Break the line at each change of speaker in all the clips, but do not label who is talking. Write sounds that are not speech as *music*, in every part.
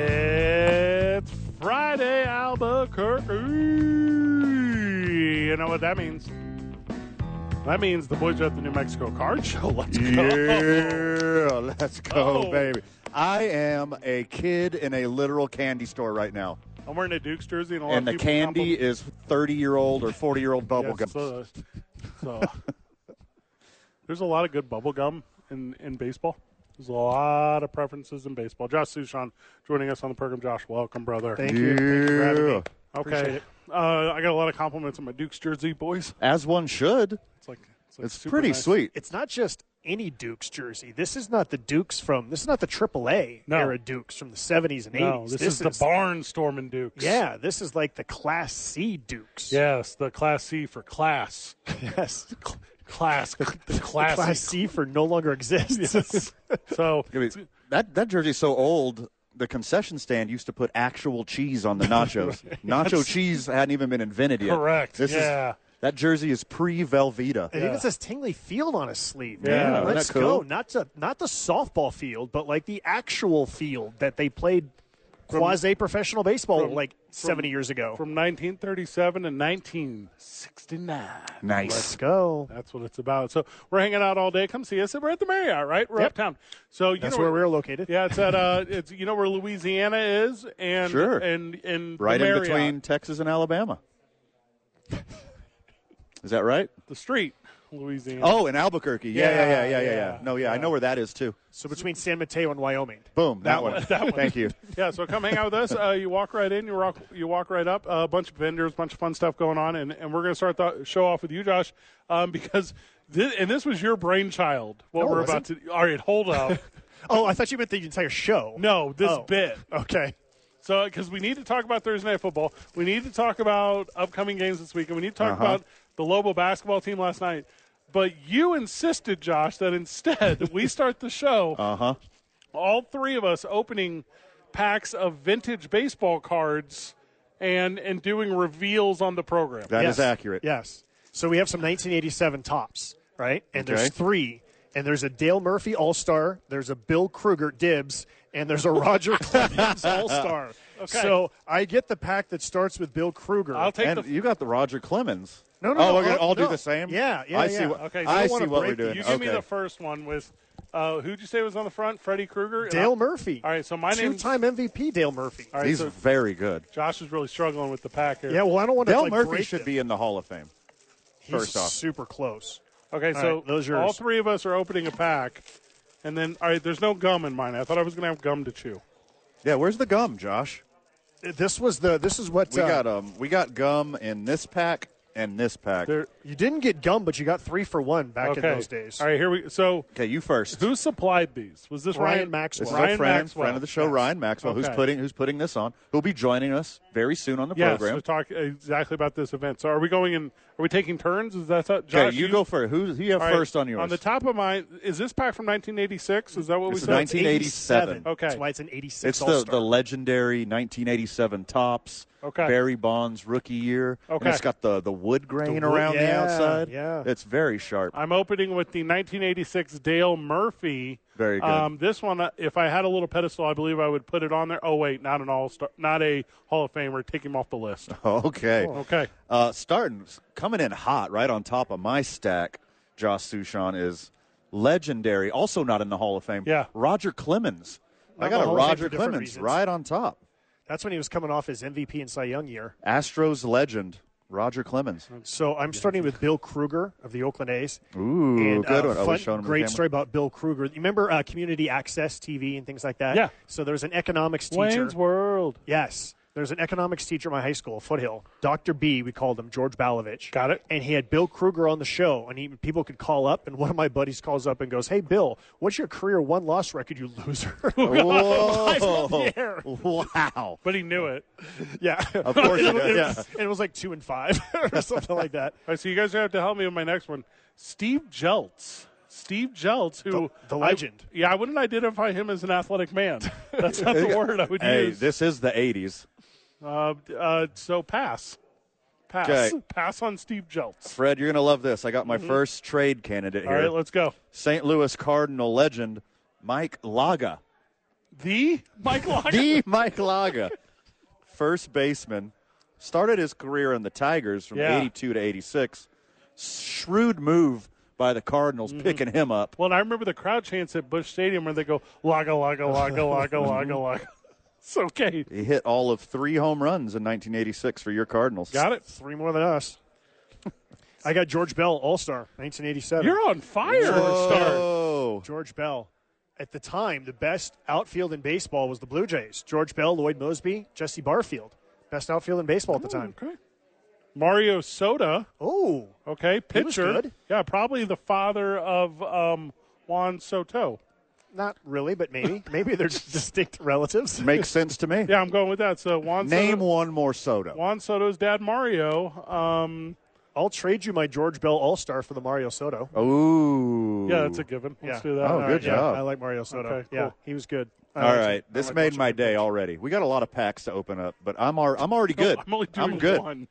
It's Friday, Albuquerque. You know what that means? That means the boys are at the New Mexico Card *laughs* Show. Let's go. *laughs*
Yeah, let's go,
Oh.
baby. I am a kid in a literal candy store right now,
I'm wearing a Duke's jersey, and a lot
and
of
the
people
candy is thirty-year-old or forty-year-old bubble
compliment-
gum.
Yes, so, *laughs* so- there's a lot of good bubble gum in in baseball. There's a lot of preferences in baseball. Josh Sushan joining us on the program. Josh, welcome, brother.
yeah.
Thank you. Thank you for having me. Appreciate
Okay,
it.
uh, I got a lot of compliments on my Duke's jersey, boys.
As one should.
It's like it's, like
It's
super
pretty
nice.
sweet.
It's not just any Dukes jersey. This is not the Dukes from. This is not the AAA
No.
era Dukes from the 70s and
No,
80s.
Oh, this, is, the barnstorming Dukes.
Yeah, this is like the Class C Dukes.
Yes, the Class C for class.
Yes.
*laughs* Cl- class. The, class,
Class C for no longer exists.
*laughs* So
Gonna be- That that jersey's so old. The concession stand used to put actual
*laughs*
cheese on the nachos. Nacho cheese hadn't even been invented yet.
correct.
This
yeah.
is that jersey is pre-Velveeta.
*laughs* It
Yeah.
even says Tingley Field on his sleeve.
Yeah,
man.
isn't
that
let's
cool?
go. Not to, not the softball field, but like the actual field that they played quasi professional baseball
from-
like
from-
70 years ago.
From 1937 to 1969.
Nice.
let's go.
That's what it's about. So we're hanging out all day. Come see us. and We're at the Marriott, right? We're
Yep.
uptown. So you
That's
know
where we're located.
Yeah, it's at uh, it's you know where Louisiana is, and
Sure.
and and the
Right in
Marriott,
between Texas and Alabama. *laughs* Is that right?
the street, Louisiana.
Oh, in Albuquerque. Yeah, yeah, yeah, yeah, yeah. yeah,
yeah,
No, yeah, I know where that is too.
So between San Mateo and Wyoming.
Boom, that, one. Thank
*laughs*
you.
Yeah, so come hang out with us. Uh, you walk right in, you walk, you walk right up. Uh, a bunch of vendors, bunch of fun stuff going on, and, and we're going to start the show off with you, Josh, um, because this, and this was your brainchild. What
No, it
we're about to. All right, hold up.
Oh, I thought you meant the entire show.
no, this
Oh.
bit.
Okay.
So because we need to talk about Thursday night football, we need to talk about upcoming games this week, and we need to
Uh-huh.
talk about the Lobo basketball team last night. But you insisted, Josh, that
*laughs*
instead we start the show.
Uh huh.
all three of us opening packs of vintage baseball cards and and doing reveals on the program.
That is
Yes.
accurate.
Yes. So we have some 1987 tops, right? And
Okay.
there's three. And there's a Dale Murphy All Star. There's a Bill Kruger Dibs, and there's a Roger
*laughs*
Clemens All Star.
Okay.
So I get the pack that starts with Bill Kruger.
I'll take
And
the
you got the Roger Clemens.
No, no,
Oh,
no,
we're gonna
oh,
all do
no.
the same.
Yeah, yeah,
I see.
yeah.
What,
okay. so
I
don't
see
wanna
what we're
break the-
doing.
You give me
Okay.
the first one with uh, who'd you say was on the front? Freddie Krueger. and
Dale
I'll-
Murphy.
All right, so my name's-
two-time MVP Dale Murphy.
All right,
He's
so
very good.
Josh is really struggling with the pack here.
Yeah, well, I don't want to
Dale
like,
Murphy
break
should
them.
be in the Hall of Fame.
He's
first off.
super close.
Okay,
All
so
right, those are
all
yours.
three of us are opening a pack, and then all right. There's no gum in mine. I thought I was gonna have gum to chew.
Yeah, where's the gum, Josh?
This was the. This is what
We
uh,
got um, we got gum in this pack and this pack.
There-
You didn't get gum, but you got three for one back
Okay.
in those days.
All right, here we. So
okay, you first.
who supplied these? Was this
Ryan
Ryan
Maxwell.
This is
Ryan
our friend,
Maxwell.
friend of the show,
Yes.
Ryan Maxwell, who's
Okay.
putting who's putting this on. Who'll be joining us very soon on the
Yes,
program.
to talk exactly about this event. So, are we going in? Are we taking turns? Is that how, Josh?
Okay, you, go first. Who's who you have
all right,
first on yours?
On the top of mine is this pack from 1986. Is that what we
This is
said?
19 1987.
Okay.
That's why it's an 86
It's the,
All-Star.
the legendary 1987 tops.
Okay.
Barry Bonds rookie year. And
Okay.
it's got the, the wood grain
The wood-
around the
yeah,
outside.
yeah.
It's very sharp.
I'm opening with the 1986 Dale Murphy.
Very good.
Um, this one, uh, if I had a little pedestal, I believe I would put it on there. Oh wait, not an all star, not a Hall of Famer. Take him off the list.
*laughs* Okay.
Okay.
Uh, starting coming in hot right on top of my stack. Josh Sushan is legendary. Also not in the Hall of Fame.
Yeah.
Roger Clemens. I
in the
got a
Hall of Fame
Roger
for different
Clemens
reasons.
right on top.
That's when he was coming off his MVP and Cy Young year.
Astros legend Roger Clemens.
So I'm starting with Bill Kruger of the Oakland A's.
Ooh,
and,
good
uh,
one. Oh, we
fun-
showed him the
great
camera.
story *laughs* about Bill Kruger. You remember uh, Community Access TV and things like that?
Yeah.
So there was an economics teacher.
Wayne's World.
Yes. There's an economics teacher at my high school, Foothill, Dr. B, we called him, George Balovich.
Got it.
And he had Bill Kruger on the show, and he, people could call up, and one of my buddies calls up and goes, Hey, Bill, what's your career one loss record, you loser? *laughs* Live
*laughs*
on the air.
Wow.
But he knew it.
*laughs* Yeah.
Of course it
And it,
is. *laughs* Yeah.
was, and it was like
*laughs*
two and five *laughs* or something like that.
All right, so you guys are gonna have to help me with my next one. Steve Jeltz. Steve Jeltz, who
The- the legend.
I, yeah, I wouldn't identify him as an athletic
*laughs*
man. That's not the word I would
Hey,
use.
this is the 80s.
uh, uh, so pass, pass,
Okay.
pass on Steve Jeltz.
Fred, you're going to love this. I got my first trade candidate
All right,
here.
let's go.
St. Louis Cardinal legend Mike Laga.
The Mike Locker.
The Mike Laga, first baseman, started his career in the Tigers from
Yeah.
82 to 86. Shrewd move by the Cardinals picking him up.
well, and I remember the crowd chants at Bush Stadium where they go Laga, Laga, Laga, Laga, Laga, Laga. It's okay.
He hit all of three home runs in 1986 for your Cardinals.
Got it.
Three more than us. I got George Bell, All Star, 1987.
You're on fire. Star.
Oh,
George Bell. At the time, the best outfield in baseball was the Blue Jays. George Bell, Lloyd Mosby, Jesse Barfield. Best outfield in baseball at the time.
Okay. Mario Soda.
Oh,
Okay, pitcher.
He was good.
Yeah, probably the father of um, Juan Soto.
not really,
*laughs*
but maybe. Maybe they're distinct relatives.
makes sense to me.
Yeah, I'm going with that. So Juan
Name
Soto,
one more soda.
Juan Soto's dad Mario. Um,
I'll trade you my George Bell All Star for the Mario Soto.
Ooh.
yeah, that's a given. Let's
Yeah.
do that.
Oh,
All right,
good
yeah.
job.
I like Mario Soto.
Okay,
Yeah,
cool.
he was good. I
All
liked him.
right,
I
this
liked
made
watching
my
him.
day already. We got a lot of packs to open up, but I'm al-
*laughs*
I'm already good.
I'm only doing
good.
one.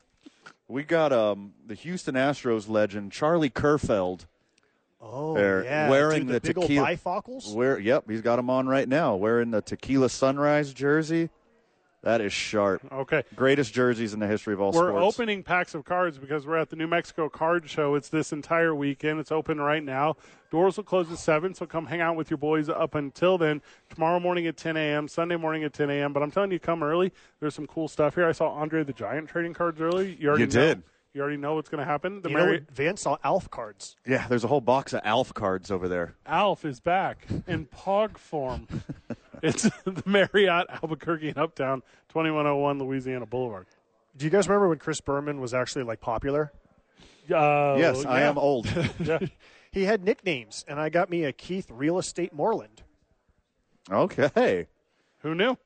We got um the Houston Astros legend Charlie Kerfeld.
Oh,
They're
yeah.
wearing
Dude, the,
the
big old
tequila-
bifocals.
Where? Yep, he's got him on right now, wearing the tequila sunrise jersey. That is sharp.
Okay.
Greatest jerseys in the history of all
Oh. We're
sports.
opening packs of cards because we're at the New Mexico Card Show. It's this entire weekend. It's open right now. Doors will close at 7, so come hang out with your boys up until then. Tomorrow morning at 10 a.m., Sunday morning at 10 a.m. But I'm telling you, come early. There's some cool stuff here. I saw Andre the Giant trading cards earlier. You already
You
know-
did.
You already know what's going to happen. The
You know,
Mary-
Van saw Alf cards.
Yeah, there's a whole box of Alf cards over there.
Alf is back in pog
*laughs*
form. it's *laughs* the Marriott Albuquerque and Uptown, 2101 Louisiana Boulevard.
Do you guys remember when Chris Berman was actually like popular?
Uh,
yes, I
yeah.
am old.
*laughs*
He had nicknames, and I got me a Keith Real Estate Moreland.
okay.
Who knew?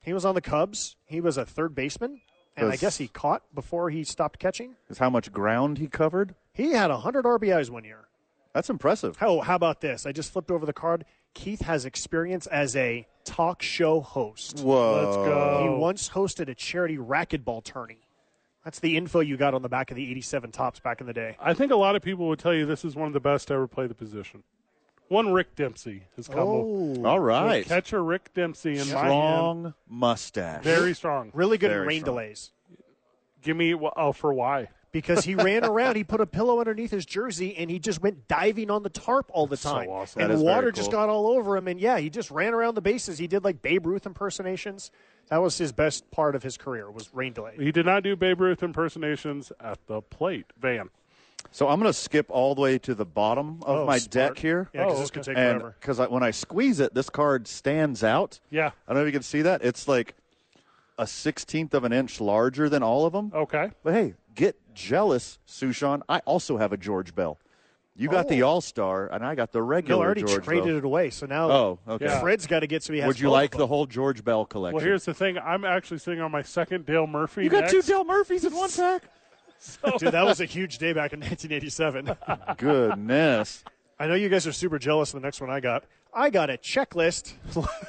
He was on the Cubs. He was a third baseman, and I
That's-
guess he caught before he stopped catching.
Is how much ground he covered?
He had 100 RBIs one year.
That's impressive.
Oh, how about this? I just flipped over the card. Keith has experience as a talk show host.
Whoa.
Let's
He
go.
once hosted a charity racquetball tourney. That's the info you got on the back of the 87 tops back in the day.
I think a lot of people would tell you this is one of the best to ever play the position. One Rick Dempsey has come over.
All right.
Catcher Rick Dempsey in my hand.
Oh, Strong mustache.
Very strong.
Really good
Very
in rain
strong.
delays.
Give me, oh, for why?
because he ran around. He put a pillow underneath his jersey and he just went diving on the tarp all the time.
awesome.
That
And
is
water
very
just
cool.
got all over him. And yeah, he just ran around the bases. He did like Babe Ruth impersonations. That was his best part of his career was rain delay.
He did not do Babe Ruth impersonations at the plate. Van.
So I'm going to skip all the way to the bottom of
Oh,
my
smart.
deck here.
Yeah, because
Oh,
this could
okay.
take
and
forever.
because when I squeeze it, this card stands out.
Yeah.
I don't know if you can see that. It's like a sixteenth of an inch larger than all of them.
Okay.
But hey, get jealous, Sushan. I also have a George Bell. You got the All Star, and I got the
No,
regular.
I already
George
traded
Bell.
it away. So now
Oh, okay.
Yeah.
Fred's got to get so he has
Would you
both *laughs*
like the
of them.
whole George Bell collection?
Well, here's the thing. I'm actually sitting on my second Dale Murphy.
you got two
next.
Dell Murphys in one pack.
Dude, that *laughs* was a huge day back in 1987.
Goodness.
I know you guys are super jealous of the next one I got. I got a checklist.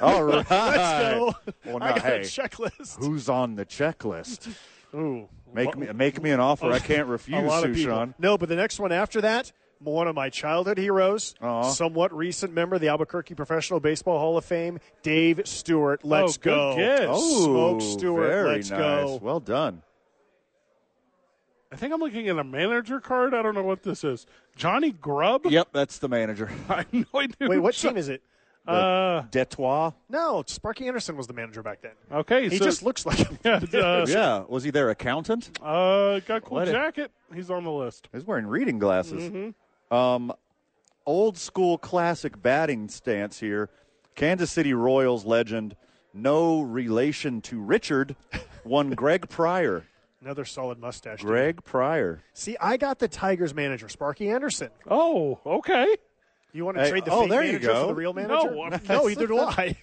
*laughs*
All right.
Let's go.
Well,
*laughs* I
now,
got a
hey,
checklist.
who's on the checklist?
Ooh.
Make me make me an offer I can't refuse,
*laughs* a lot of
Sushan.
people. No, but the next one after that, one of my childhood heroes,
Aw.
somewhat recent member of the Albuquerque Professional Baseball Hall of Fame, Dave Stewart. Let's
good
go.
guess.
Oh,
Smoke Stewart.
Very
Let's
nice.
go.
Well done.
I think I'm looking at a manager card. I don't know what this is. Johnny Grubb?
Yep, that's the manager.
I have no *laughs* idea.
Wait, what team is it?
Uh,
Detois.
No, Sparky Anderson was the manager back then.
okay.
He
so,
just looks like *laughs* him.
Yeah, *laughs* uh,
Yeah, was he their accountant?
uh, got a cool
What a-
jacket. He's on the list.
He's wearing reading glasses.
Mm-hmm.
Um, old school classic batting stance here. Kansas City Royals legend no relation to Richard, one Greg Pryor.
Another solid mustache. dude.
Greg Pryor.
See, I got the Tigers manager, Sparky Anderson.
Oh, okay.
You want to
Hey,
trade the
oh,
fake
there you
manager
go.
for the real manager?
No, I'm-
no, either do I.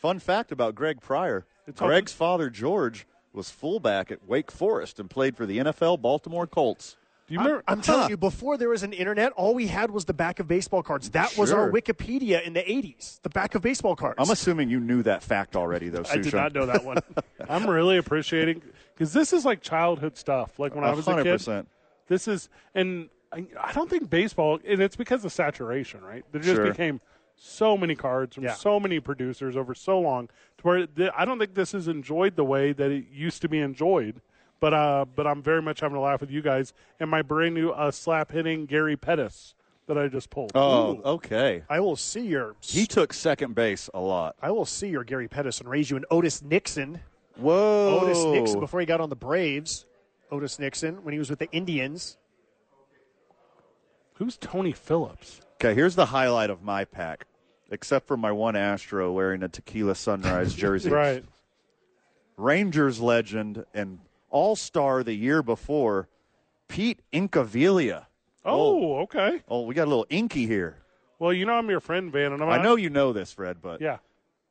Fun fact about Greg Pryor
It's all-
Greg's father, George, was fullback at Wake Forest and played for the NFL Baltimore Colts.
Do you remember?
I'm telling you, before there was an internet, all we had was the back of baseball cards. That was our
Sure.
Wikipedia in the 80s. The back of baseball cards.
I'm assuming you knew that fact already, though,
I did
Sushan.
not know that one.
*laughs* I'm really appreciating because this is like childhood stuff. Like when I was a kid,
100%.
this is, and I, I don't think baseball, and it's because of saturation, right? There just
Sure.
became so many cards from
Yeah.
so many producers over so long to where the, I don't think this is enjoyed the way that it used to be enjoyed. But uh, but I'm very much having a laugh with you guys and my brand new uh, slap hitting Gary Pettis that I just pulled.
Oh,
Ooh.
okay.
I will see your.
He took second base a lot.
I will see your Gary Pettis and raise you an Otis Nixon.
Whoa.
Otis Nixon before he got on the Braves. Otis Nixon when he was with the Indians.
who's Tony Phillips?
Okay, here's the highlight of my pack, except for my one Astro wearing a tequila sunrise
*laughs*
jersey.
Right.
Rangers legend and all star the year before, Pete Incavilia.
Oh, okay.
Oh, we got a little inky here.
Well, you know I'm your friend, Van, and I'm
I
not-
know you know this, Fred,
*laughs*
but
Yeah.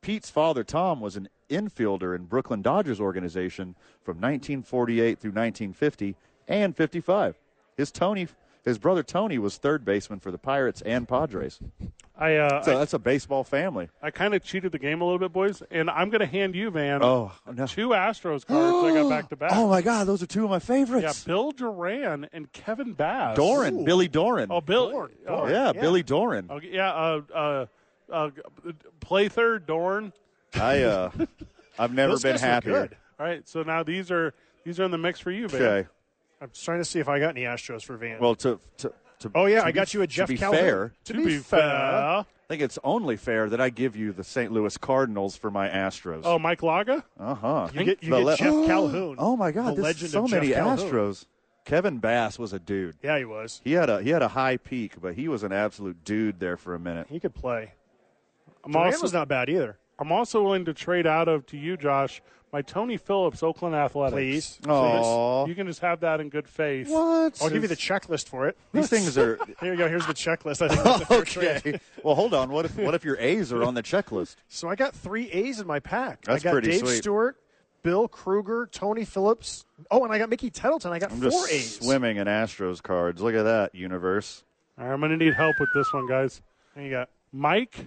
Pete's father, Tom, was an infielder in Brooklyn Dodgers organization from 1948 through 1950 and 55. His Tony, his brother Tony, was third baseman for the Pirates and Padres.
I uh,
So that's a baseball family.
I, I kind of cheated the game a little bit, boys, and I'm going to hand you, Van,
Oh, no.
two Astros cards I got back to back.
*gasps* Oh my God, those are two of my
Yeah,
favorites.
Bill Duran and Kevin Bass.
Doran, Billy Doran.
Oh, Bill.
Dorn,
oh,
Dorn.
yeah, Billy Doran.
okay, yeah. Uh, uh, uh, play third, Dorn.
I *laughs* uh, I've never
Those
been
guys were
happier.
good.
All right, so now these are these are in the mix for you, Van.
Okay.
I'm just trying to see if I got any Astros for Van.
Well, to to, to
oh yeah,
to
I
be-
got you a Jeff
to be
Calhoun.
fair,
To, be, fair.
I think it's only fair that I give you the St. Louis Cardinals for my Astros.
Oh, Mike Laga.
uh huh.
Um, you get, you
*gasps*
get Jeff Calhoun.
Oh my God,
the
there's
legend
so
of
many
Jeff Calhoun.
Astros. Kevin Bass was a dude.
Yeah, he was.
He had a he had a high peak, but he was an absolute dude there for a minute.
He could play.
I'm
Duran
also
was not bad either.
I'm also willing to trade out of to you, Josh, my Tony Phillips Oakland Athletics.
Please.
Aw.
You can just have that in good faith.
What?
I'll give you the checklist for it.
*laughs* These things
*laughs*
are
Here you go. Here's the checklist. I
*laughs*
think that's a fair trade.
okay. Well, hold on. What if what if your A's are on the checklist?
So I got three A's in my pack.
That's
I got
pretty
Dave
sweet.
Stewart, Bill Kruger, Tony Phillips. Oh, and I got Mickey Tettleton. I got
I'm
*laughs* four
just
A's.
swimming in Astros cards. Look at that universe.
All right, I'm going to need help with this one, guys.
And you got
Mike.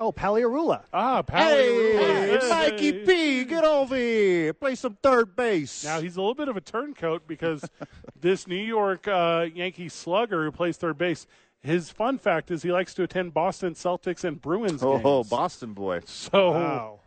oh Paliarula.
Ah, Pally Ruiz.
P, get over here. Play some third base.
Now he's a little bit of a turncoat because *laughs* this New York uh, Yankee slugger who plays third base. His fun fact is he likes to attend Boston Celtics and Bruins
oh, oh,
games.
Boston boy.
so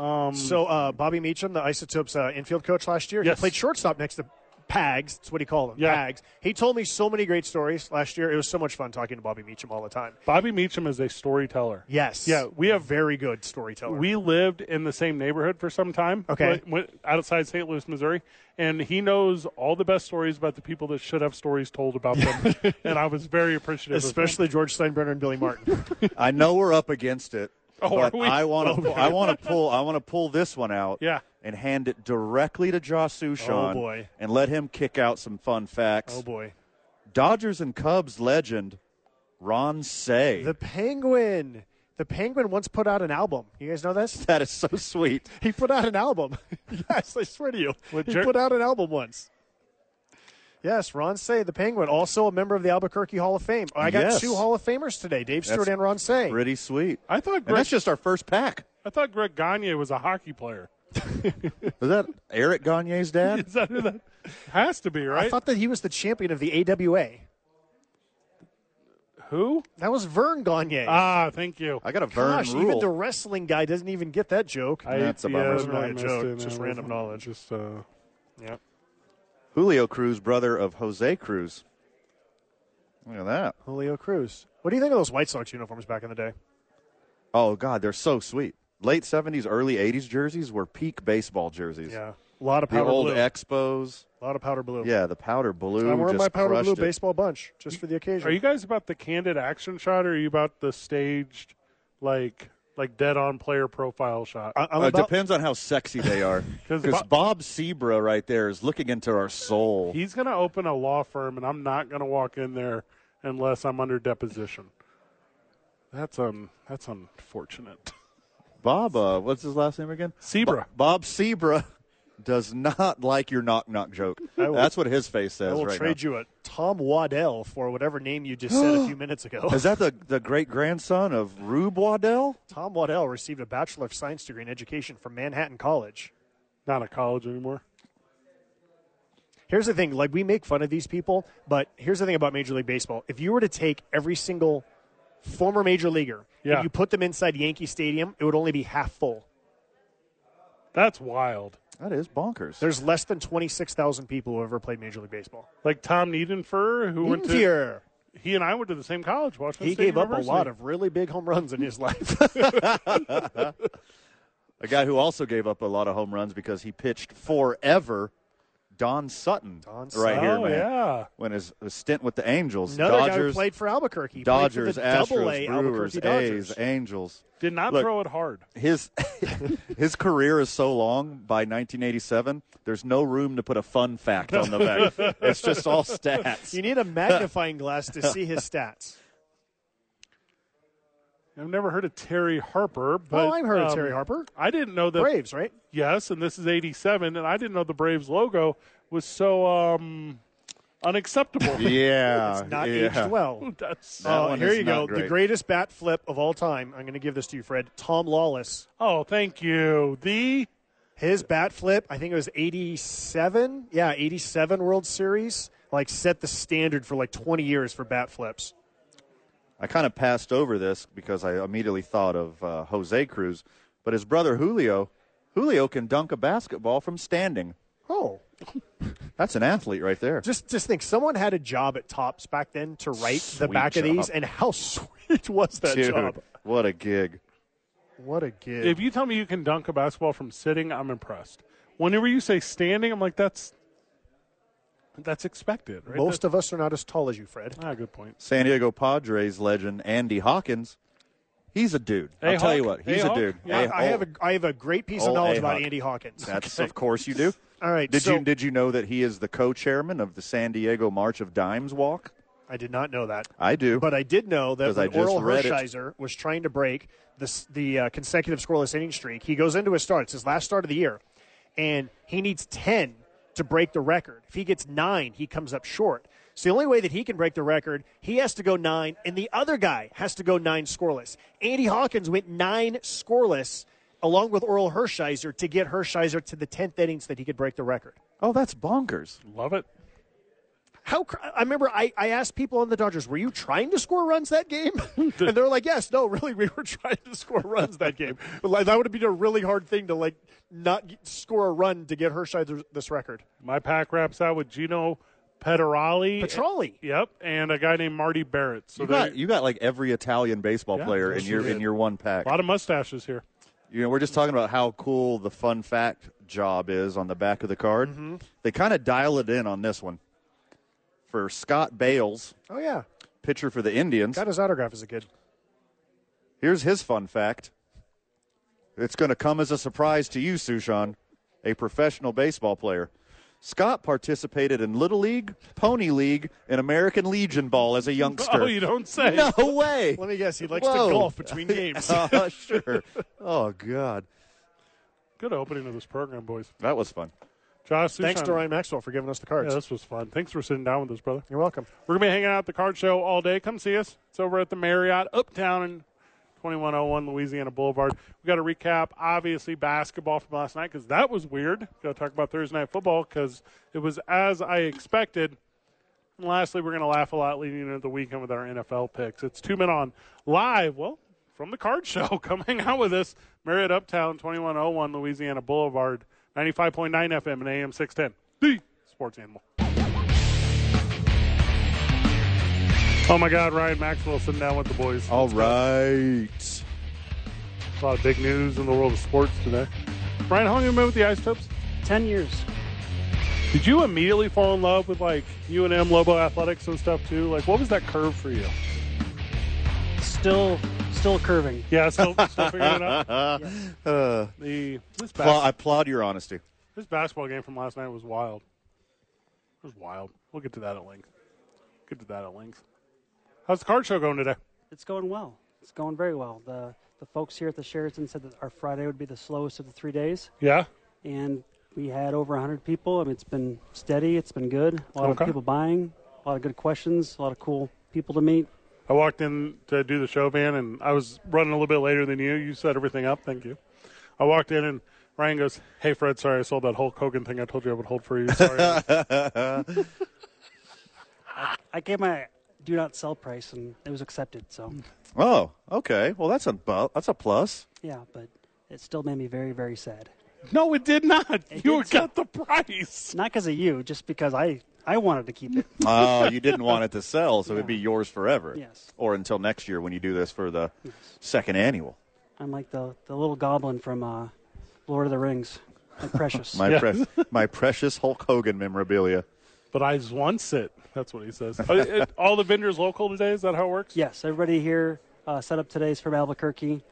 Wow. so uh, Bobby Meacham, the Isotopes uh, infield coach last year,
Yes.
he played shortstop next to Pags. That's what he called him.
Yeah.
Pags. He told me so many great stories last year. It was so much fun talking to Bobby Meacham all the time.
Bobby Meacham is a storyteller.
Yes.
Yeah, we have
very good storyteller.
we lived in the same neighborhood for some time.
Okay.
but went outside St. Louis, Missouri, and he knows all the best stories about the people that should have stories told about
*laughs*
them. and I was very appreciative, of him.
Especially George Steinbrenner *laughs* and Billy Martin.
I know we're up against it.
Oh,
but
are we?
I want to. I want to pull. I want to pull this one out.
Yeah.
And hand it directly to Josh Sushan.
Oh, boy.
And let him kick out some fun facts.
oh boy,
Dodgers and Cubs legend Ron Say.
the Penguin. The Penguin once put out an album. You guys know this?
that is so sweet.
*laughs* He put out an album. yes, I swear to you.
With
he
Jer-
put out an album once. Yes, Ron Say, the Penguin, also a member of the Albuquerque Hall of Fame. I got
Yes.
two Hall of Famers today, Dave Stewart
That's
and Ron Say.
Pretty sweet.
I thought
And
Greg,
that's just our first pack.
I thought Greg Gagne was a hockey player. *laughs*
Is that Eric Gagne's dad?
*laughs*
Is that who that has to be right?
I thought that he was the champion of the AWA.
who?
That was Vern Gagne.
Ah, thank you.
I got a Vern
Gosh,
rule.
even the wrestling guy doesn't even get that joke.
That's a bummer.
I
It wasn't really a
missed
joke,
it,
just
man.
random
Wasn't-
knowledge.
Just uh,
Julio Cruz, brother of Jose Cruz. Look at that.
Julio Cruz. What do you think of those White Sox uniforms back in the day?
Oh God, they're so sweet. Late seventies, early eighties jerseys were peak baseball jerseys.
Yeah, a lot of
The
powder
old
blue.
Expos.
a lot of powder blue.
Yeah, the powder blue.
I'm wearing
just
my powder
crushed
blue
it.
baseball bunch just for the occasion.
Are you guys about the candid action shot, or are you about the staged, like like dead on player profile shot.
I, am
Uh,
about,
depends on how sexy they
*laughs*
are.
'Cause
Because
Bo-
Bob Sebra right there is looking into our soul.
He's going to open a law firm, and I'm not going to walk in there unless I'm under deposition. That's um, that's unfortunate.
Bob, uh, what's his last name again?
Sebra.
Bo- Bob Sebra *laughs* does not like your knock knock joke.
will-
That's what his face
*laughs* I
says
will
right
trade you a Tom Waddell for whatever name you
*gasps*
just said a few minutes ago.
now. Is that the, the great grandson of Rube Waddell?
Tom Waddell received a Bachelor of Science degree in education from Manhattan College.
Not at college anymore.
Here's the thing, like we make fun of these people, but here's the thing about Major League Baseball. If you were to take every single former major leaguer
Yeah.
and you put them inside Yankee Stadium, it would only be half full.
That's wild.
That is bonkers.
There's less than 26,000 people who have ever played Major League Baseball.
Like Tom Niedenfer, who went to
Here.
he and I went to the same college, Washington
He
State
gave up a
University.
lot of really big home runs in his *laughs* life.
a guy who also gave up a lot of home runs because he pitched forever. Don Sutton,
Don
right here,
Oh,
man.
yeah.
When his, his stint with the Angels,
Another guy who
Dodgers,
played for Albuquerque. He played for
Dodgers,
the double A
Astros, Brewers,
Albuquerque Dodgers.
A's, Angels.
Did not
Look.
throw it hard.
his *laughs* his career is so long by 1987 there's no room to put a fun fact on the
*laughs*
back it's just all stats
You need a magnifying glass to see his stats.
I've never heard of Terry Harper, *laughs* but
Well, I've heard of
um,
Oh, Terry Harper.
I didn't know that.
Braves, right?
Yes, and this is '87, and I didn't know the Braves logo was so um, unacceptable.
*laughs* yeah
Not
yeah.
aged well.
*laughs* That's-
That
Uh,
one
here
is
you
not
go. The
great.
greatest bat flip of all time. I'm going to give this to you, Fred. Tom Lawless.
oh, thank you. The
His bat flip, I think it was 87. Yeah, 87 World Series. Like, set the standard for like 20 years for bat flips.
i kind of passed over this because i immediately thought of uh, jose cruz but his brother julio julio can dunk a basketball from standing
Oh.
that's an athlete right there
Just just think someone had a job at Tops back then to write the
Sweet
back of these,
job.
and how *laughs* sweet was that
Dude,
job?
what a gig
What a gig.
if you tell me you can dunk a basketball from sitting, I'm impressed. Whenever you say standing, I'm like that's that's expected, right?
Most of us are not as tall as you, Fred.
ah, good point.
san diego padres legend andy hawkins he's a dude i
A-Hawk?
i'll tell you what he's a,
A-Hawk?
dude
Yeah,
A-
I have
oh.
a *laughs* I have a great piece of
Oh,
knowledge
hey,
about
Huck.
Andy Hawkins.
That's of course you do.
All right,
Did
so-
you did you know that he is the co-chairman of the San Diego March of Dimes Walk?
I did not know that,
I do.
but I did know that
'Cause I
when Oral
just read it.
Hershiser was trying to break this the uh, consecutive scoreless inning streak, he goes into his start. It's his last start of the year, and he needs ten to break the record. If he gets nine, he comes up short. So the only way that he can break the record, he has to go nine, and the other guy has to go nine scoreless. Andy Hawkins went nine scoreless. Along with Oral Hershiser to get Hershiser to the 10th innings that he could break the record.
oh, that's bonkers.
Love it.
How cr- I remember I, I asked people on the Dodgers, were you trying to score runs that *laughs* game? and they're like, yes, no, really, we were trying to score runs that game. But, like, that would have been a really hard thing to like not get, score a run to get Hershiser this record.
My pack wraps out with Gino Petrolli.
Petrolli.
Yep, and a guy named Marty Barrett. So
You got
there-
you got like every Italian baseball
Yeah,
player in
yes,
your
you
in
did.
your one pack.
a lot of mustaches here.
You know, we're just talking about how cool the fun fact job is on the back of the card. They kind of dial it in on this one. For Scott Bales,
Oh yeah,
pitcher for the Indians,
got his autograph as a kid.
Here's his fun fact. It's going to come as a surprise to you, Sushan, a professional baseball player. Scott participated in Little League, Pony League, and American Legion ball as a youngster.
*laughs* Oh, you don't say.
*laughs* No way. *laughs*
Let me guess, he likes
Whoa.
to golf between *laughs* games.
Uh, sure. Oh God,
Good opening of this program, boys.
that was fun.
Josh,
Thanks
Sushan.
to Ryan Maxwell for giving us the cards.
Yeah, this was fun. Thanks for sitting down with us, brother.
You're welcome.
We're gonna be hanging out at the card show all day. Come see us. It's over at the Marriott Uptown in 2101 Louisiana Boulevard. We got to recap, obviously, basketball from last night because that was weird. Got to talk about Thursday night football because it was as I expected. And lastly, we're going to laugh a lot leading into the weekend with our NFL picks. It's two men on live. Well, from the card show. *laughs* Come hang out with us. Marriott Uptown, 2101 Louisiana Boulevard, 95.9 FM and AM 610. The sports animal. Oh my God, Ryan Maxwell sitting down with the boys.
All right.
A lot of big news in the world of sports today. Ryan, how long have you been with the Ice Tips?
10 years.
Did you immediately fall in love with like UNM Lobo athletics and stuff too? Like, what was that curve for you?
still still curving.
Yeah, still, still figuring it *laughs* out.
*laughs*
The this, bas-
Uh, Well, I applaud your honesty.
this basketball game from last night was wild. It was wild. We'll get to that at length. Get to that at length. How's the card show going today?
It's going well. It's going very well. The the folks here at the Sheraton said that our Friday would be the slowest of the three days,
Yeah.
and we had over 100 people. I mean, it's been steady. It's been good. A lot
Okay.
of people buying. A lot of good questions. A lot of cool people to meet.
I walked in to do the show van, and I was running a little bit later than you. You set everything up. Thank you. I walked in, and Ryan goes, "Hey, Fred, sorry I sold that Hulk Hogan thing I told you I would hold for you. Sorry."
I gave my do not sell price, and it was accepted. So
Oh, okay. Well, that's a bu- that's a plus.
yeah, but it still made me very very sad.
no, it did not. You
did
got the price.
Not because of you, just because I I wanted to keep it.
Oh, you didn't want it to sell, so it'd be yours forever.
Yes.
Or until next year when you do this for the second annual.
I'm like the the little goblin from uh, Lord of the Rings. Like precious.
My pre- my precious Hulk Hogan memorabilia.
But I wants it. That's what he says. Are- it- all the vendors local today. Is that how it works?
Yes, everybody here uh, set up today's from Albuquerque.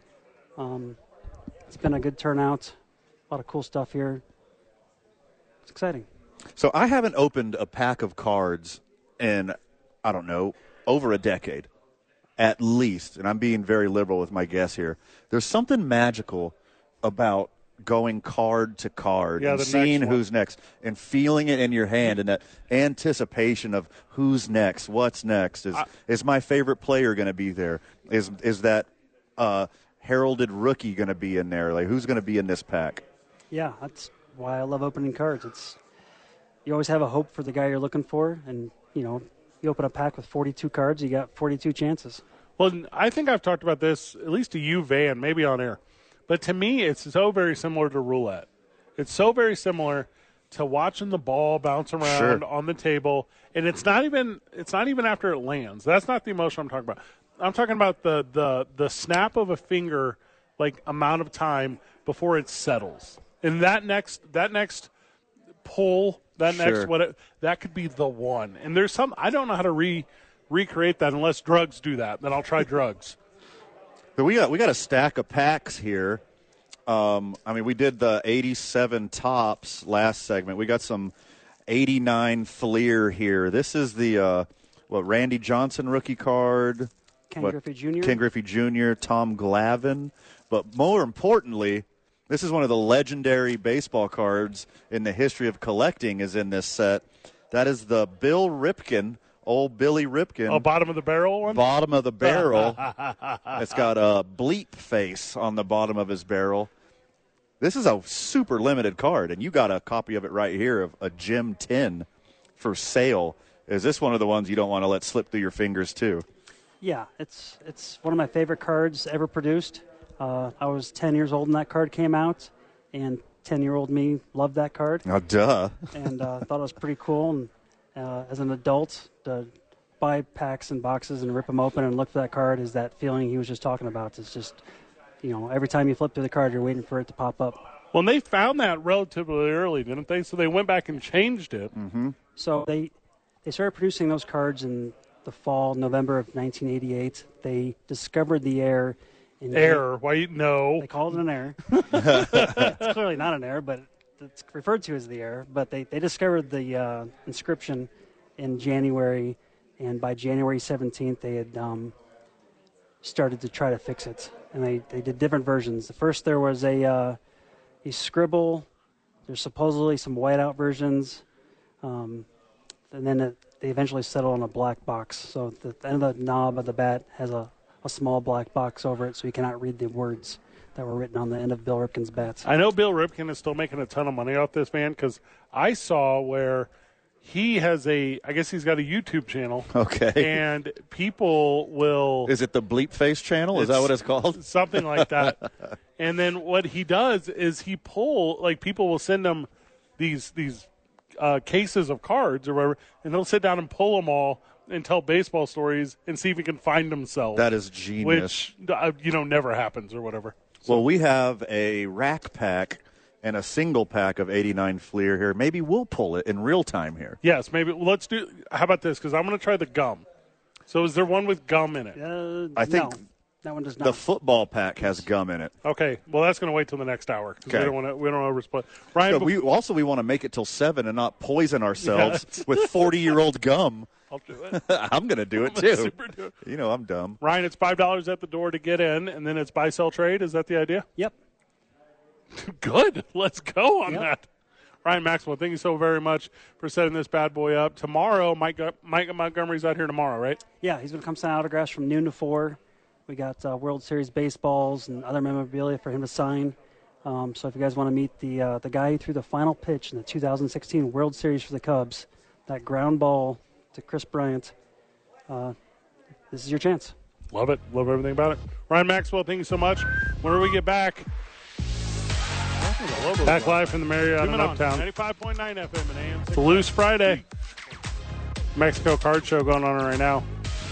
Um, it's been a good turnout. A lot of cool stuff here. It's exciting.
So I haven't opened a pack of cards in I don't know over a decade, at least. And I'm being very liberal with my guess here. There's something magical about going card to card
Yeah,
and
the
seeing
next one.
who's next and feeling it in your hand and that anticipation of who's next, what's next, is is my favorite player going to be there? Is is that uh, heralded rookie going to be in there? Like who's going to be in this pack?
Yeah, that's why I love opening cards. It's you always have a hope for the guy you're looking for, and you know you open a pack with 42 cards, you got 42 chances.
Well, n- I think I've talked about this at least to you, Van, maybe on air. But to me, it's so very similar to roulette. It's so very similar to watching the ball bounce around
Sure.
on the table, and it's not even it's not even after it lands. That's not the emotion I'm talking about. I'm talking about the the the snap of a finger, like amount of time before it settles, and that next that next pull that
Sure.
next what it, that could be the one. And there's some I don't know how to re recreate that unless drugs do that. Then I'll try drugs.
But we got we got a stack of packs here. Um, I mean, we did the 87 tops last segment. We got some 89 Fleer here. This is the uh, what Randy Johnson rookie card.
Ken
what-
Griffey Jr.
Ken Griffey Jr. Tom Glavin. But more importantly, this is one of the legendary baseball cards in the history of collecting. Is in this set. That is the Bill Ripken, old Billy Ripken
A bottom of the barrel one.
bottom of the barrel. it's got a bleep face on the bottom of his barrel. This is a super limited card, and you got a copy of it right here of a Gem 10 for sale. Is this one of the ones you don't want to let slip through your fingers, too?
Yeah, it's it's one of my favorite cards ever produced. Uh, I was 10 years old when that card came out, and 10 year old me loved that card.
Oh, duh.
and uh, thought it was pretty cool. And uh, as an adult, to buy packs and boxes and rip them open and look for that card is that feeling he was just talking about. It's just, you know, every time you flip through the card, you're waiting for it to pop up.
Well, and they found that relatively early, didn't they? So they went back and changed it.
Mm-hmm.
So they they started producing those cards in the fall, November of 1988. They discovered the air. In
Error. Why? you- No.
They called it an error. it's clearly not an error, but it's referred to as the error. But they, they discovered the uh, inscription in January, and by January 17th, they had um, started to try to fix it. And they, they did different versions. The first, there was a, uh, a scribble, there's supposedly some whiteout versions, um, and then it, they eventually settled on a black box. So the the end of the knob of the bat has a, a small black box over it, so you cannot read the words that were written on the end of Bill Ripkin's bats.
I know Bill Ripken is still making a ton of money off this man because I saw where he has a. I guess he's got a YouTube channel,
*laughs* Okay.
and people will
is it the bleep face channel? Is that what it's called?
something like
*laughs*
that. and then what he does is he pull like people will send him these these uh, cases of cards or whatever, and he'll sit down and pull them all and tell baseball stories and see if he can find himself.
That is genius.
which uh, you know never happens or whatever.
Well, we have a rack pack and a single pack of 89 Fleer here. Maybe we'll pull it in real time here.
Yes, maybe let's do. How about this? Because I'm going to try the gum. So is there one with gum in it?
Uh,
I think
no. That one does not.
The football pack has gum in it.
Okay, well that's going to wait till the next hour 'cause
Okay.
we don't want to we don't want to oversplit. Ryan,
So
bef-
we also we want to make it till seven and not poison
*laughs*
ourselves with forty year old gum. *laughs*
I'll do it.
I'm gonna do it
*laughs*
too.
Super do it.
You know I'm dumb.
Ryan, it's five dollars at the door to get in, and then it's buy sell trade. Is that the idea?
Yep.
Good. *laughs* Let's go on
Yep.
that. Ryan Maxwell, thank you so very much for setting this bad boy up. Tomorrow, Mike, Gu- Mike Montgomery's out here tomorrow, right?
Yeah, he's going to come sign autographs from noon to four. We got uh, World Series baseballs and other memorabilia for him to sign. Um, so if you guys want to meet the uh, the guy who threw the final pitch in the 2016 World Series for the Cubs, that ground ball to Chris Bryant, uh, this is your chance.
Love it. Love everything about it. Ryan Maxwell, thank you so much. Whenever we get back, back live from the Marriott in
Zooming on.
Uptown. 95.9 FM and AM. It's a loose Friday. Mexico card show going on right now.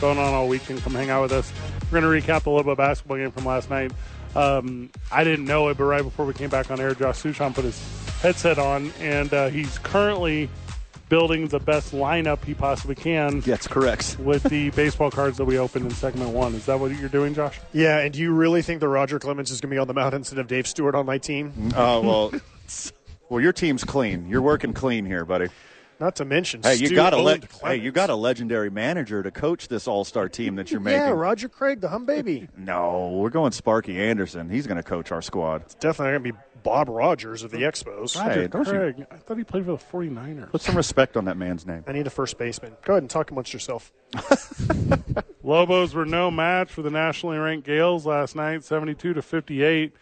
Going on all weekend. Come hang out with us. We're going to recap a little bit of basketball game from last night. Um, I didn't know it, but right before we came back on air, Josh Sushan put his headset on, and uh, he's currently building the best lineup he possibly can
That's
*laughs*
correct.
with the baseball cards that we opened in segment one. Is that what you're doing, Josh?
Yeah, and do you really think that Roger Clemens is going to be on the mound instead of Dave Stewart on my
Mm.
team?
Oh well. *laughs* Well, your team's clean. You're working clean here, buddy.
Not to mention,
Hey, you
Stu
got a
owned
le- hey,
Clemens.
you got a legendary manager to coach this All Star team that you're making.
*laughs* Yeah, Roger Craig, the hum baby.
No, we're going Sparky Anderson. He's going to coach our squad.
it's definitely going to be Bob Rogers of the Expos.
Right. Hey, don't you-
Craig, I thought he played for the 49ers.
Put some respect on that man's name.
I need a first baseman. Go ahead and talk amongst yourself.
Lobos were no match for the nationally ranked Gales last night, 72 to 58.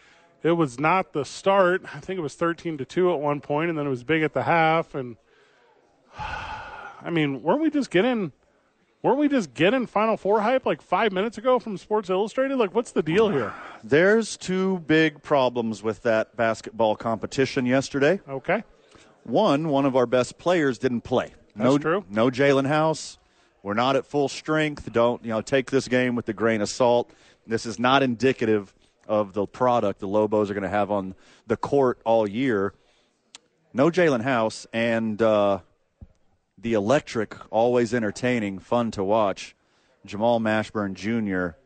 It was not the start. I think it was 13 to 2 at one point, and then it was big at the half. And *sighs* I mean, weren't we just getting, weren't we just getting Final Four hype like five minutes ago from Sports Illustrated? Like, what's the deal here?
There's two big problems with that basketball competition yesterday.
Okay,
One, one of our best players didn't play. no,
That's true.
No Jalen House. We're not at full strength. Don't you know? Take this game with a grain of salt. This is not indicative of the product the Lobos are going to have on the court all year. No Jalen House and uh, the electric, always entertaining, fun to watch. Jamal Mashburn Jr.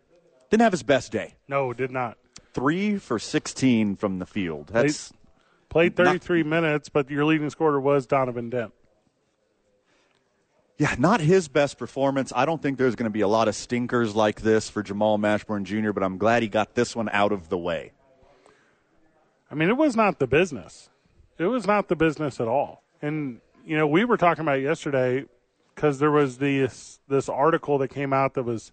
didn't have his best day.
no, did not
Three for sixteen from the field. That's
played
Not-
33 minutes, but your leading scorer was Donovan Dent.
Yeah, not his best performance. I don't think there's going to be a lot of stinkers like this for Jamal Mashburn Jr., but I'm glad he got this one out of the way.
I mean, it was not the business. It was not the business at all. And you know, we were talking about it yesterday because there was this this article that came out that was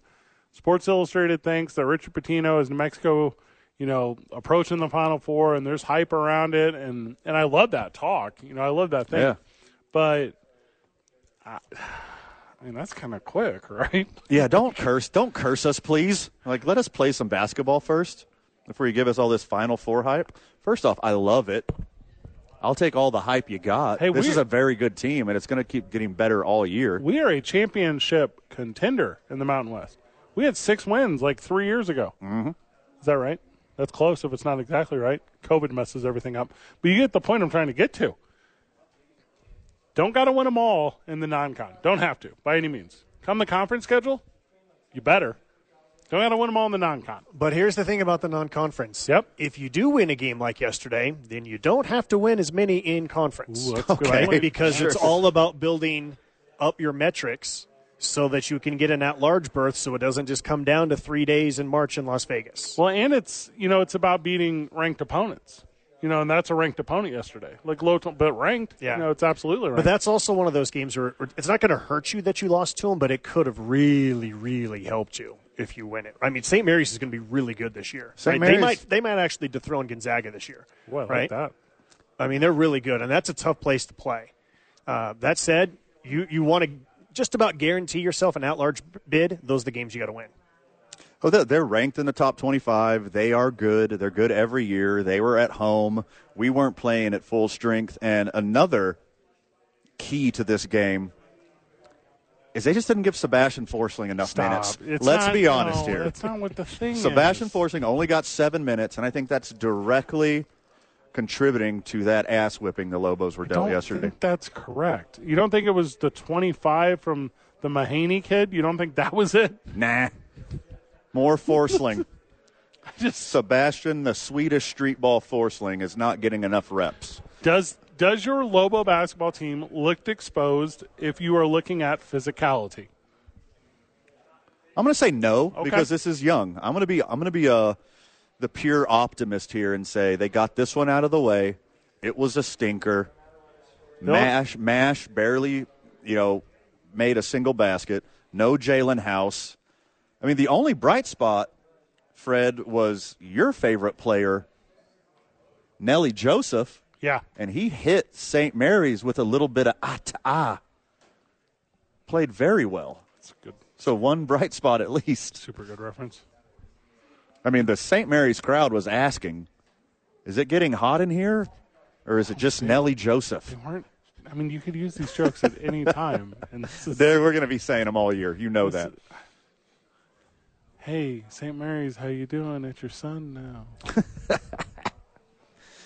Sports Illustrated thinks that Richard Pitino is New Mexico, you know, approaching the Final Four, and there's hype around it, and and I love that talk. You know, I love that thing.
Yeah.
But *sighs* I, I mean, that's kind of quick, *laughs* right?
Yeah, don't curse. Don't curse us, please. Like, let us play some basketball first before you give us all this Final Four hype. First off, I love it. I'll take all the hype you got.
Hey,
this
we-
is a very good team, and it's going to keep getting better all year.
We are a championship contender in the Mountain West. We had six wins like three years ago. Mm-hmm. Is that right? That's close if it's not exactly right. COVID messes everything up. But you get the point I'm trying to get to. Don't got to win them all in the non con. Don't have to by any means. Come the conference schedule, you better. Don't got to win them all in the non con.
But here's the thing about the non-conference.
Yep.
If you do win a game like yesterday, then you don't have to win as many in conference.
Ooh, that's a good idea.
because it's all about building up your metrics so that you can get an at-large berth, so it doesn't just come down to three days in March in Las Vegas.
Well, and it's you know it's about beating ranked opponents. You know, and that's a ranked opponent yesterday, like low, t- but ranked.
Yeah.
you know, it's absolutely ranked.
But that's also one of those games where where it's not going to hurt you that you lost to them, but it could have really, really helped you if you win it. I mean, St. Mary's is going to be really good this year.
St.
right?
Mary's-
they might they might actually dethrone Gonzaga this year.
Boy, I like
right?
that.
I mean, they're really good, and that's a tough place to play. Uh, that said, you you want to just about guarantee yourself an at-large bid. Those are the games you got to win.
Oh, they're- they're ranked in the top 25. They are good. They're good every year. They were at home. We weren't playing at full strength. And another key to this game is they just didn't give Sebastian Forsling enough minutes.
It's
Let's
not-
be honest
no,
here.
That's not what the thing
Sebastian
is.
Forsling only got seven minutes, and I think that's directly contributing to that ass whipping the Lobos were dealt
don't
yesterday.
think that's correct. You don't think it was the 25 from the Mahaney kid? You don't think that was it?
Nah. More Forsling. Sebastian, the Swedish street ball forceling, is not getting enough reps.
Does does your Lobo basketball team look exposed if you are looking at physicality?
I'm going to say no
Okay.
because this is young. I'm going to be I'm going to be uh, the pure optimist here and say they got this one out of the way. It was a stinker. Mash Mash barely, you know, made a single basket. No Jalen House. I mean, the only bright spot, Fred, was your favorite player, Nelly Joseph,
Yeah.
and he hit St. Mary's with a little bit of ah ta ah. Played very well.
That's a good
So one bright spot at least.
super good reference.
I mean, the St. Mary's crowd was asking, "Is it getting hot in here, or is it just Nelly Joseph?"
They weren't I mean you could use these jokes at any time and this is
There, we're going to be saying them all year. You know that.
Hey, St. Mary's, how you doing? It's your son now.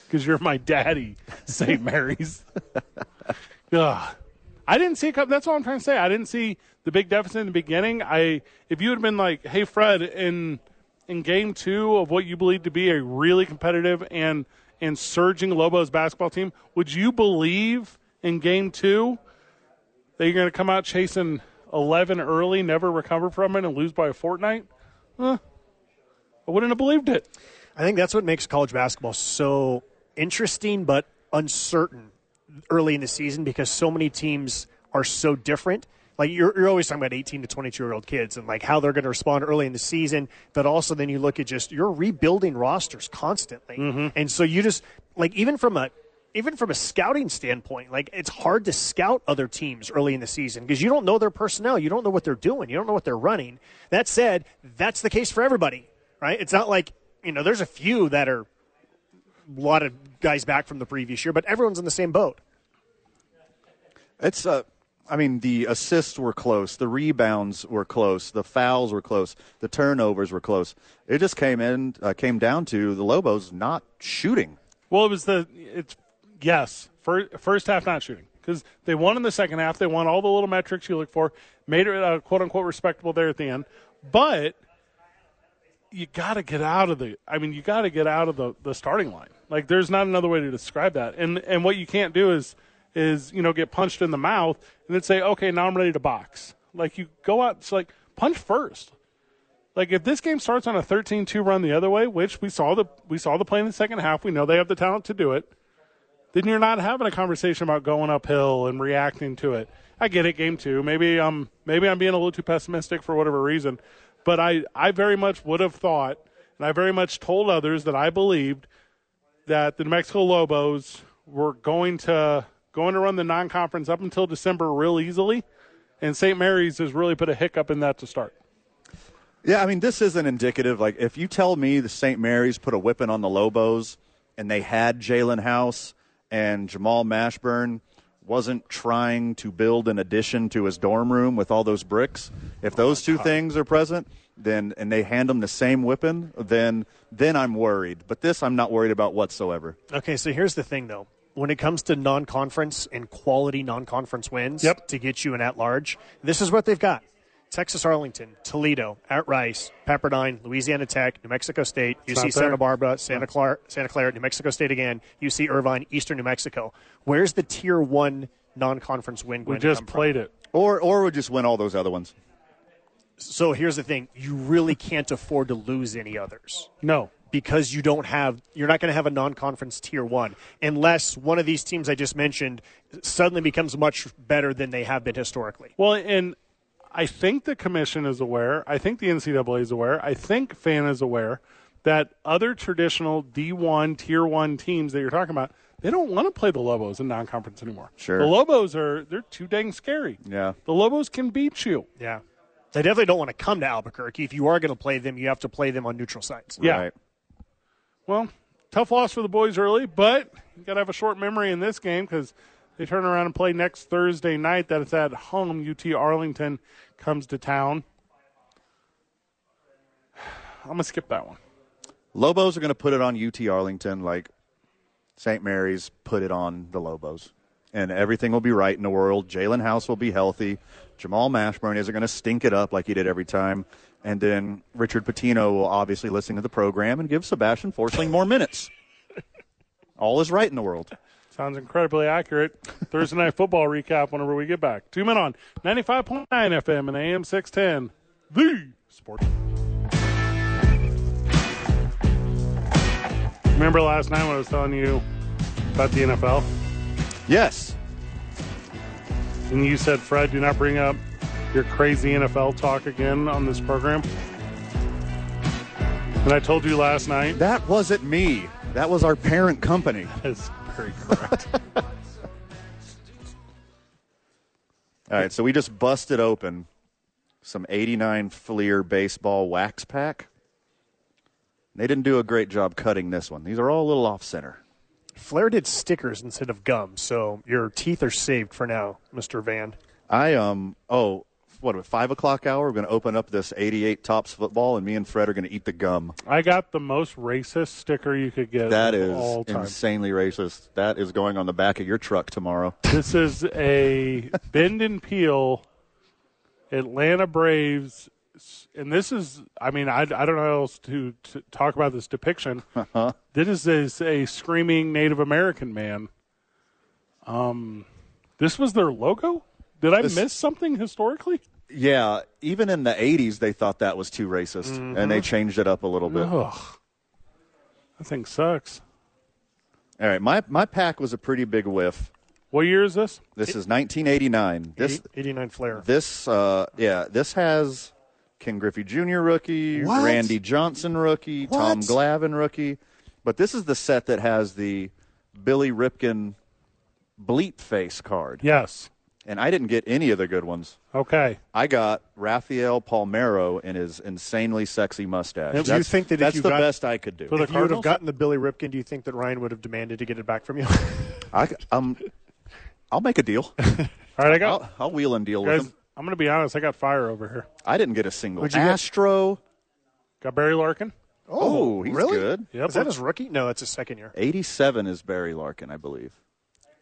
Because you're my daddy, St. Mary's. Ugh. I didn't see a couple. That's all I'm trying to say. I didn't see the big deficit in the beginning. I, if you had been like, "Hey, Fred, in in game two of what you believe to be a really competitive and and surging Lobos basketball team, would you believe in game two that you're going to come out chasing 11 early, never recover from it, and lose by a fortnight? Huh. I wouldn't have believed it.
I think that's what makes college basketball so interesting but uncertain early in the season because so many teams are so different. Like you're, you're always talking about 18 to 22 year old kids and like how they're going to respond early in the season, but also then you look at just you're rebuilding rosters constantly, and so you just like even from a even from a scouting standpoint, like it's hard to scout other teams early in the season because you don't know their personnel, you don't know what they're doing, you don't know what they're running. That said, that's the case for everybody right? It's not like you know, there's a few that are a lot of guys back from the previous year, but everyone's in the same boat.
It's uh, I mean, the assists were close, the rebounds were close, the fouls were close, the turnovers were close. It just came in, uh, came down to the Lobos not shooting.
Well, it was the it's yes first, first half not shooting because they won in the second half. They won all the little metrics you look for, made it uh, quote unquote respectable there at the end. But you got to get out of the. I mean, you got to get out of the the starting line. Like, there's not another way to describe that. And and what you can't do is is you know get punched in the mouth and then say, okay, now I'm ready to box. Like you go out, it's like punch first. Like if this game starts on a 13-2 run the other way, which we saw the we saw the play in the second half, we know they have the talent to do it. Then you're not having a conversation about going uphill and reacting to it. I get it, game two. Maybe um maybe I'm being a little too pessimistic for whatever reason, but I I very much would have thought, and I very much told others that I believed that the New Mexico Lobos were going to going to run the non-conference up until December real easily, and St. Mary's has really put a hiccup in that to start.
Yeah, I mean, this isn't indicative. Like, if you tell me the St. Mary's put a whipping on the Lobos and they had Jalen House and Jamal Mashburn wasn't trying to build an addition to his dorm room with all those bricks, if those two things are present, then and they hand them the same whipping, then then I'm worried. But this, I'm not worried about whatsoever.
Okay, so here's the thing though. When it comes to non conference and quality non conference wins
Yep.
to get you an at large, this is what they've got Texas Arlington, Toledo, at Rice, Pepperdine, Louisiana Tech, New Mexico State, UC
not
Santa
there.
Barbara, Santa Clara, Santa Clara, New Mexico State again, UC Irvine, Eastern New Mexico. Where's the tier one non conference win?
We just played it.
Or or would just win all those other ones.
So here's the thing you really can't afford to lose any others.
No.
because you don't have you're not going to have a non-conference tier 1 unless one of these teams I just mentioned suddenly becomes much better than they have been historically.
Well, and I think the commission is aware. I think the NCAA is aware. I think FAN is aware that other traditional D1, Tier 1 teams that you're talking about, they don't want to play the Lobos in non-conference anymore.
Sure.
The Lobos are, they're too dang scary.
Yeah.
The Lobos can beat you.
Yeah. They definitely don't want to come to Albuquerque. If you are going to play them, you have to play them on neutral sites.
Yeah.
Right.
Well, tough loss for the boys early, but you got to have a short memory in this game because they turn around and play next Thursday night. That it's at home. UT Arlington comes to town. *sighs* I'm gonna skip that one.
Lobos are going to put it on UT Arlington, like St. Mary's put it on the Lobos. and everything will be right in the world. Jalen House will be healthy. Jamal Mashburn isn't going to stink it up like he did every time. And then Richard Patino will obviously listen to the program and give Sebastian Forsling more minutes. All is right in the world.
Sounds incredibly accurate. Thursday night football recap whenever we get back. Two men on 95.9 FM and AM 610. The Sports. Remember last night when I was telling you about the NFL?
Yes.
And you said, Fred, do not bring up your crazy NFL talk again on this program. And I told you last night.
That wasn't me. That was our parent company.
That's very correct.
All right, so we just busted open some 89 Fleer baseball wax pack. They didn't do a great job cutting this one. These are all a little off center.
Flair did stickers instead of gum, so your teeth are saved for now, Mr. Van.
I um oh what at five o'clock hour we're gonna open up this eighty eight tops football and me and Fred are gonna eat the gum.
I got the most racist sticker you could get
That
of
is
all time.
insanely racist. That is going on the back of your truck tomorrow.
This is a bend and peel Atlanta Braves. And this is, I mean, I, I don't know how else to, to talk about this depiction.
Uh-huh.
This is, is a screaming Native American man. Um, this was their logo? Did I
This-
miss something historically?
Yeah, even in the eighties they thought that was too racist and they changed it up a little bit.
Ugh. That thing sucks.
All right, my, my pack was a pretty big whiff.
What year is this?
This is 1989. This
89 Flair.
this uh yeah, this has Ken Griffey Jr. rookie,
What?
Randy Johnson rookie,
What?
Tom Glavine rookie. But this is the set that has the Billy Ripken bleep face card.
Yes.
And I didn't get any of the good ones.
Okay.
I got Rafael Palmero and his insanely sexy mustache.
Yep. Do you
That's-
think that if
that's
you
the
got-
best I could
the
do?
if you would have
Cardinals?
gotten the Billy Ripkin, do you think that Ryan would have demanded to get it back from you?
I, um, I'll make a
*laughs*
deal.
All right, I got.
I'll, I'll wheel and deal with
guys,
him.
I'm going to be honest. I got fire over here.
I didn't get a single
you get?
Astro.
Got Barry Larkin.
Oh, he's
really?
good.
Yep.
*laughs* Is that his rookie? No, that's his second year.
87 is Barry Larkin, I believe.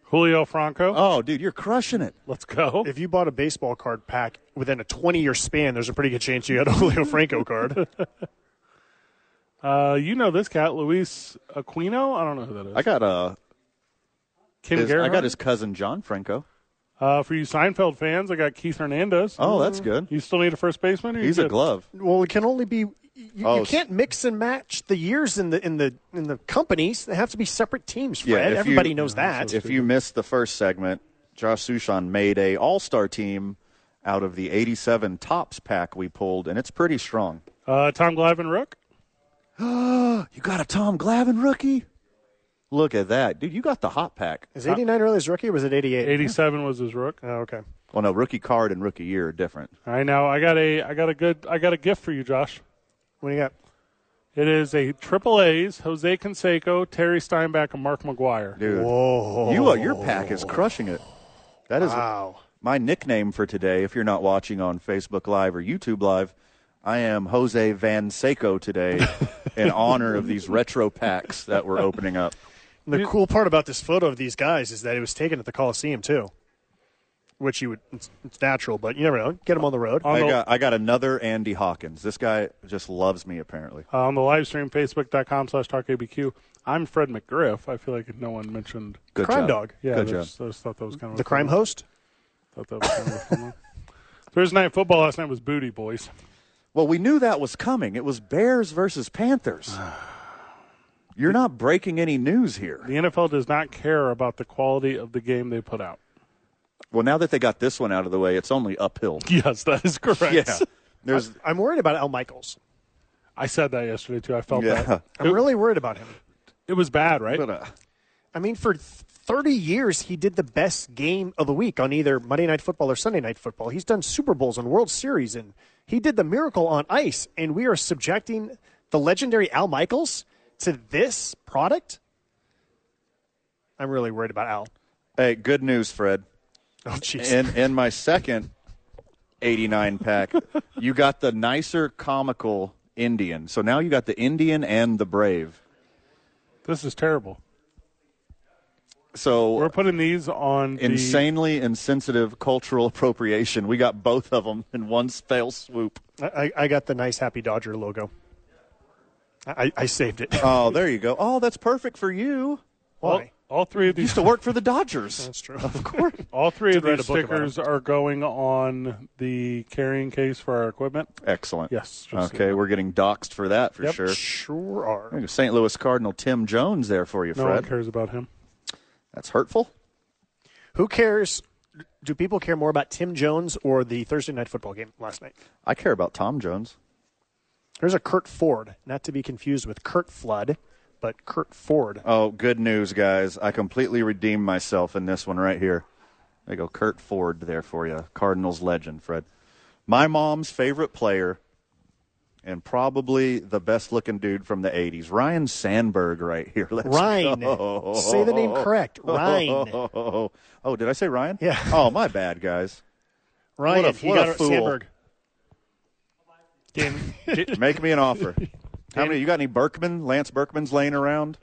Julio Franco.
Oh, dude, you're crushing it.
Let's go.
If you bought a baseball card pack within a 20 year span, there's a pretty good chance you had a *laughs* Julio Franco card.
Uh, you know this cat, Luis Aquino. I don't know who that is.
I got uh,
Kim
his, I
Gerhardt.
got his cousin John Franco.
Uh, for you Seinfeld fans, I got Keith Hernandez.
Oh, that's good.
You still need a first baseman? Or you
He's a
good?
glove.
well, it can only be. You, you
Oh, s-
can't mix and match the years in the in the in the companies. They have to be separate teams,
Yeah,
Fred.
if you-
Everybody knows that.
If you missed the first segment, Josh Sushan made a All Star team out of the 87 tops pack we pulled, and it's pretty strong.
Uh, Tom Glavine Rook.
You got a Tom Glavine rookie? Look at that, dude! You got the hot pack.
Is 89 really his rookie or was it 88?
87 was his rook. Uh,
Oh, okay.
Well, no, rookie card and rookie year are different.
I know. I got a. I got a good. I got a gift for you, Josh.
What do you got?
It is a triple A's: Jose Canseco, Terry Steinbeck, and Mark McGuire.
Dude,
Whoa.
you are, your pack is crushing it. That is
Wow.
my nickname for today. If you're not watching on Facebook Live or YouTube Live, I am Jose Van Seco today, in honor of these retro packs that we're opening up.
And the cool part about this photo of these guys is that it was taken at the Coliseum, too. Which you would, it's, it's natural, but you never know. Get them on the road.
On
I
the-
got I got another Andy Hawkins. This guy just loves me apparently.
Uh, on the live stream, facebook.com slash talkabq. I'm Fred McGriff. I feel like no one mentioned.
Good
Crime
job.
Dog.
Yeah,
Good
I
job.
just, I just thought that was kind of
The
a fun
crime
one.
host?
Thought that was kind of
*laughs*
a fun one. Thursday night football last night was booty boys.
Well, we knew that was coming. It was Bears versus Panthers. You're not breaking any news here.
The NFL does not care about the quality of the game they put out. *laughs*
Well, now that they got this one out of the way, it's only uphill.
Yes, that is correct.
Yeah. There's
I'm worried about Al Michaels.
I said that yesterday too. I felt
yeah.
that.
I'm really worried about him.
It was bad, right?
But, uh,
I mean, for th- 30 years, he did the best game of the week on either Monday Night Football or Sunday Night Football. He's done Super Bowls and World Series, and he did the miracle on ice. And we are subjecting the legendary Al Michaels to this product. I'm really worried about Al.
*laughs* hey, good news, Fred.
Oh, jeez.
In in my second 89 *laughs* pack, you got the nicer comical Indian. So now you got the Indian and the Brave.
This is terrible.
So
We're putting these on
insanely insensitive cultural appropriation. We got both of them in one fail swoop.
I, I got the nice Happy Dodger logo. I, I saved it.
Oh, there you go. Oh, that's perfect for you.
The, all,
Why?
all three of
You
these.
used to work for the *laughs* Dodgers.
That's true. Of course.
All three of
Should write
these
a book about
stickers are going on the carrying case for our equipment.
Excellent.
Yes, just-
Okay, we're getting doxxed for that for
Yep.
sure.
Sure are.
St. Louis Cardinal Tim Jones there for you,
No
Fred.
one cares about him.
That's hurtful.
Who cares? Do people care more about Tim Jones or the Thursday night football game last night?
I care about Tom Jones.
There's a Kurt Ford, not to be confused with Kurt Flood, but Kurt Ford.
Oh, good news, guys. I completely redeemed myself in this one right here. There you go, Kurt Ford there for you. Cardinals legend, Fred. My mom's favorite player and probably the best looking dude from the 80s. Ryan Sandberg right here. *laughs* Let's
Ryan.
go.
Say the name correct. Ryan.
*laughs* Oh, did I say Ryan?
Yeah.
*laughs* Oh, my bad, guys.
Ryan.
What a-
he
what a
got it-
fool.
Sandberg.
Make me an offer. How many? You got any Berkman, Lance Berkman's laying around?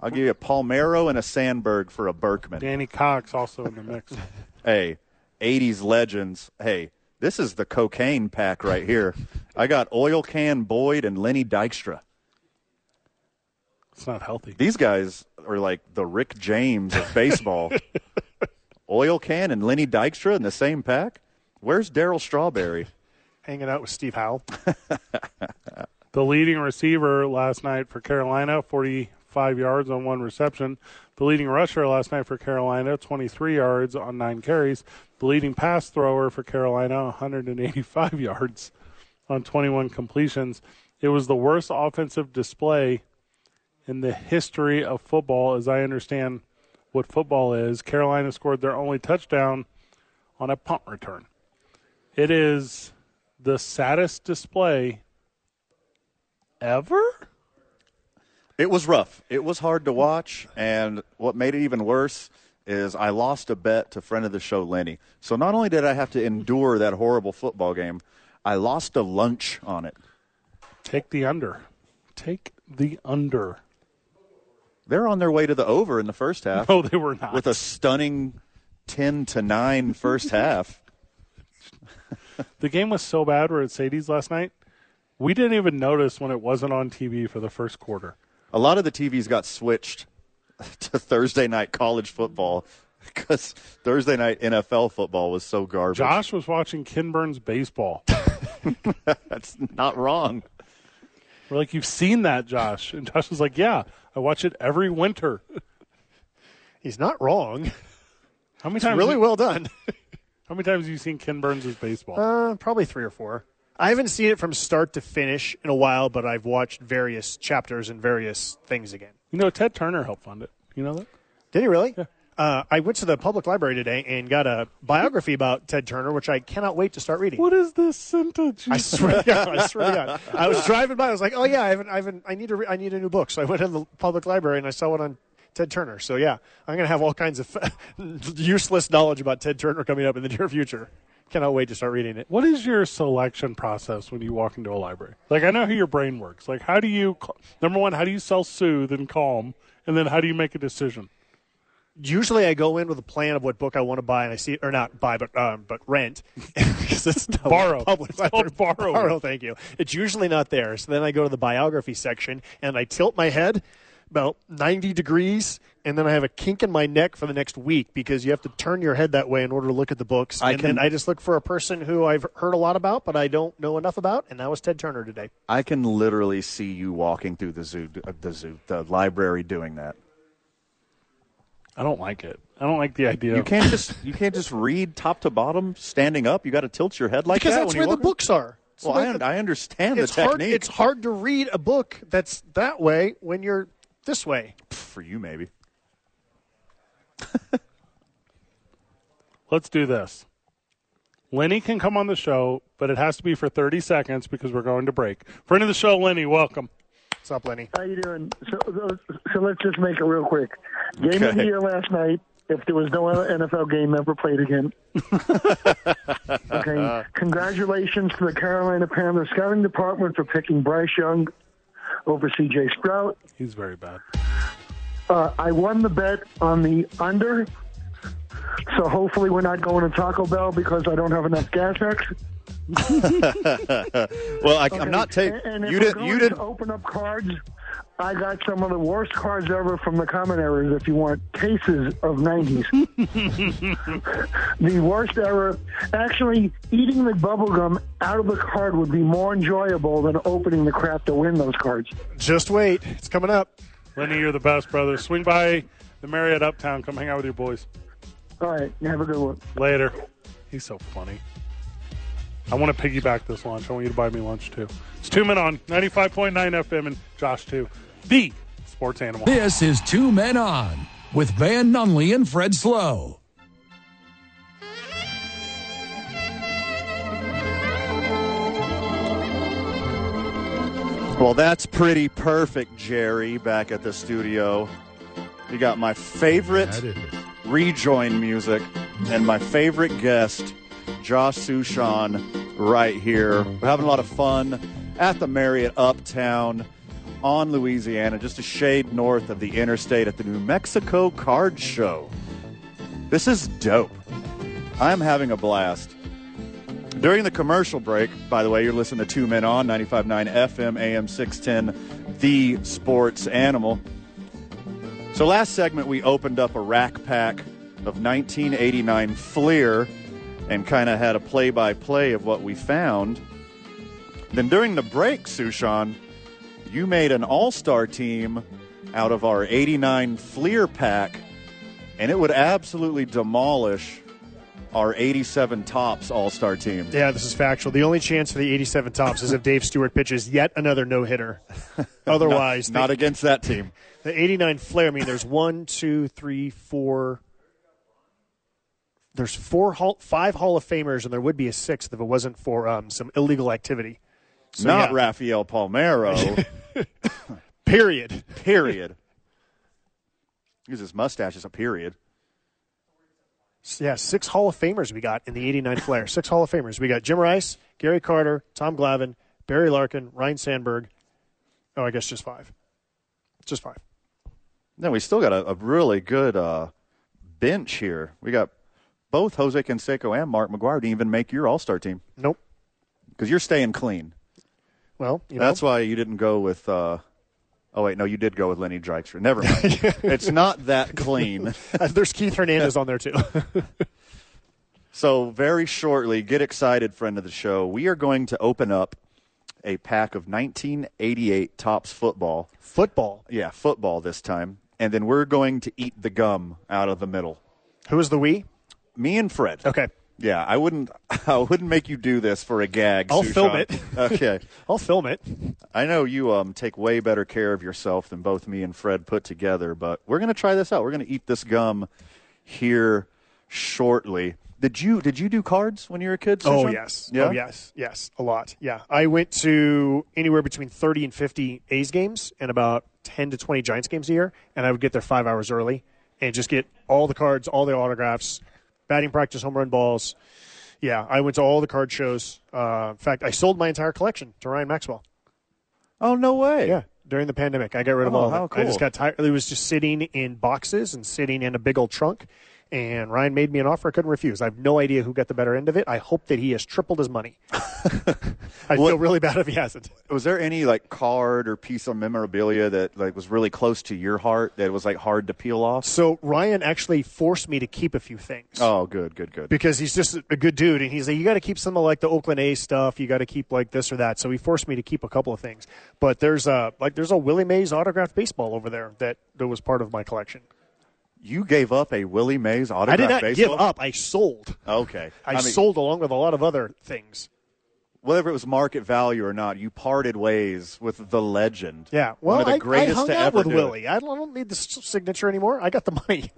I'll give you a Palmero and a Sandberg for a Berkman.
Danny Cox also in the mix. *laughs*
Hey, 80s legends. Hey, this is the cocaine pack right here. I got Oil Can Boyd and Lenny Dykstra.
It's not healthy.
These guys are like the Rick James of baseball. Oil Can and Lenny Dykstra in the same pack? Where's Daryl Strawberry?
Hanging out with Steve Howell.
The leading receiver last night for Carolina, 45 yards on one reception. The leading rusher last night for Carolina, 23 yards on nine carries. The leading pass thrower for Carolina, 185 *laughs* yards on 21 completions. It was the worst offensive display in the history of football, as I understand what football is. Carolina scored their only touchdown on a punt return. It is the saddest display ever?
It was rough. It was hard to watch, and what made it even worse is I lost a bet to friend of the show Lenny. So not only did I have to endure that horrible football game, I lost a lunch on it.
Take the under. Take the under. *laughs*
They're on their way to the over in the first half
No, they were not.
with a stunning 10 to 9
*laughs*
first half.
the game was so bad we're at Sadie's last night. We didn't even notice when it wasn't on TV for the first quarter.
A lot of the TVs got switched *laughs* to Thursday night college football *laughs* because Thursday night NFL football was so garbage.
Josh was watching Ken Burns baseball.
That's not wrong.
We're like, you've seen that, Josh. And Josh was like, yeah, I watch it every winter.
He's not wrong.
How many times?
Really well done.
How many times have you seen Ken Burns' baseball?
Uh, probably three or four. I haven't seen it from start to finish in a while, but I've watched various chapters and various things again.
you know, Ted Turner helped fund it. You know that?
Did he really? Uh, I went to the public library today and got a biography about Ted Turner, which I cannot wait to start reading.
What is this sentence?
I swear *laughs* to God, I swear to God. I was driving by. I was like, "Oh yeah, I haven't, I haven't, I need to, re- I need a new book." So I went in the public library and I saw one on Ted Turner. So yeah, I'm gonna have all kinds of *laughs* useless knowledge about Ted Turner coming up in the near future. Cannot wait to start reading it.
what is your selection process when you walk into a library? Like, I know how your brain works. Like, how do you, cal- number one, how do you self soothe and calm? And then how do you make a decision?
Usually, I go in with a plan of what book I want to buy, and I see or not buy, but um, but rent *laughs* because it's not
Borrow.
Public
It's called
library.
borrow.
Borrow. Thank you. It's usually not there. So then I go to the biography section and I tilt my head about 90 degrees, and then I have a kink in my neck for the next week because you have to turn your head that way in order to look at the books.
I
and
can-
then I just look for a person who I've heard a lot about, but I don't know enough about, and that was Ted Turner today.
I can literally see you walking through the zoo, uh, the zoo, the library doing that.
I don't like it. I don't like the idea.
You can't just you can't just read top to bottom standing up. You got to tilt your head like
Because
that
that's
when
where
you
the
walk-
books are. It's the
Well,
way
I,
the-
I understand
it's
the
hard.
technique.
It's hard to read a book that's that way when you're this way.
for you maybe.
Let's do this. Lenny can come on the show, but it has to be for 30 seconds because we're going to break. Friend of the show, Lenny, welcome.
What's up, Lenny?
How you doing? So, so, so let's just make it real quick. Game of
Okay.
the year last night. If there was no other NFL game ever played again. okay. Congratulations to the Carolina Panthers scouting department for picking Bryce Young over C.J. Sprout.
He's very bad.
Uh, I won the bet on the under, so hopefully we're not going to Taco Bell because I don't have enough gas X.
Well, I, I'm not taking.
And- and if
You
we're
didn't.
going
You
To
didn't.
open up cards. I got some of the worst cards ever from the common errors. If you want cases
*laughs*
of nineties, the worst error. Actually, eating the bubble gum out of the card would be more enjoyable than opening the crap to win those cards.
Just wait. It's coming up.
Lenny, you're the best, brother. Swing by the Marriott Uptown. Come hang out with your boys.
All right, have a good one.
Later. He's so funny. I want to piggyback this lunch. I want you to buy me lunch too. It's two men on 95.9 FM and Josh too. The sports animal.
This is Two Men On with Van Nunley and Fred Slow.
Well, that's pretty perfect, Jerry. Back at the studio, you got my favorite rejoin music and my favorite guest, Josh Sushan, right here. We're having a lot of fun at the Marriott Uptown on Louisiana, just a shade north of the interstate at the New Mexico Card Show. This is dope. I'm having a blast. During the commercial break, by the way, you're listening to Two Men On 95.9 FM, AM 610, The Sports Animal. So last segment, we opened up a rack pack of 1989 Fleer and kind of had a play by play of what we found. Then during the break, Sushan, you made an all star team out of our 89 Fleer pack, and it would absolutely demolish our 87 Tops all star team.
Yeah, this is factual. The only chance for the 87 tops is if Dave Stewart pitches yet another no *laughs* hitter. Otherwise,
not
the,
against that team.
the 89 flare. I mean, there's one, two, three, four. There's four, hall, five Hall of Famers, and there would be a sixth if it wasn't for um, some illegal activity. *laughs* So,
not
yeah.
Rafael
*laughs*
Palmero.
Period.
period. Because his mustache is a period.
Yeah, six Hall of Famers we got in the 89 Flair. Six Hall of Famers. We got Jim Rice, Gary Carter, Tom Glavine, Barry Larkin, Ryan Sandberg. Oh, I guess just five. Just five.
Then we still got a, a really good uh, bench here. We got both Jose Canseco and Mark McGuire didn't even make your All Star team
Nope.
because you're staying clean.
Well, you know,
That's why you didn't go with. Uh, oh wait, no, you did go with Lenny Dykstra. Never
*laughs*
mind. it's not that clean.
there's Keith Hernandez on there too.
So, very shortly, get excited, friend of the show. We are going to open up a pack of 1988 Tops football.
Football.
Yeah, football this time. And then we're going to eat the gum out of the middle.
Who is the we?
Me and Fred.
Okay.
Yeah, I wouldn't. *laughs* I wouldn't make you do this for a gag.
I'll
Sushan.
film it.
*laughs* okay.
I'll film it.
I know you um, take way better care of yourself than both me and Fred put together, but we're gonna try this out. We're gonna eat this gum here shortly. Did you did you do cards when you were a kid?
Oh
Sushan?
yes.
Yeah.
Oh yes. Yes. A lot. Yeah. I went to anywhere between thirty and fifty A's games and about ten to twenty Giants games a year, and I would get there five hours early and just get all the cards, all the autographs, batting practice, home run balls. Yeah, I went to all the card shows. Uh, in fact, I sold my entire collection to Ryan Maxwell.
Oh no way.
Yeah, during the pandemic, I got rid of
Oh,
all of
how
it. I just
cool.
got tired. It was just sitting in boxes and sitting in a big old trunk. And Ryan made me an offer I couldn't refuse. I have no idea who got the better end of it. I hope that he has tripled his *laughs* money. I feel really bad if he hasn't.
Was there any like card or piece of memorabilia that like was really close to your heart that was like hard to peel off?
So Ryan actually forced me to keep a few things.
Oh, good, good, good.
because he's just a good dude and he's like you got to keep some of like the Oakland A's stuff you got to keep like this or that so he forced me to keep a couple of things but there's a like there's a Willie Mays autographed baseball over there that that was part of my collection
You gave up a Willie Mays
I
autograph
did not
baseball.
give up I sold
Okay,
I,
mean,
sold along with a lot of other things
whether it was market value or not. You parted ways with the legend.
yeah
one
well
of the
I,
greatest
I hung
to
out
ever
with
do it.
Willie I don't I don't need the s- signature anymore I got the *laughs* money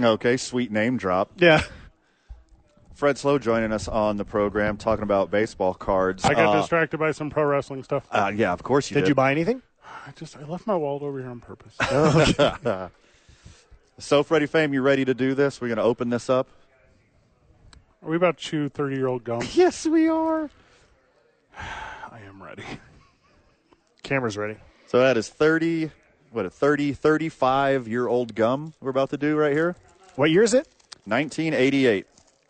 Okay, sweet name drop.
yeah
Fred Slow joining us on the program talking about baseball cards.
I got
Uh,
distracted by some pro wrestling stuff.
uh, yeah, of course you did.
did you buy anything
I just I left my wallet over here on purpose.
so, Freddie Fame, you ready to do this? We're going to open this up.
Are we about to chew 30 year old gum?
Yes, we are.
*laughs* I am ready.
camera's ready
So that is 30 what a 30, 35 year old gum we're about to do right here.
What year is it?
1988.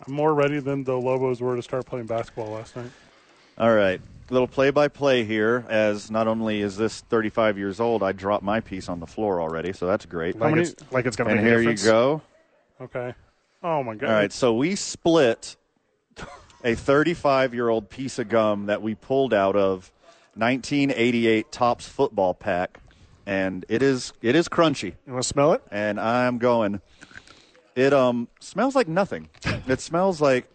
I'm more ready than the Lobos were to start playing basketball last night.
All right. Little play by play here, as not only is this 35 years old, I dropped my piece on the floor already, so that's great.
Like it's, like it's going to
and
make a
here you
difference.
go.
Okay. Oh my god.
All right, so we split *laughs* a 35 year old piece of gum that we pulled out of 1988 Topps football pack, and it is it is crunchy,
You want to smell it?
and I'm going. It um smells like
*laughs*
nothing. It smells like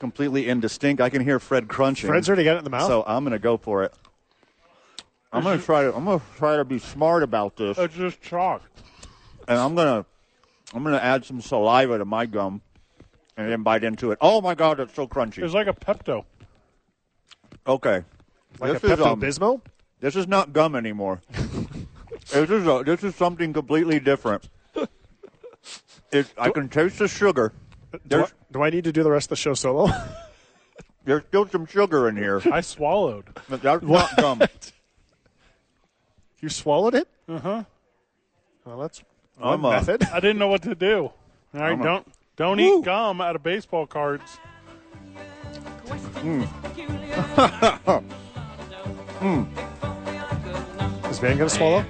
completely indistinct. I can hear Fred crunching.
Fred's already got it in the mouth.
So I'm gonna go for it. I'm gonna try to I'm gonna try to be smart about this, and
It's just chalk.
I'm gonna I'm gonna add some saliva to my gum, and then bite into it. Oh my god, it's so crunchy.
It's like a Pepto.
Okay.
like
this
a
is
Pepto
um,
Bismol.
this is not gum anymore. this is a, this is something completely different. It, I can taste the sugar.
Do, I-
There's
do I need to do the rest of the show solo? *laughs*
there's still some sugar in here.
I swallowed.
But That's not gum.
you swallowed it? Uh huh. Well, that's
I'm
one
uh,
method.
I didn't know what to do. All right,
I'm a-
don't don't eat gum out of baseball cards.
Is Van going to swallow?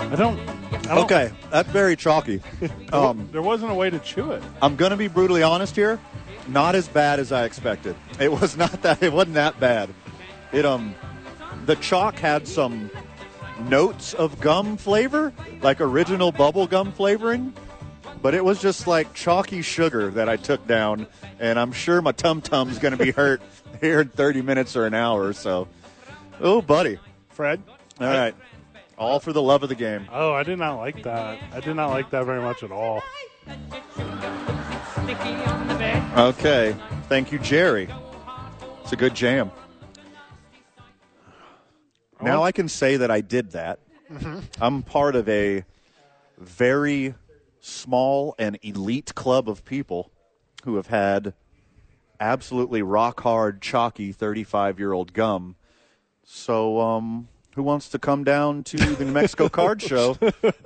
I don't. I don't
Okay, that's very chalky. Um,
There wasn't a way to chew it.
I'm gonna be brutally honest here. Not as bad as I expected. It was not that. It wasn't that bad. It um, the chalk had some notes of gum flavor, like original bubble gum flavoring, but it was just like chalky sugar that I took down, and I'm sure my tum tum's gonna be hurt *laughs* here in 30 minutes or an hour or so. Oh, buddy.
Fred?
All right. All for the love of the game.
Oh, I did not like that. I did not like that very much at all.
Okay. Thank you, Jerry. It's a good jam. Now I can say that I did that. I'm part of a very small and elite club of people who have had absolutely rock hard, chalky 35 year old gum. So, um, who wants to come down to the New Mexico Card Show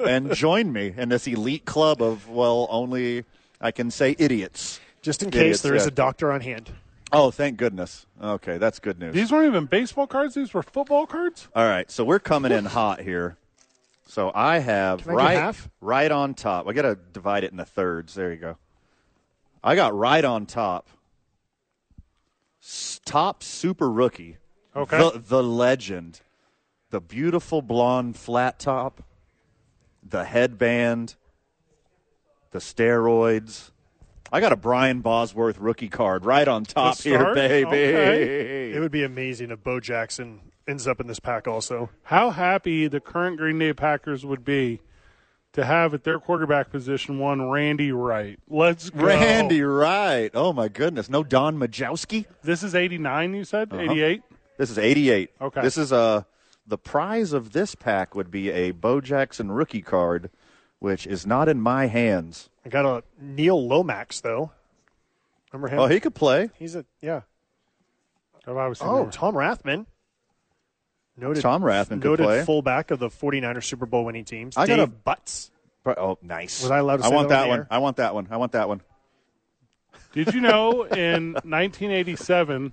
and join me in this elite club of, well, only I can say idiots?
Just in
Yeah,
case
it's,
there is
uh,
a doctor on hand.
Oh, thank goodness. Okay, that's good news.
These weren't even baseball cards. These were football cards.
All right, so we're coming in hot here. So I have
I do
right
half?
right on top. I got to divide it into thirds. There you go. I got right on top. S- Top super rookie.
Okay.
The, the legend. The beautiful blonde flat top. The headband. The steroids. I got a Brian Bosworth rookie card right on top here,
start?
baby.
Okay.
It would be amazing if Bo Jackson ends up in this pack also.
How happy the current Green Bay Packers would be to have at their quarterback position one Randy Wright. Let's go.
Randy Wright. Oh my goodness. No Don Majowski.
This is 89, you said? 88?
This is 88.
Okay.
This is uh the prize of this pack would be a Bo Jackson rookie card, which is not in my hands.
I got a Neil Lomax, though. Remember him?
Oh, he could play.
He's a, yeah.
I've obviously
Oh,
never-
Tom Rathman. Noted,
Tom Rathman could
noted
play.
fullback of the 49er Super Bowl winning teams.
I got
Dave
a-
Butts.
Pro- Oh, nice.
Was I allowed to
I
say
want
that on
that
the
one.
air?
I want that one. I want that one.
Did you know *laughs* in 1987,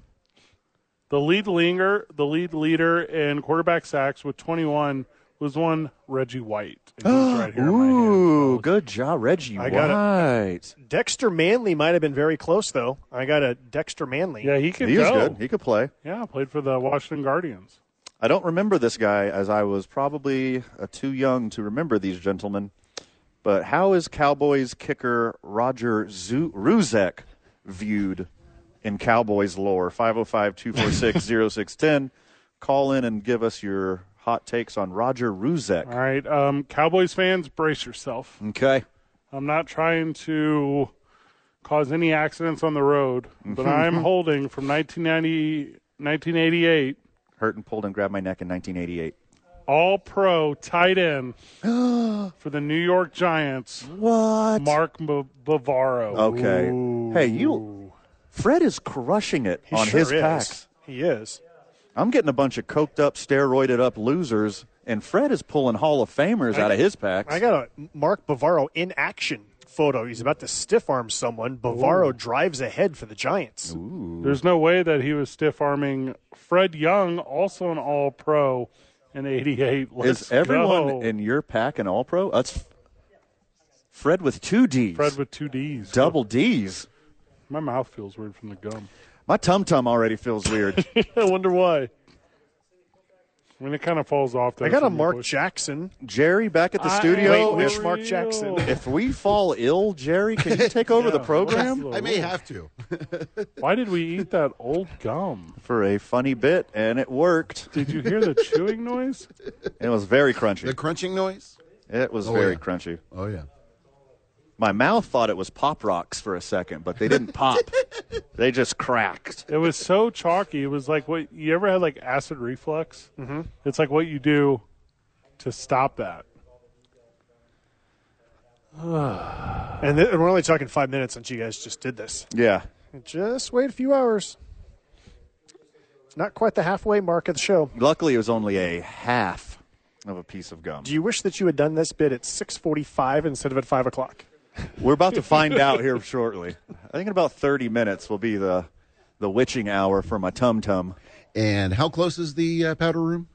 the lead leader, the lead leader in quarterback sacks with 21 was one Reggie White. And *gasps* he's right here in my hand.
Ooh, good job, Reggie
I got it.
White.
Dexter Manley might have been very close, though. I got a Dexter Manley.
Yeah, he could
He was
go.
good. He could play.
Yeah, played for the Washington Guardians.
I don't remember this guy as I was probably uh, too young to remember these gentlemen. But how is Cowboys kicker Roger Zu- Ruzek viewed in Cowboys lore? 505 246 0610. Call in and give us your hot takes on Roger
All
Ruzek.
right, um, Cowboys fans, brace yourself.
Okay.
I'm not trying to cause any accidents on the road,
*laughs*
but I'm holding from 1990, 1988
Hurt and pulled and grabbed my neck in 1988.
All Pro tight
*gasps*
end for the New York Giants,
What?
Mark B- Bavaro.
okay. Hey, you. Fred is crushing it
He
on
sure
his
is.
packs.
He is.
I'm getting a bunch of coked up, steroided up losers And Fred is pulling Hall of Famers out of his packs.
I got a Mark Bavaro in action photo. He's about to stiff arm someone. Bavaro drives ahead for the Giants.
There's no way that he was stiff arming Fred Young, also an All Pro in '88. Let's
is everyone
go.
in your pack an All Pro? That's Fred with two D's,
Fred with two D's?
double D's.
My mouth feels weird from the gum.
My tum tum already feels
*laughs*
weird.
*laughs* I wonder why. I mean, it kind of falls off. There
I got a
from the
Mark
push.
Jackson.
Jerry back at the studio.
Wait, which
if,
Mark Jackson?
if we fall ill, Jerry, can you take over
*laughs*
the program?
I may have to.
Why did we eat that old gum?
for a funny bit, and it worked.
Did you hear the
*laughs*
chewing noise?
It was very crunchy.
The crunching noise?
It was
Oh,
very
yeah.
crunchy.
Oh, yeah.
My mouth thought it was pop rocks for a second, but they didn't
*laughs*
pop. they just cracked.
It was so chalky. It was like what you ever had like acid reflux. Mm-hmm. It's like what you do to stop that.
And, th- and we're only talking five minutes since you guys just did this.
Yeah.
Just wait a few hours. It's not quite the halfway mark of the show.
Luckily, it was only a half of a piece of gum.
Do you wish that you had done this bit at 6.45 instead of at 5 o'clock?
We're about to
*laughs*
find out here shortly. I think in about 30 minutes will be the the witching hour for my tum tum.
And how close is the uh, powder room?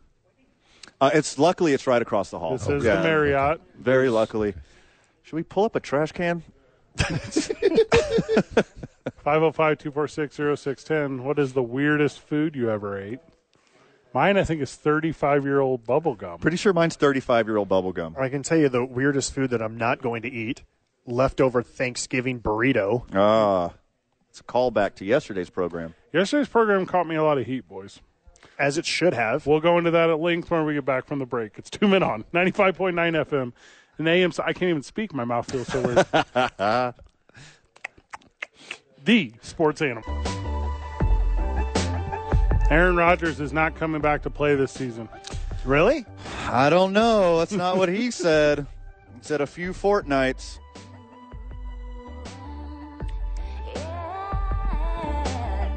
Uh, it's luckily it's right across the hall.
Oh,
This is
Yeah.
the Marriott.
Very luckily. Should we pull up a trash can?
505-246-0610. What is the weirdest food you ever ate? Mine, I think, is 35-year-old bubble gum.
Pretty sure mine's 35 year old bubble gum.
I can tell you the weirdest food that I'm not going to eat. Leftover Thanksgiving burrito.
Ah, it's a callback to yesterday's program.
Yesterday's program caught me a lot of heat, boys.
As it should have.
We'll go into that at length when we get back from the break. It's two men on 95.9 FM and AM. So I can't even speak. My mouth feels so weird.
*laughs*
the sports animal. Aaron Rodgers is not coming back to play this season.
Really?
I don't know. That's not
*laughs*
what he said. He said a few fortnights.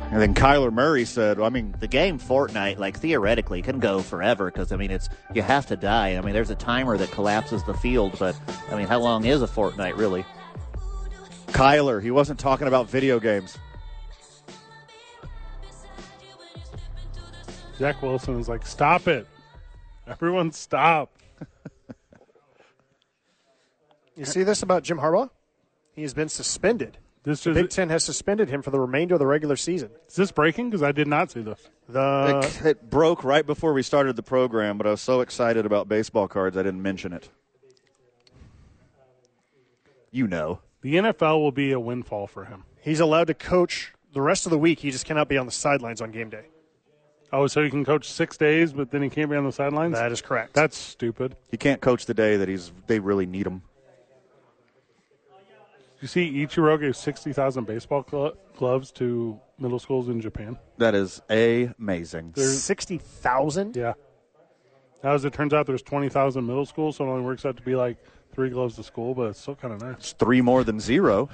And then Kyler Murray said, I mean,
The game Fortnite, like theoretically, can go forever because I mean, it's you have to die. I mean, there's a timer that collapses the field, but I mean, how long is a Fortnite really?
Kyler, he wasn't talking about video games.
Zach Wilson is like, stop it. Everyone stop.
You see this about Jim Harbaugh? He has been suspended.
This
The Big
is,
Ten has suspended him for the remainder of the regular season.
is this breaking? Because I did not see this. Uh,
The
it, it broke right before we started the program, but I was so excited about baseball cards, I didn't mention it. You know.
The NFL will be a windfall for him.
he's allowed to coach the rest of the week. He just cannot be on the sidelines on game day.
Oh, so he can coach six days, but then he can't be on the sidelines?
That is correct.
That's stupid.
He can't coach the day that he's they really need him.
You see, Ichiro gave 60,000 baseball glo- gloves to middle schools in Japan.
That is amazing.
sixty thousand.
Yeah. Now, as it turns out, there's 20,000 middle schools, so it only works out to be like three gloves to school, but it's still kind of nice.
It's three more than zero.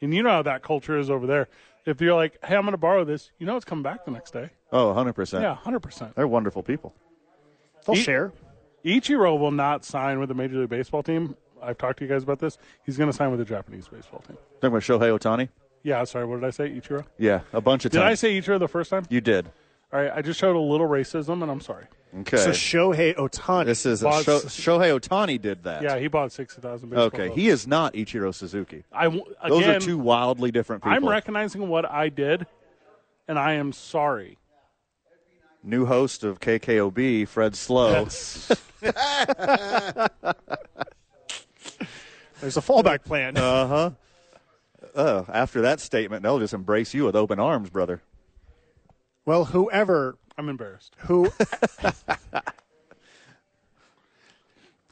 And you know how that culture is over there. If you're like, hey, I'm going to borrow this, you know it's coming back the next day.
Oh, 100%.
Yeah, 100%.
They're wonderful people.
They'll
He-
share.
Ichiro will not sign with the Major League Baseball team. I've talked to you guys about this. He's going to sign with the Japanese baseball team.
Talking about Shohei Otani?
Yeah, sorry, what did I say? Ichiro?
Yeah, a bunch of
Did I
times.
say Ichiro the first time?
you did.
All right, I just showed a little racism, and I'm sorry.
Okay.
So Shohei Otani.
this is a
Boss-
Sho- Shohei Otani did that.
Yeah, he bought 60,000 baseball
Okay,
gloves.
he is not Ichiro Suzuki.
I w- again,
Those are two wildly different people.
I'm recognizing what I did, and I am sorry.
New host of KKOB, Fred Slow. *laughs*
There's a fallback plan.
Uh, Oh, after that statement, they'll just embrace you with open arms, brother.
well, whoever
I'm embarrassed.
*laughs*
who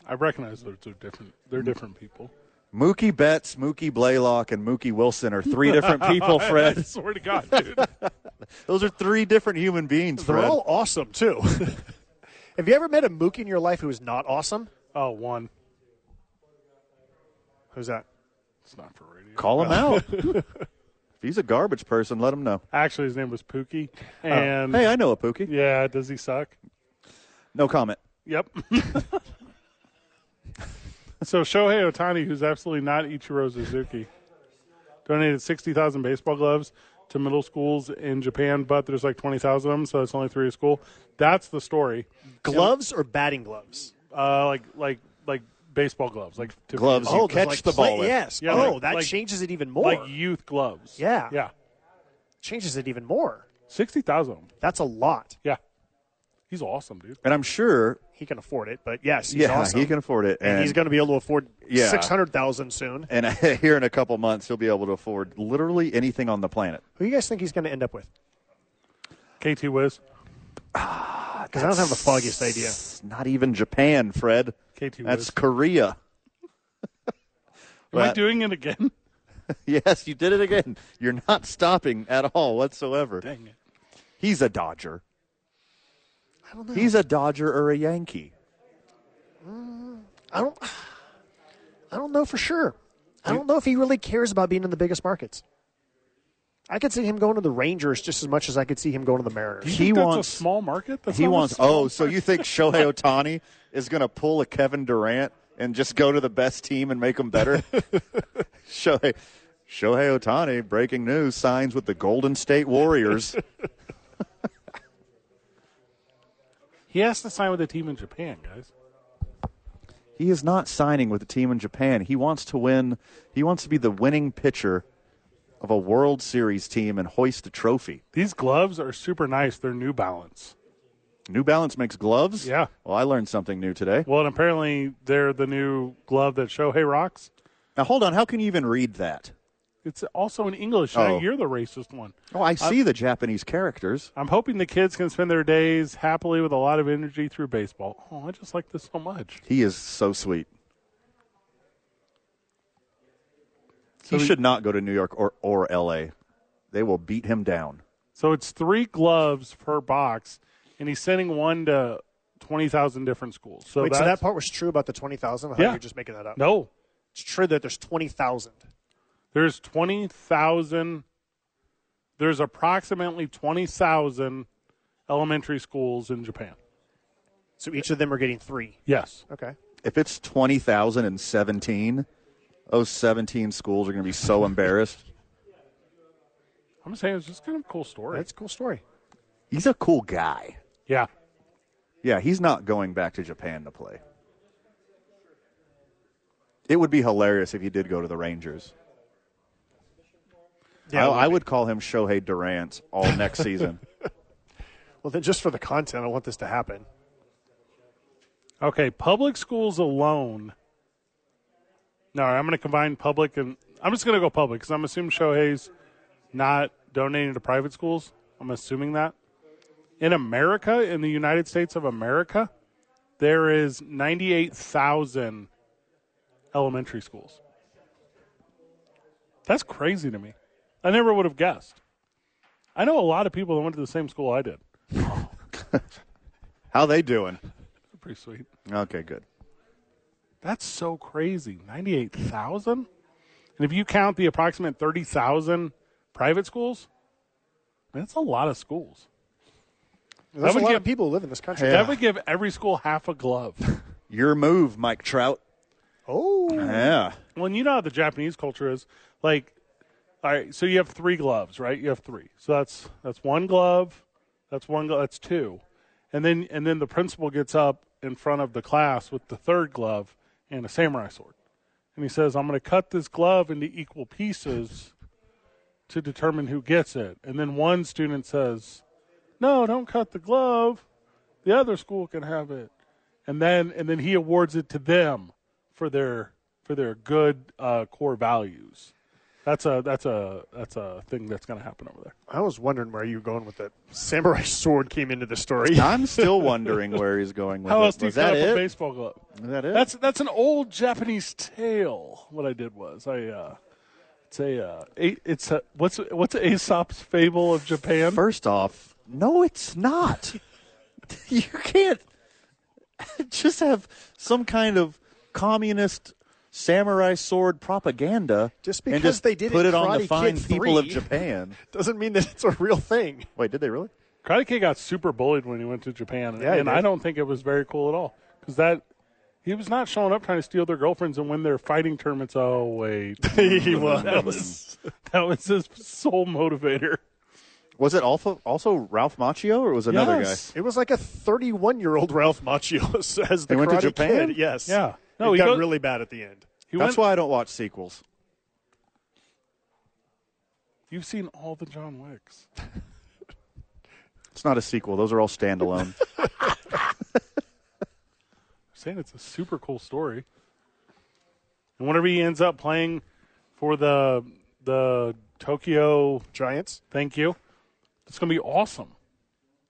I recognize that they're different. They're different people.
Mookie Betts, Mookie Blaylock, and Mookie Wilson are three
*laughs*
different people,
I *laughs*
Fred.
swear to God, dude.
Those are three different human beings,
they're
Fred.
all awesome too. *laughs* Have you ever met a Mookie in your life who is not awesome?
*laughs* oh, one.
Who's that?
It's not for radio.
Call him
*laughs*
out. if he's a garbage person, let him know.
Actually, his name was Pookie, and
Um,
Hey, I know a Pookie.
yeah, does he suck?
No comment.
Yep. *laughs* so Shohei Otani, who's absolutely not Ichiro Suzuki, donated 60,000 baseball gloves to middle schools in Japan, but there's like 20,000 of them, so it's only three a school. That's the story.
Gloves or batting gloves?
Uh, like like like baseball gloves, like to-
Gloves you
there's
catch
Oh, like
the
clay-
ball with.
Yes.
Yeah,
oh,
like-
that
like-
changes it even more.
like youth gloves.
Yeah.
yeah,
changes it even more.
sixty thousand of them.
That's a lot.
Yeah, he's awesome, dude.
And I'm sure,
He can afford it, but yes, he's
yeah,
awesome.
he can afford it.
and he's going to be able to afford
Yeah.
six hundred thousand soon.
and *laughs* here in a couple months, he'll be able to afford literally anything on the planet.
Who do you guys think he's going to end up with?
KT Wiz,
Because I don't have the foggiest idea.
It's not even Japan, Fred.
KT Wiz.
That's Korea.
Am I
That-
doing it again? *laughs*
*laughs* Yes, you did it again. You're not stopping at all whatsoever.
Dang it.
He's a Dodger. I don't know. He's a Dodger or a Yankee.
I don't. I don't know for sure. I don't know if he really cares about being in the biggest markets. I could see him going to the Rangers just as much as I could see him going to the Mariners.
He
That's
wants
a small market. That's
He
not a
wants.
small
Oh, so
*laughs*
you think Shohei Otani is going to pull a Kevin Durant and just go to the best team and make them better?
*laughs*
Shohei, Shohei Otani, breaking news, signs with the Golden State Warriors.
He has to sign with a team in Japan, guys.
he is not signing with a team in Japan. He wants to win. He wants to be the winning pitcher of a World Series team and hoist a trophy.
These gloves are super nice. They're New Balance.
New Balance makes gloves.
Yeah.
Well, I learned something new today.
Well, and apparently they're the new glove that Shohei rocks.
Now, hold on. How can you even read that?
It's also in English.
Oh.
Now you're the racist one.
Oh, I see the Japanese characters.
I'm hoping the kids can spend their days happily with a lot of energy through baseball. Oh, I just like this so much.
He is so sweet. he should not go to New York or, or L.A. They will beat him down.
So it's three gloves per box, and he's sending one to twenty thousand different schools. So
Wait,
that's
so that part was true about the twenty thousand?
Yeah.
You're just making that up.
no,
It's true that there's twenty thousand.
There's 20,000 there's approximately 20,000 elementary schools in Japan.
So each of them are getting three.
Yes.
Okay.
If it's 20,017, those 17 schools are going to be so *laughs* embarrassed.
I'm saying it's just kind of a cool story.
That's a cool story.
He's a cool guy.
yeah.
Yeah, he's not going back to Japan to play. It would be hilarious if he did go to the Rangers.
Yeah,
I, I would call him Shohei Durant all next season.
*laughs*
Well, then just for the content, I want this to happen.
Okay, public schools alone. No, I'm going to combine public and I'm just going to go public cuz I'm assuming Shohei's not donating to private schools. I'm assuming that. In America, in the United States of America, there is 98,000 elementary schools. That's crazy to me. I never would have guessed. I know a lot of people that went to the same school I did.
How they doing?
Pretty sweet.
Okay, good.
That's so crazy. 98,000? And if you count the approximate 30,000 private schools, man, that's a lot of schools.
There's a
would
lot
get-
of people who live in this country.
That would give every school half a glove.
Your move, Mike Trout.
Oh,
Yeah.
well, and you know how the Japanese culture is. Like, all right, so you have three gloves, right? You have three. So that's that's one glove, that's one glove, that's two. And then and then the principal gets up in front of the class with the third glove and a samurai sword. And he says, I'm gonna cut this glove into equal pieces to determine who gets it. And then one student says, No, don't cut the glove. The other school can have it. And then and then he awards it to them for their for their good uh, core values. That's a that's a that's a thing that's going to happen over there.
I was wondering where you were going with that. Samurai *laughs* sword came into the story. *laughs*
I'm still wondering where he's going with
How
it.
else do you
Was
cut
that
up a
it?
baseball glove?
Was that it?
That's that's an old Japanese tale. What I did was I uh, it's a uh, a- it's a what's what's Aesop's fable of Japan?
First off, no, it's not. *laughs* you can't *laughs* just have some kind of communist samurai sword propaganda
Just
and
because
just
they did it
put it,
in
on the
Karate
fine
Kid
people of
3.
Japan.
Doesn't mean that it's a real thing.
Wait, did they really?
Karate Kid got super bullied when he went to Japan,
Yeah, he
and
did.
I don't think it was very cool at all because that he was not showing up trying to steal their girlfriends and win their fighting tournaments. Oh wait,
*laughs*
*laughs*
he
that was that was his sole motivator.
Was it also, also Ralph Macchio or was it another
Yes.
It was like a 31 year old Ralph Macchio *laughs* says the
He went to
Karate
Japan?
Kid. Yes.
Yeah.
No,
No,
it
he
got
goes-
really bad at the end.
He
guy? That's
went,
why I don't watch sequels.
you've seen all the John Wicks.
It's not a sequel. Those are all
*laughs*
standalone.
saying it's a super cool story. And whenever he ends up playing for the the Tokyo,
Giants,
thank you, it's going to be awesome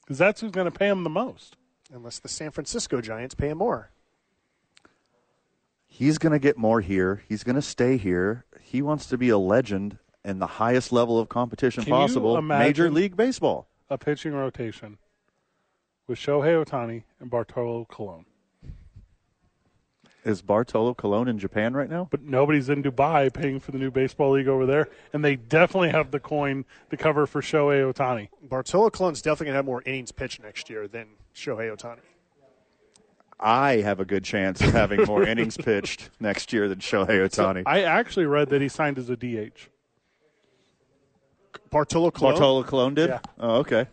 because that's who's going to pay him the most.
unless the San Francisco Giants pay him more.
He's going to get more here. He's going to stay here. He wants to be a legend in the highest level of competition
Can you
possible, Major
imagine-
League Baseball.
A pitching rotation with Shohei Otani and Bartolo Colon,
Is Bartolo Colon in Japan right now?
but nobody's in Dubai paying for the new baseball league over there, and they definitely have the coin to cover for Shohei Otani.
Bartolo Colon's definitely going to have more innings pitched next year than Shohei Otani.
I have a good chance of having more innings pitched next year than Shohei Otani.
I actually read that he signed as a DH.
Bartolo Colon.
Bartolo Colon did?
Yeah.
Oh, okay.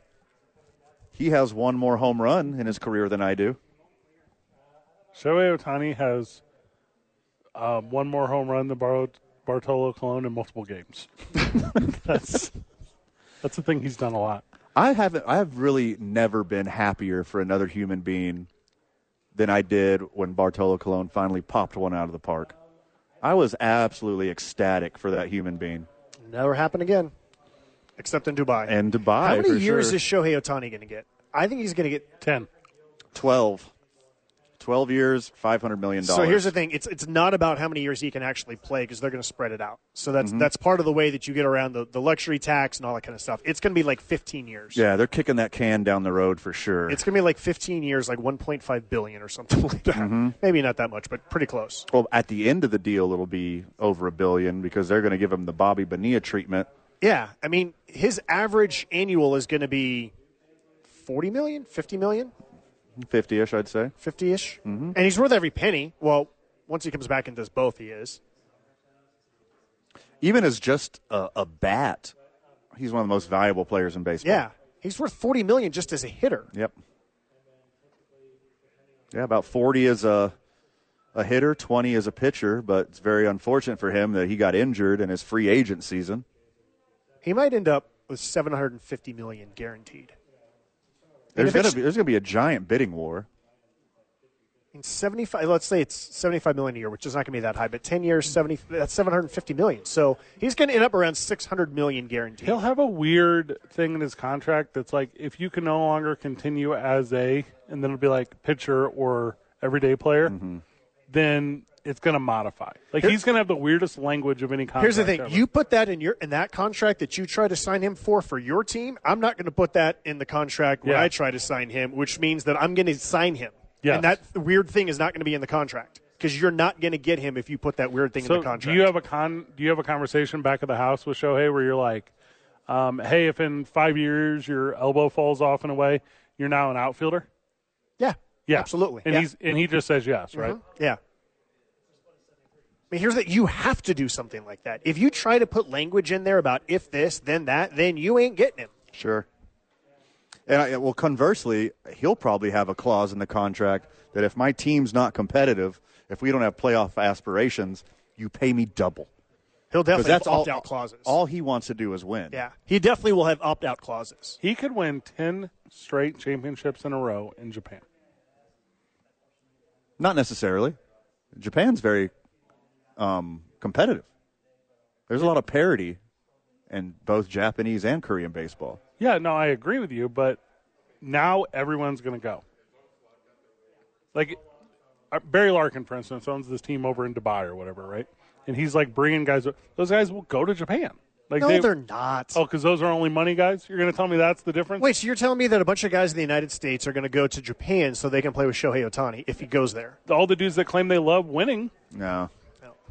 He has one more home run in his career than I do.
Shohei Otani has um, one more home run than Bar- Bartolo Colon in multiple games. *laughs* that's that's a thing he's done a lot.
I haven't. I have really never been happier for another human being than I did when Bartolo Colon finally popped one out of the park. I was absolutely ecstatic for that human being.
Never happen again, except in Dubai.
And Dubai.
How many
for
years
sure.
is Shohei Otani going to get? I think he's going to get
Ten.
12. 12 years, $500 million.
So here's the thing: it's it's not about how many years he can actually play because they're going to spread it out. So that's
Mm-hmm.
that's part of the way that you get around the, the luxury tax and all that kind of stuff. It's going to be like 15 years.
Yeah, they're kicking that can down the road for sure.
It's going to be like 15 years, like 1.5 billion or something *laughs* like that. Maybe not that much, but pretty close.
well, at the end of the deal, it'll be over a billion because they're going to give him the Bobby Bonilla treatment.
Yeah, I mean, his average annual is going to be 40 million, 50 million,
50 ish, I'd say.
50 ish, and he's worth every penny. Well, once he comes back and does both, he is.
Even as just a, a bat, he's one of the most valuable players in baseball.
Yeah, he's worth 40 million just as a hitter.
Yep. Yeah, about 40 is a a hitter, 20 is a pitcher, but it's very unfortunate for him that he got injured in his free agent season.
He might end up with 750 million guaranteed.
There's
if it's-
going to be there's going to be a giant bidding war.
In 75 let's say it's 75 million a year which is not going to be that high but 10 years 70 that's 750 million so he's going to end up around 600 million guaranteed
He'll have a weird thing in his contract that's like if you can no longer continue as a, and then it'll be like pitcher or everyday player,
Mm-hmm.
then it's going to modify. Like he's going to have the weirdest language of any contract.
here's the thing
ever.
you put that in your in that contract that you try to sign him for for your team i'm not going to put that in the contract when
Yeah.
i try to sign him which means that i'm going to sign him
Yes.
and that weird thing is not going to be in the contract because you're not going to get him if you put that weird thing
So
in the
do
contract
you have a con? Do you have a conversation back at the house with Shohei where you're like, um, "Hey, if in five years your elbow falls off and away, you're now an outfielder."
yeah
Yeah,
absolutely Mm-hmm.
And
yeah.
he's and he just says yes, right?
Yeah. I mean, here's that you have to do something like that. If you try to put language in there about if this, then that, then you ain't getting him.
Sure. And I, well, conversely, he'll probably have a clause in the contract that if my team's not competitive, if we don't have playoff aspirations, you pay me double.
He'll
Because
definitely
that's
have
all,
opt out clauses.
all he wants to do is win.
yeah. He definitely will have opt out clauses.
He could win ten straight championships in a row in Japan.
Not necessarily. Japan's very um, competitive. There's a lot of parity in both Japanese and Korean baseball.
Yeah, no, I agree with you, but now everyone's going to go. Like uh, Barry Larkin, for instance, owns this team over in Dubai or whatever, right? And he's like bringing guys. Those guys will go to Japan. Like
No,
they,
they, are not.
Oh, because those are only money guys. You're going to tell me that's the difference?
Wait, so you're telling me that a bunch of guys in the United States are going to go to Japan so they can play with Shohei Otani if he goes there?
All the dudes that claim they love winning,
No.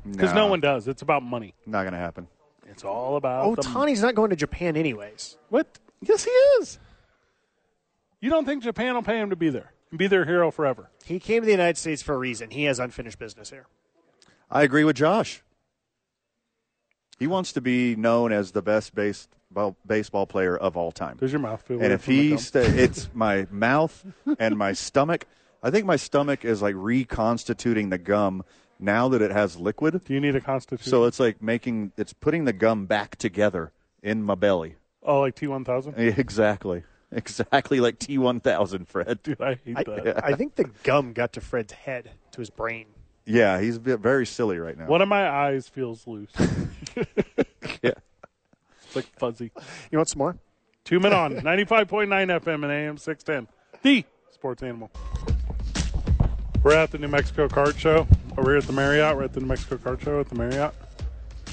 because no. one does. It's about money.
Not going to happen.
Oh,
It's all about the-
Otani's not going to Japan anyways.
What? Yes, he is. You don't think Japan will pay him to be there and be their hero forever?
He came to the United States for a reason. He has unfinished business *laughs* here.
I agree with Josh. He wants to be known as the best base, bo- baseball player of all time.
Does your mouth feel
and
weird
if
from my
he,
gum?
sta it's my mouth
*laughs*
and my stomach. I think my stomach is like reconstituting the gum now that it has liquid.
do you need a constitution?
So it's like making, it's putting the gum back together in my belly. *laughs*
oh, like T one thousand.
Exactly, exactly like T1000, Fred.
Dude, I hate
I,
that.
I think the gum got to Fred's head, to his brain.
Yeah, he's a bit very silly right now.
One of my eyes feels loose.
*laughs* Yeah.
*laughs* It's like fuzzy.
You want some more?
Two men on 95.9 FM and AM 610. The sports animal. We're at the New Mexico Card Show. Over here at the Marriott. We're at the New Mexico Card Show at the Marriott.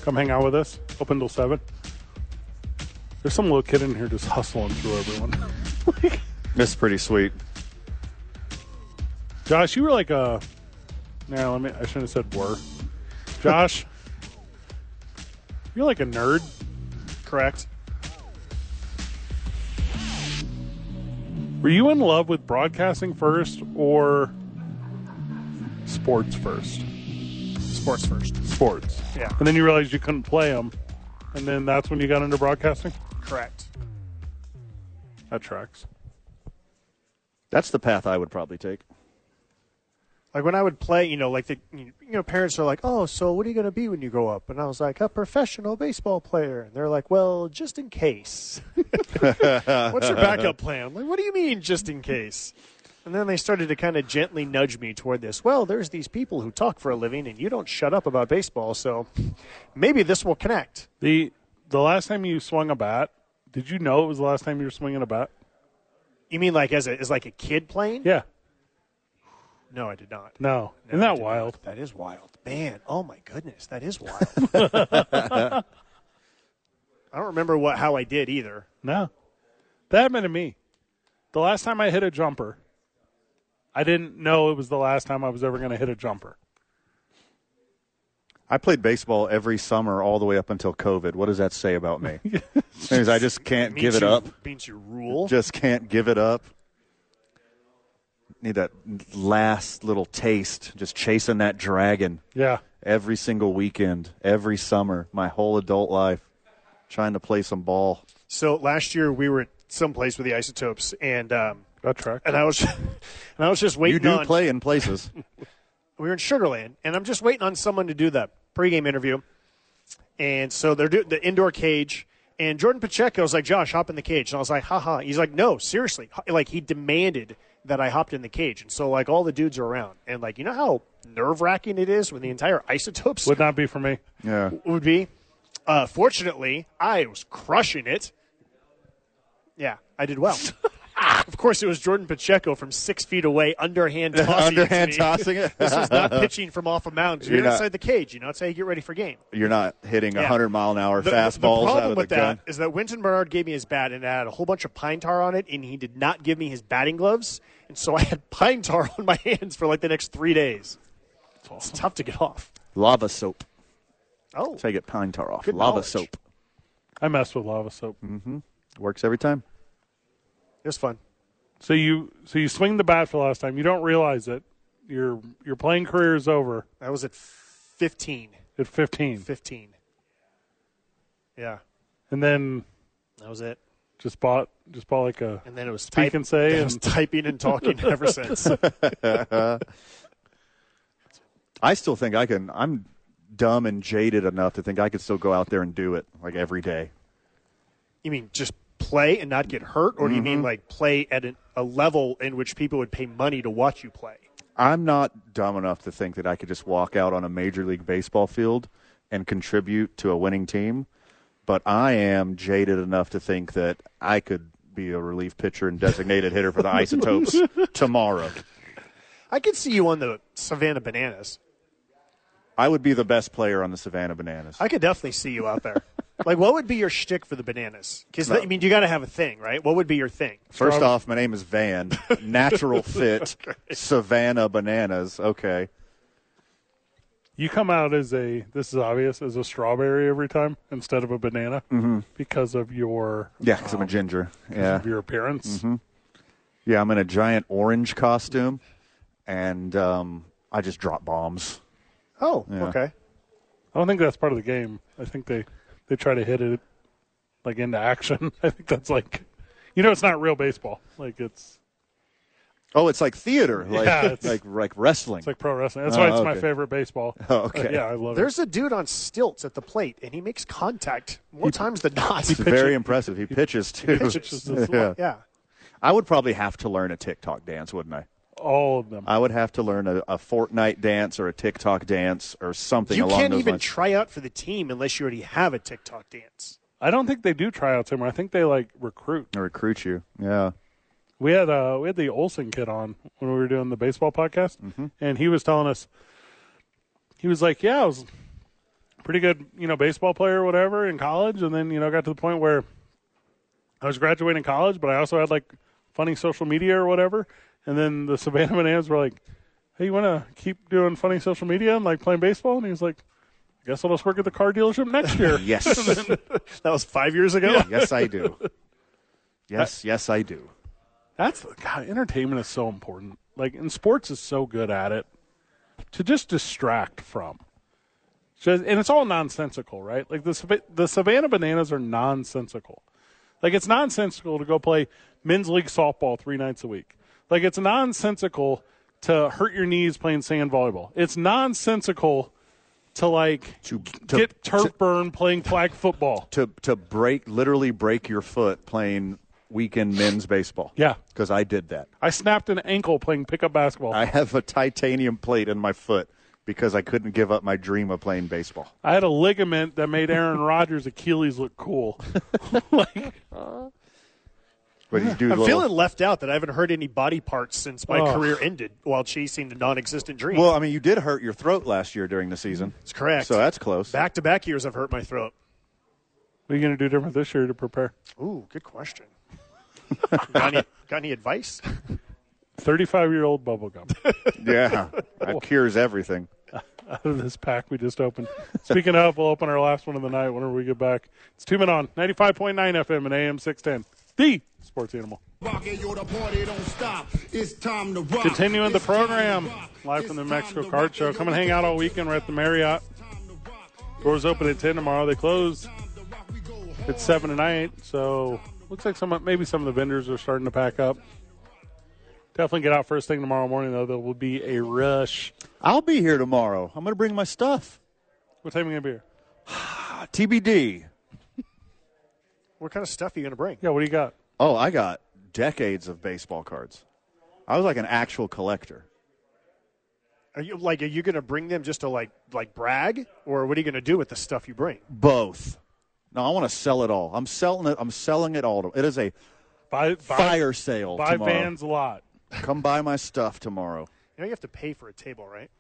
Come hang out with us. Open till 7. There's some little kid in here just hustling through everyone.
That's pretty sweet.
Josh, you were like a. No, let me. I shouldn't have said were. Josh, you're like a nerd.
Correct.
Were you in love with broadcasting first or sports first?
Sports first.
Sports.
Yeah.
And then you realized you couldn't play them, and then that's when you got into broadcasting.
Correct.
That tracks.
That's the path I would probably take.
Like when I would play, you know, like the you know parents are like, "Oh, so what are you going to be when you grow up?" And I was like, "A professional baseball player." And they're like, "Well, just in case." *laughs* What's your backup plan? I'm like, what do you mean, just in case? And then they started to kind of gently nudge me toward this. Well, there's these people who talk for a living, and you don't shut up about baseball, so maybe this will connect.
The the last time you swung a bat, did you know it was the last time you were swinging a bat?
You mean like as a as like a kid playing?
Yeah.
No, I did not.
No.
No,
Isn't
I
that
did not.
wild?
That is wild, man. Oh my goodness, that is
*laughs*
*laughs* wild. I don't remember what how I did either.
No. That happened to me. The last time I hit a jumper, I didn't know it was the last time I was ever going to hit a jumper.
I played baseball every summer all the way up until COVID. What does that say about
*laughs*
me? Means I just can't give
Means
it
you-
up.
Means you rule.
Just can't give it up. Need that last little taste, just chasing that dragon
Yeah.
every single weekend, every summer, my whole adult life, trying to play some ball.
So last year we were at someplace with the isotopes, and um,
That tracks.
and I was *laughs* and I was just waiting.
You do
on,
play in
*laughs*
places.
we were in Sugarland, and I'm just waiting on someone to do the pregame interview. And so they're doing the indoor cage, and Jordan Pacheco was like, "Josh, hop in the cage," and I was like, "Haha." He's like, "No, seriously." H- Like he demanded that I hopped in the cage, and so like all the dudes are around, and like you know how nerve wracking it is when the entire isotopes
Would not be for me.
Yeah.
would be. Uh, fortunately, I was crushing it. Yeah, I
*laughs*
did well. of course, it was Jordan Pacheco from six feet away,
*laughs*
underhand tossing.
Underhand
it to me.
tossing it.
this was not pitching from off a mound. You're,
You're not-
outside the cage. You know, that's how you get ready for game.
*laughs* You're not hitting a
Yeah.
100 mile an hour
The, the
fastballs
problem
out of the
with
gun.
that is that Winton Bernard gave me his bat and it had a whole bunch of pine tar on it, and he did not give me his batting gloves, and so I had *laughs* pine tar on my hands for like the next three days. It's tough to get off.
Lava soap.
Oh,
Take it pine tar off.
Good
Lava
knowledge.
soap.
I messed with lava soap.
Works every time.
it was fun.
So you so you swing the bat for the last time. You don't realize it. Your your playing career is over
That was at 15.
at 15,
15. Yeah,
and then
that was it.
just bought just bought like a
And then it was
Speak
type-
and say
*laughs* I was
and-
typing
*laughs*
and talking ever since.
I still think I can. I'm dumb and jaded enough to think I could still go out there and do it like every day.
You mean just play and not get hurt, or do you mean like play at an, a level in which people would pay money to watch you play?
I'm not dumb enough to think that I could just walk out on a major league baseball field and contribute to a winning team, but I am jaded enough to think that I could be a relief pitcher and designated hitter for the Isotopes tomorrow.
I could see you on the Savannah Bananas.
I would be the best player on the Savannah Bananas.
I could definitely see you out *laughs* there. like, what would be your shtick for the Bananas? Because I mean, you got to have a thing, right? What would be your thing?
First off, my name is Van. Natural fit, Savannah Bananas. Okay.
you come out as a this is obvious as a strawberry every time instead of a banana because of your
Yeah, because I'm a ginger. Yeah.
of your appearance.
Yeah, I'm in a giant orange costume, and um, I just drop bombs.
Oh,
Yeah.
okay.
I don't think that's part of the game. I think they they try to hit it like into action. *laughs* I think that's like you know it's not real baseball. Like it's
Oh, it's like theater, like
Yeah, it's-
like like wrestling.
it's like pro wrestling. That's
Oh,
why it's my
okay.
favorite baseball.
*laughs* Oh, okay.
But yeah, I love
There's a dude on stilts at the plate, and he makes contact more times than not.
it's
*laughs*
very uh, impressive. He pitches too.
pitches a lot.
*laughs* yeah.
yeah.
I would probably have to learn a TikTok dance, wouldn't I?
it. All of them.
I would have to learn a, a Fortnite dance or a TikTok dance or something
You
along
can't
those
even
lines.
try out for the team unless you already have a TikTok dance.
I don't think they do tryouts anymore. I think they like recruit.
Or recruit you. Yeah.
*laughs*
We had uh we had the Olson kid on when we were doing the baseball podcast, and he was telling us he was like, "Yeah, I was a pretty good, you know, baseball player or whatever in college, and then you know got to the point where I was graduating college, but I also had like funny social media or whatever, and then the Savannah *laughs* Bananas were like, "Hey, you want to keep doing funny social media and like playing baseball?" And he was like, "I guess I'll just work at the car dealership next year." *laughs*
Yes.
That was five years ago.
yes, I
*laughs*
do. Yes, yes, I do.
That's God, entertainment is so important. Like and sports is so good at it to just distract from. Just, and it's all nonsensical, right? Like the Sav- the Savannah Bananas are nonsensical. Like it's nonsensical to go play men's league softball three nights a week. Like it's nonsensical to hurt your knees playing sand volleyball. It's nonsensical to like
To- to-
get turf burn playing flag football.
To to break literally break your foot playing weekend men's baseball.
Yeah.
Because I did that.
I snapped an ankle playing pickup basketball.
I have a titanium plate in my foot because I couldn't give up my dream of playing baseball.
I had a ligament that made Aaron Rodgers' Achilles look cool. *laughs* like,
But you do
I'm
little-
feeling left out that I haven't heard any body parts since my
Oh.
career ended while chasing the non-existent dream.
Well, I mean, you did hurt your throat last year during the season.
that's correct.
So that's close.
back-to-back years I've hurt my throat.
what are you going to do different this year to prepare?
Ooh,
*laughs*
good question. got, any, got any advice?
35 year old bubblegum
yeah. That cures everything.
*laughs* out of this pack we just opened. Speaking of, we'll open our last one of the night whenever we get back. It's two men on 95.9 FM and AM 610. The sports animal. Continuing the program live from the Mexico Card Show. Come and hang out all weekend. We're at the Marriott. Doors open at 10 tomorrow. They close at 7 tonight. So looks like some maybe some of the vendors are starting to pack up. Definitely get out first thing tomorrow morning, though. There will be a rush.
I'll be here tomorrow. I'm going to bring my stuff.
What time are you going to be here?
Uh, TBD.
What kind of stuff are you going to bring?
Yeah, what do you got?
Oh, I got decades of baseball cards. I was like an actual collector.
Are you like are you going to bring them just to like like brag or what are you going to do with the stuff you bring?
Both. No, I want to sell it all. I'm selling it. I'm selling it all. to- It is a
Buy, buy,
fire sale
buy
tomorrow.
Van's lot.
Come buy my stuff tomorrow.
You know you have to pay for a table, right?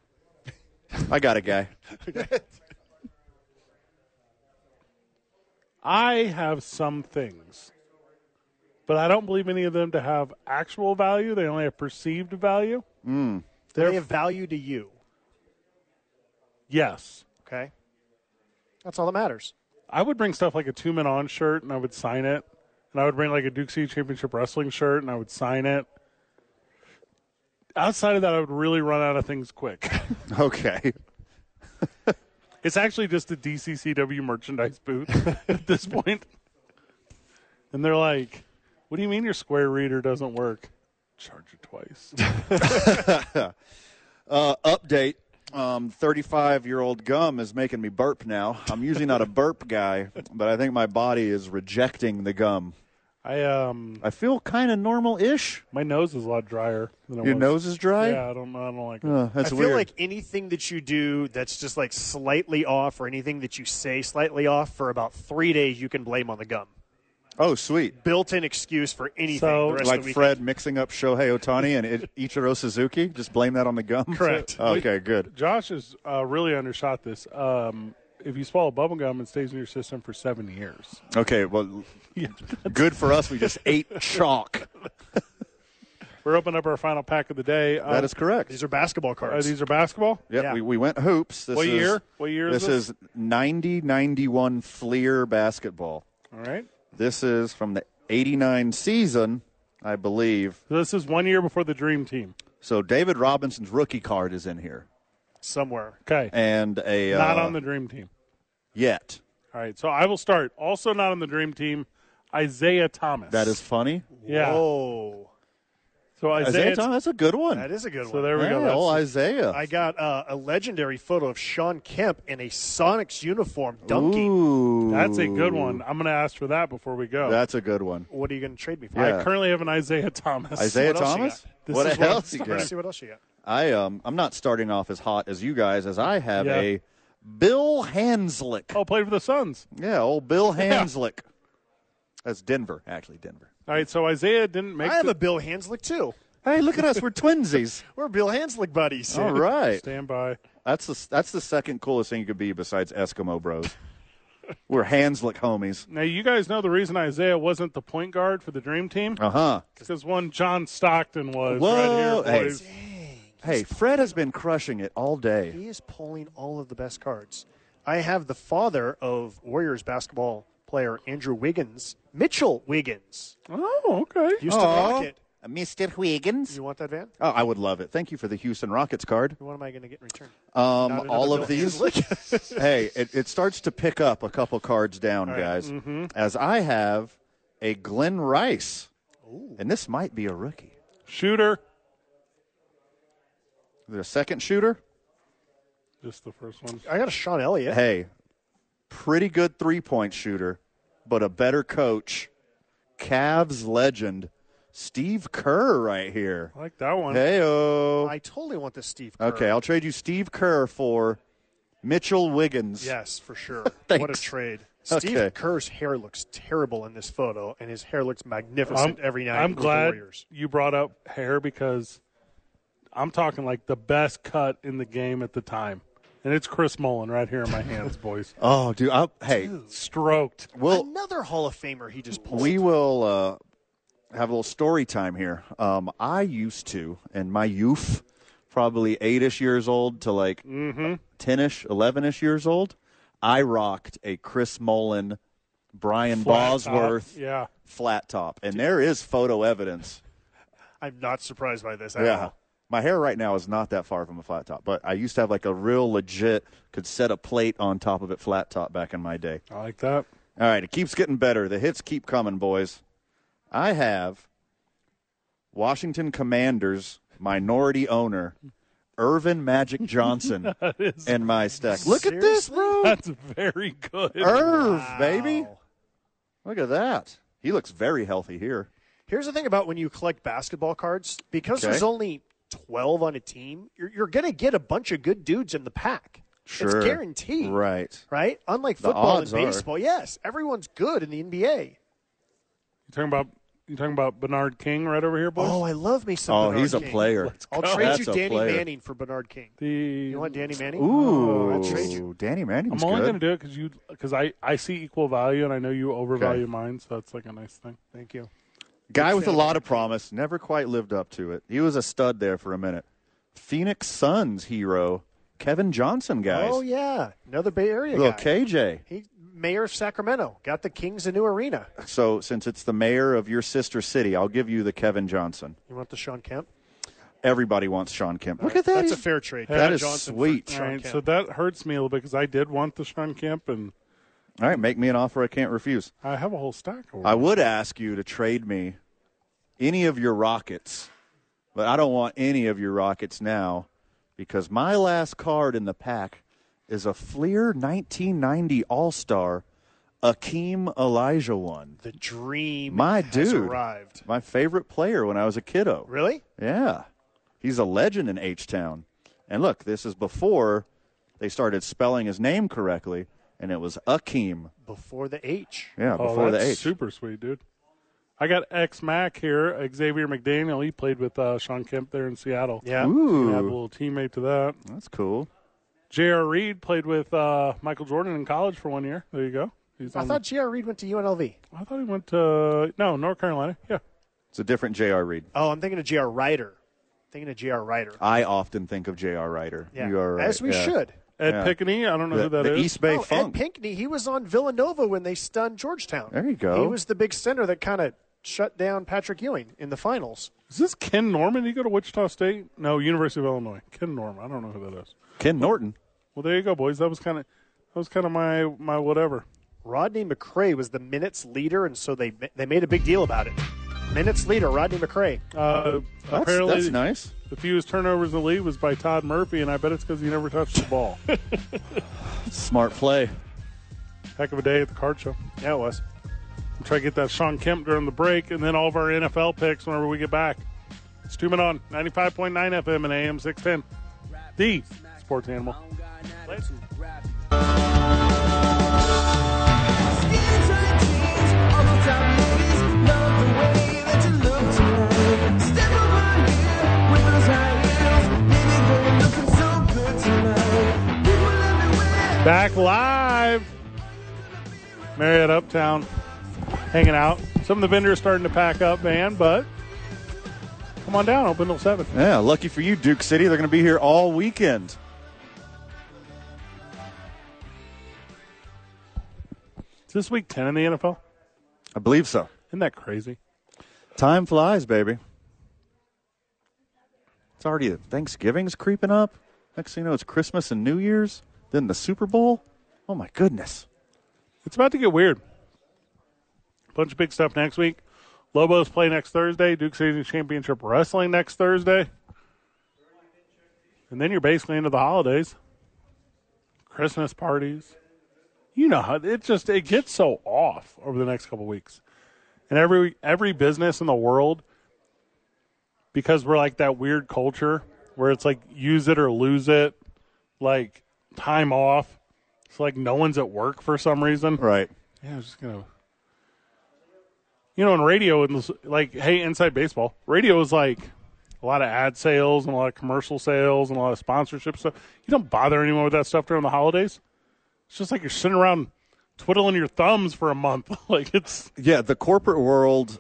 I got a guy. *laughs*
I have some things, but I don't believe any of them to have actual value. They only have perceived value.
Do they have value to you?
Yes.
Okay, that's all that matters.
I would bring stuff like a two men on shirt and I would sign it. And I would bring like a Duke City Championship Wrestling shirt and I would sign it. Outside of that, I would really run out of things quick. *laughs*
Okay.
it's actually just a DCCW merchandise booth *laughs* at this point. And they're like, what do you mean your square reader doesn't work? Charge it twice. *laughs*
Uh, update. Um, 35-year-old gum is making me burp now. I'm usually not a burp guy, but I think my body is rejecting the gum.
I um
I feel kind of normal-ish.
my nose is a lot drier than it
Your
was.
nose is dry.
Yeah, I don't I don't like it.
Uh, that's
I feel
weird.
like anything that you do that's just like slightly off, or anything that you say slightly off, for about three days you can blame on the gum.
oh, sweet.
Built-in excuse for anything.
So,
the rest
Like
of the weekend.
Fred mixing up Shohei Otani and it, Ichiro Suzuki. Just blame that on the gum.
Correct.
*laughs* okay, good.
Josh has uh, really undershot this. Um if you swallow bubble gum, it stays in your system for seven years.
Okay, well, good for us. We
*laughs*
just ate chalk.
We're opening up our final pack of the day. Uh,
That is correct.
These are basketball
uh,
cards.
these are basketball.
Yep,
Yeah.
we, we went hoops. This
What
is-
year? What year is
This
this?
is 90 91 Fleer basketball.
All right.
This is from the 89 season. I believe.
This is one year before the Dream Team.
So David Robinson's rookie card is in here,
somewhere.
Okay.
and a
not
uh,
on the Dream Team.
yet.
All right. So I will start. Also not on the Dream Team, Isaiah Thomas.
That is funny.
Yeah.
Whoa,
So Isaiah,
Isaiah Thomas, that's a good one.
Oh, that is a good one.
So there we
yeah,
go.
old
That's-
Isaiah.
I got uh, a legendary photo of Sean Kemp in a Sonics uniform dunking.
Ooh,
That's a good one. I'm going to ask for that before we go.
That's a good one.
What are you going to trade me for?
Yeah.
I currently have an Isaiah Thomas. *laughs*
Isaiah
what else you
Thomas.
got?
This
what
is what
else you
I want to
got?
see what else you got.
I um, I'm not starting off as hot as you guys, as I have
Yeah.
a Bill Hanslick.
Oh, played for the Suns.
Yeah, old Bill Hanslick. That's Denver, actually Denver.
All right. So Isaiah didn't make
I have
the
a Bill Hanslick too.
Hey, look at us. *laughs* We're twinsies.
We're Bill Hanslick buddies.
All right.
standby.
That's the that's the second coolest thing you could be besides Eskimo Bros. We're Hanslick homies.
Now, you guys know the reason Isaiah wasn't the point guard for the Dream Team?
Uh huh.
Because one John Stockton was
Whoa.
right here, boys.
Hey, Fred has been crushing it all day.
He is pulling all of the best cards. I have the father of Warriors basketball player Andrew Wiggins, Mitchell Wiggins.
Oh, okay.
Houston Rocket.
Mr. Wiggins.
You want that van?
Oh, I would love it. Thank you for the Houston Rockets card.
What am I going to get in return?
Um,
another
all of
Bill
these. *laughs* hey, it, it starts to pick up a couple cards down, guys.
Mm-hmm.
As I have a Glenn Rice, and this might be a rookie.
Shooter.
The second shooter.
Just the first one.
I got a Sean Elliott.
hey, pretty good three point shooter, but a better coach. Cavs legend, Steve Kerr, right here.
I like that Oh, one.
Hey,
I totally want this Steve Kerr.
Okay, I'll trade you Steve Kerr for Mitchell Wiggins.
Yes, for sure. what a
*laughs* Thanks.
trade. Steve
Okay.
Kerr's hair looks terrible in this photo, and his hair looks
I'm,
magnificent every night.
I'm
with the
glad
Warriors.
you brought up hair because I'm talking like the best cut in the game at the time. And it's Chris Mullen right here in my
*laughs*
hands, boys.
Oh, dude. I'll, hey,
Stroked.
we'll
Another Hall of Famer he just pulled.
we will uh, have a little story time here. Um, I used to, in my youth, probably eight-ish years old to like
Mm-hmm.
ten-ish, eleven-ish years old, I rocked a Chris Mullen, Brian Bosworth
Top. Uh, Yeah.
flat top, and there is photo evidence.
I'm not surprised by this at all.
My hair right now is not that far from a flat top, but I used to have like a real legit, could set a plate on top of it flat top back in my day.
I like that. *laughs*
All right, it keeps getting better. The hits keep coming, boys. I have Washington Commanders minority owner Irvin Magic *laughs* Johnson in my stack. Look at this, bro.
That's very good.
Irv, baby. Look at that. He looks very healthy here.
Here's the thing about when you collect basketball cards because
Okay.
there's only 12 on a team, you're, you're going to get a bunch of good dudes in the pack.
Sure.
It's guaranteed.
Right.
Right? Unlike football and
odds are.
baseball, yes, everyone's good in the NBA.
You talking about you talking about Bernard King right over here, boys?
Oh, I love me some
Oh,
Bernard
he's a
King.
player.
I'll
go.
trade
That's
you
a
Danny
player.
Manning for Bernard King.
the
You want Danny Manning? Oh,
Ooh.
I'll trade you.
Danny
I'm
Manning's
only
good.
going to do it because you because I I see equal value and I know you overvalue mine, so that's like a nice thing.
Thank you.
Guy with a lot of promise, never quite lived up to it. He was a stud there for a minute. Phoenix Suns hero, Kevin Johnson, guys.
Oh, yeah. Another Bay Area
Little
guy.
KJ.
He, mayor of Sacramento. Got the Kings a new arena.
So, since it's the mayor of your sister city, I'll give you the Kevin Johnson.
You want the Sean Kemp?
Everybody wants Sean Kemp. Look at that.
That's a
He's-
fair trade.
That
Kevin
is
Johnson for
sweet.
Sean
All right,
Kemp.
so that hurts me a little bit because I did want the Sean Camp and
All right, make me an offer I can't refuse.
I have a whole stack. Of them.
I would ask you to trade me any of your rockets, but I don't want any of your rockets now because my last card in the pack is a Fleer 1990 All Star Akeem Elijah one.
The dream
My
has
dude.
arrived.
My favorite player when I was a kiddo.
Really?
Yeah. He's a legend in H Town. And look, this is before they started spelling his name correctly, and it was Akeem.
Before the H.
Yeah,
oh,
before
that's
the H.
super sweet, dude. I got X Mac here, Xavier McDaniel. He played with uh, Sean Kemp there in Seattle.
Yeah.
I have a
Ooh,
little teammate to that.
that's cool.
J.R. Reed played with uh, Michael Jordan in college for one year. There you go. He's
I
on-
thought J.R. Reed went to UNLV.
I thought he went to no North Carolina. Yeah,
It's a different J.R. Reed.
Oh, I'm thinking of J.R. Ryder. Thinking of J.R. Ryder.
I often think of J.R. Ryder.
Yeah.
Oh, You are right.
As we
yeah.
should.
Ed
Yeah.
Pickney. I don't know
The,
who that is.
the East Bay
oh,
Funk.
Ed Pinkney, he was on Villanova when they stunned Georgetown.
There you go.
He was the big center that kind of shut down Patrick Ewing in the finals.
Is this Ken Norman? Did he go to Wichita State? No, University of Illinois. Ken Norman. I don't know who that is.
Ken Norton.
Well, there you go, boys. That was kind of that was kind of my my whatever.
Rodney McRae was the minutes leader, and so they they made a big deal about it. Minutes leader, Rodney Oh, McRae.
Uh,
That's,
apparently,
that's nice.
the fewest turnovers in the league was by Todd Murphy, and I bet it's because he never touched the
*laughs*
ball.
Smart play.
Heck of a day at the card show.
Yeah, it was.
We'll try to get that Sean Kemp during the break, and then all of our NFL picks whenever we get back. It's two men on 95.9 FM and AM 610. The sports animal. Back live. Marriott Uptown hanging out. Some of the vendors starting to pack up, man, but come on down. Open till 7.
Yeah, lucky for you, Duke City. They're going to be here all weekend.
Is this week 10 in the NFL?
I believe so.
Isn't that crazy?
Time flies, baby. It's already Thanksgiving's creeping up. Next thing you know, it's Christmas and New Year's. Then the Super Bowl. Oh my goodness!
It's about to get weird. Bunch of big stuff next week. Lobos play next Thursday. Duke City Championship Wrestling next Thursday. And then you're basically into the holidays. Christmas parties. You know how it just it gets so off over the next couple weeks. And every every business in the world because we're like that weird culture where it's like use it or lose it, like time off. It's like no one's at work for some reason.
Right.
Yeah, I was just gonna. You know, on radio and this- like, hey, inside baseball, radio is like a lot of ad sales and a lot of commercial sales and a lot of sponsorship stuff. You don't bother anyone with that stuff during the holidays. It's just like you're sitting around twiddling your thumbs for a month. *laughs* like it's
Yeah, the corporate world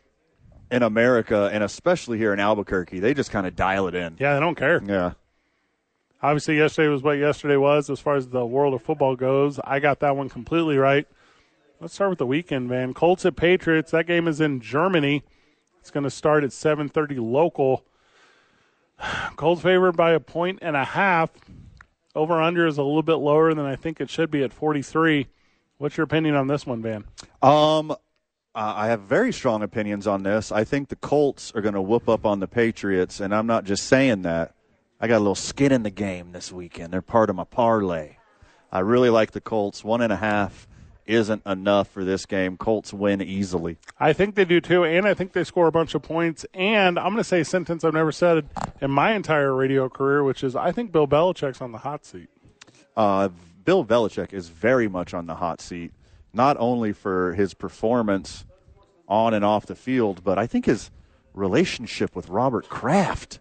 in America, and especially here in Albuquerque, they just kind of dial it in.
yeah, I don't care.
Yeah.
Obviously, yesterday was what yesterday was as far as the world of football goes. I got that one completely right. Let's start with the weekend, man. Colts at Patriots. That game is in Germany. It's going to start at 7:30 local. *sighs* Colts favored by a point and a half. Over under is a little bit lower than I think it should be at 43. What's your opinion on this one, Van?
Um, uh, I have very strong opinions on this. I think the Colts are going to whoop up on the Patriots, and I'm not just saying that. I got a little skin in the game this weekend. They're part of my parlay. I really like the Colts. One and a half isn't enough for this game. Colts win easily.
I think they do too, and I think they score a bunch of points. And I'm going to say a sentence I've never said in my entire radio career, which is I think Bill Belichick's on the hot seat.
Uh, Bill Belichick is very much on the hot seat, not only for his performance on and off the field, but I think his relationship with Robert Kraft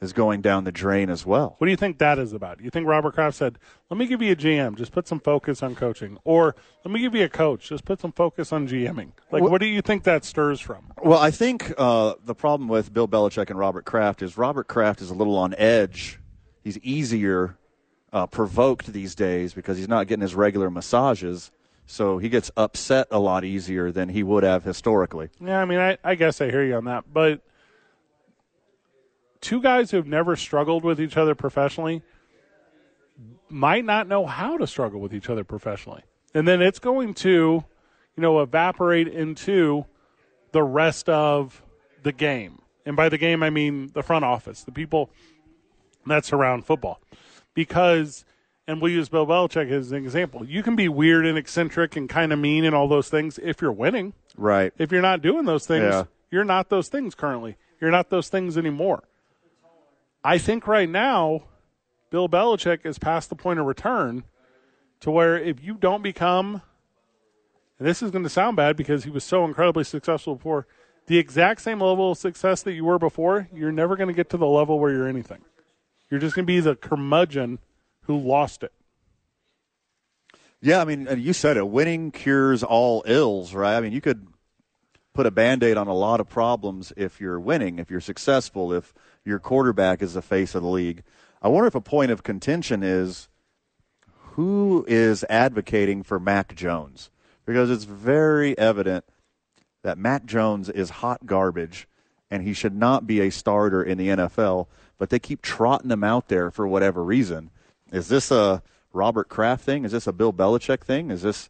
is going down the drain as well.
What do you think that is about? You think Robert Kraft said, "Let me give you a GM, just put some focus on coaching," or "Let me give you a coach, just put some focus on GMing"? Like, what do you think that stirs from?
Well, I think uh, the problem with Bill Belichick and Robert Kraft is Robert Kraft is a little on edge. He's easier uh, provoked these days because he's not getting his regular massages. So he gets upset a lot easier than he would have historically.
Yeah, I mean, I, I guess I hear you on that, but two guys who've never struggled with each other professionally might not know how to struggle with each other professionally, and then it's going to, you know, evaporate into the rest of the game. And by the game, I mean the front office, the people that surround football. Because, and we'll use Bill Belichick as an example, you can be weird and eccentric and kind of mean and all those things if you're winning.
Right.
If you're not doing those things,
Yeah.
you're not those things currently. You're not those things anymore. I think right now, Bill Belichick is past the point of return to where if you don't become, and this is going to sound bad because he was so incredibly successful before, the exact same level of success that you were before, you're never going to get to the level where you're anything. You're just going to be the curmudgeon who lost it.
Yeah, I mean, and you said it. Winning cures all ills, right? I mean, you could put a band aid on a lot of problems if you're winning, if you're successful, if your quarterback is the face of the league. I wonder if a point of contention is who is advocating for Mac Jones? Because it's very evident that Mac Jones is hot garbage and he should not be a starter in the NFL, but they keep trotting him out there for whatever reason. Is this a Robert Kraft thing? Is this a Bill Belichick thing? Is this,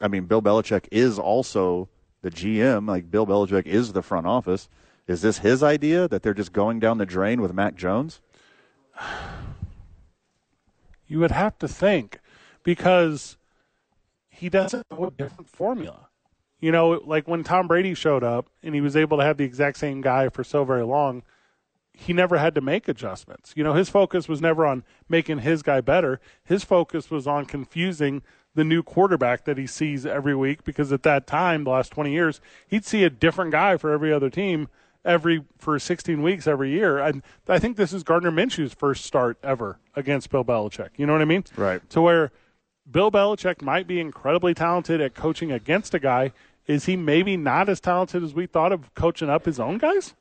I mean, Bill Belichick is also the GM. Like, Bill Belichick is the front office. Is this his idea that they're just going down the drain with Mac Jones?
You would have to think because he doesn't have a different formula. You know, like when Tom Brady showed up and he was able to have the exact same guy for so very long, he never had to make adjustments. You know, his focus was never on making his guy better. His focus was on confusing the new quarterback that he sees every week because at that time, the last 20 years, he'd see a different guy for every other team every for 16 weeks every year. And I think this is Gardner Minshew's first start ever against Bill Belichick. You know what I mean?
Right.
To where Bill Belichick might be incredibly talented at coaching against a guy. Is he maybe not as talented as we thought of coaching up his own guys?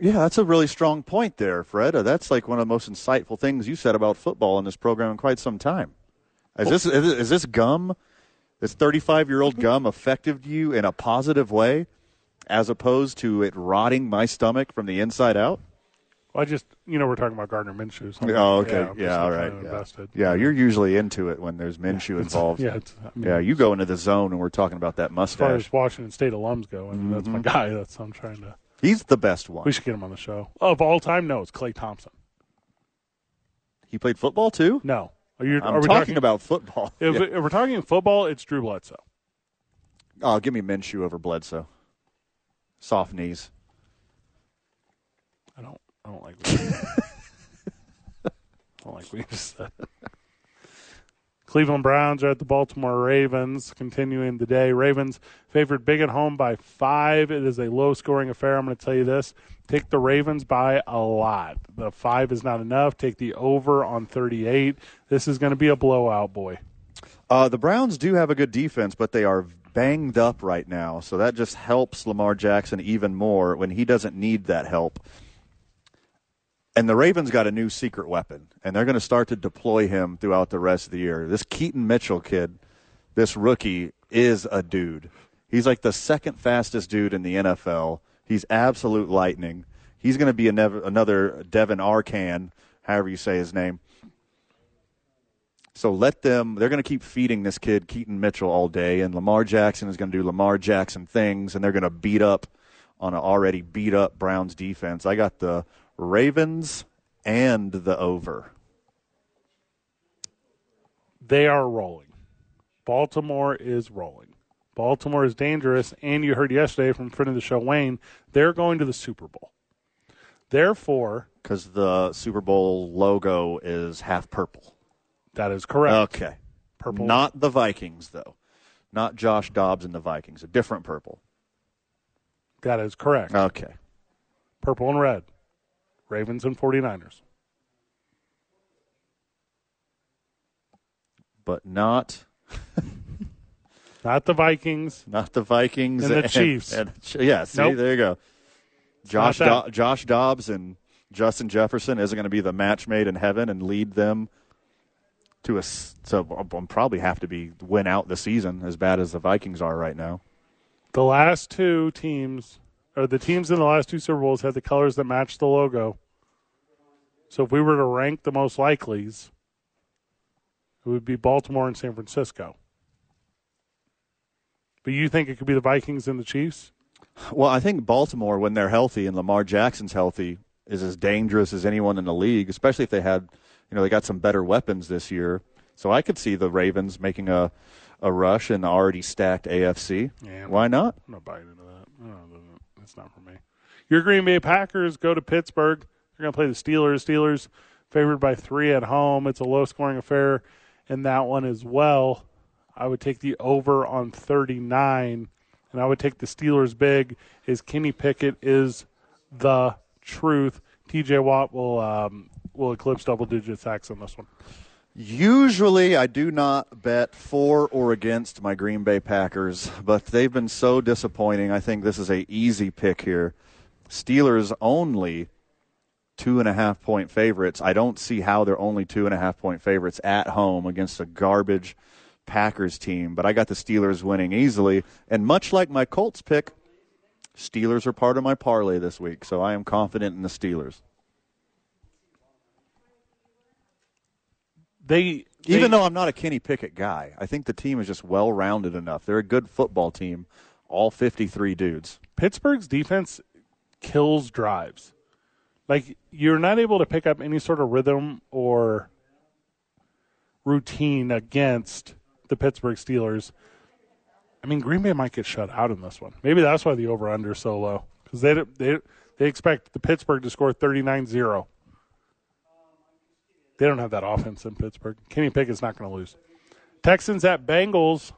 Yeah, that's a really strong point there, Fred. Uh, That's like one of the most insightful things you said about football in this program in quite some time. Is this is is this gum, this 35 year
Hmm.
old gum, affected you in a positive way, as opposed to it rotting my stomach from the inside out?
Well, I just, you know, we're talking about Gardner Minshew. So
Oh, okay, yeah,
I'm just
all
not
right,
kinda
yeah.
invested.
yeah, you're usually into it when there's Minshew involved.
Yeah, *laughs* it's, I mean,
yeah, you go into the zone when we're talking about
as
that
far
mustache.
as Washington State alums go, I mean, that's
Mm-hmm.
my guy. That's I'm trying to.
He's the best one.
We should get him on the show. Of all time, no, it's Clay Thompson.
He played football too.
No, are you?
I'm
are we
talking, about football.
If,
*laughs* Yeah.
if we're talking football, it's Drew Bledsoe.
Oh, give me Minshew over Bledsoe. Soft knees.
I don't. I don't like. What you- I don't like what you just said. Cleveland Browns are at the Baltimore Ravens, continuing the day. Ravens favored big at home by five. It is a low scoring affair. I'm going to tell you this. Take the Ravens by a lot. The five is not enough. Take the over on 38. This is going to be a blowout, boy.
Uh, the Browns do have a good defense, but they are banged up right now, so that just helps Lamar Jackson even more when he doesn't need that help. And the Ravens got a new secret weapon, and they're going to start to deploy him throughout the rest of the year. This Keaton Mitchell kid, this rookie, is a dude. He's like the second fastest dude in the NFL. He's absolute lightning. He's going to be a nev- another Devin Arcan, however you say his name. So let them. They're going to keep feeding this kid Keaton Mitchell all day, and Lamar Jackson is going to do Lamar Jackson things, and they're going to beat up on an already beat up Browns defense. I got the Ravens and the over.
they are rolling. Baltimore is rolling. Baltimore is dangerous, and you heard yesterday from friend of the show Wayne, they're going to the Super Bowl. Therefore,
because the Super Bowl logo is half purple.
that is correct.
Okay,
Purple.
Not the Vikings though. Not Josh Dobbs and the Vikings. A different purple.
That is correct.
Okay.
Purple and red. Ravens and 49ers.
But not
Not the Vikings.
not the Vikings
And the Chiefs.
and the Chi- yeah. See,
Nope.
there you go. Josh
not
Do- Josh Dobbs and Justin Jefferson isn't going to be the match made in heaven and lead them to a s- to um, probably have to be win out the season as bad as the Vikings are right now.
The last two teams, or the teams in the last two Super Bowls, had the colors that matched the logo. So if we were to rank the most likelies, it would be Baltimore and San Francisco. But you think it could be the Vikings and the Chiefs?
Well, I think Baltimore, when they're healthy and Lamar Jackson's healthy, is as dangerous as anyone in the league, especially if they had, you know, they got some better weapons this year. So I could see the Ravens making a, a rush in the already stacked AFC.
Yeah.
Why not?
I'm not buying into that. I don't know, that's not for me. Your Green Bay Packers go to Pittsburgh. They're going to play the Steelers. Steelers favored by three at home. It's a low scoring affair in that one as well. I would take the over on 39, and I would take the Steelers big. Is Kenny Pickett is the truth? T.J. Watt will um, will eclipse double digit sacks on this one.
Usually, I do not bet for or against my Green Bay Packers, but they've been so disappointing. I think this is a easy pick here. Steelers only two and a half point favorites. I don't see how they're only two and a half point favorites at home against a garbage Packers team, but I got the Steelers winning easily. And much like my Colts pick, Steelers are part of my parlay this week, so I am confident in the Steelers.
They
Even though I'm not a Kenny Pickett guy, I think the team is just well rounded enough. They're a good football team, all 53 dudes.
Pittsburgh's defense kills drives. Like you're not able to pick up any sort of rhythm or routine against the Pittsburgh Steelers. I mean, Green Bay might get shut out in this one. Maybe that's why the over under is so low because they they they expect the Pittsburgh to score 39-0. They don't have that offense in Pittsburgh. Kenny Pickett's not going to lose. Texans at Bengals.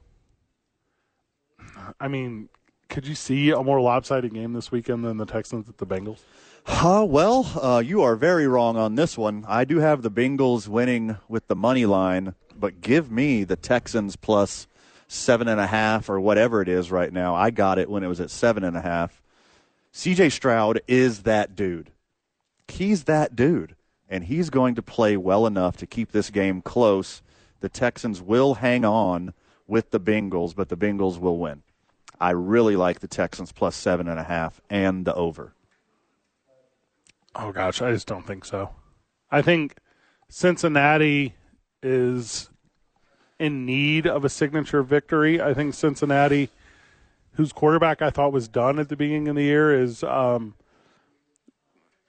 I mean, could you see a more lopsided game this weekend than the Texans at the Bengals?
Huh, well, uh, you are very wrong on this one. I do have the Bengals winning with the money line, but give me the Texans plus seven and a half or whatever it is right now. I got it when it was at seven and a half. CJ Stroud is that dude. He's that dude, and he's going to play well enough to keep this game close. The Texans will hang on with the Bengals, but the Bengals will win. I really like the Texans plus seven and a half and the over.
Oh gosh, I just don't think so. I think Cincinnati is in need of a signature victory. I think Cincinnati, whose quarterback I thought was done at the beginning of the year, is um,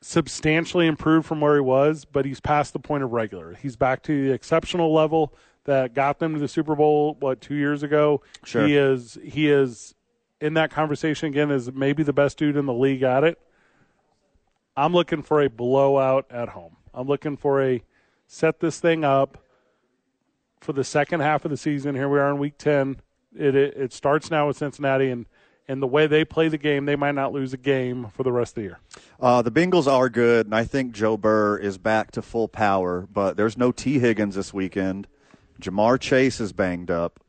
substantially improved from where he was, but he's past the point of regular. He's back to the exceptional level that got them to the Super Bowl what two years ago.
Sure.
He is he is in that conversation again as maybe the best dude in the league at it. I'm looking for a blowout at home. I'm looking for a set this thing up for the second half of the season. Here we are in week ten. It it, it starts now with Cincinnati and and the way they play the game, they might not lose a game for the rest of the year.
Uh, the Bengals are good, and I think Joe Burr is back to full power, but there's no T. Higgins this weekend. Jamar Chase is banged up,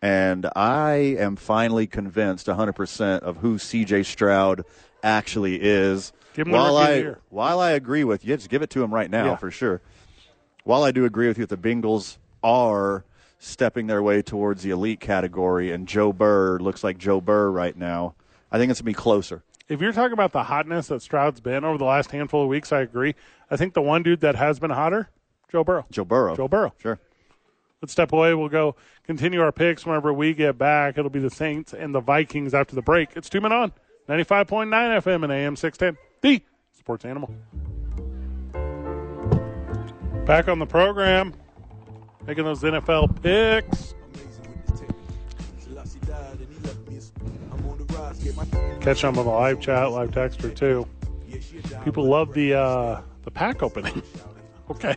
and I am finally convinced 100% of who C.J. Stroud actually is.
Give him the
while,
rookie of the
I,
year.
while I agree with you, just give it to him right now
Yeah.
for sure. While I do agree with you that the Bengals are stepping their way towards the elite category, and Joe Burr looks like Joe Burr right now, I think it's going to be closer.
if you're talking about the hotness that Stroud's been over the last handful of weeks, I agree. I think the one dude that has been hotter, Joe Burrow.
Joe Burrow.
Joe Burrow.
Sure.
Let's step away. We'll go continue our picks whenever we get back. It'll be the Saints and the Vikings after the break. It's two men on 95.9 FM and AM 610, the sports animal. Back on the program, making those NFL picks. Catch on with the live chat, live texter too. People love the uh, the pack opening. *laughs* okay.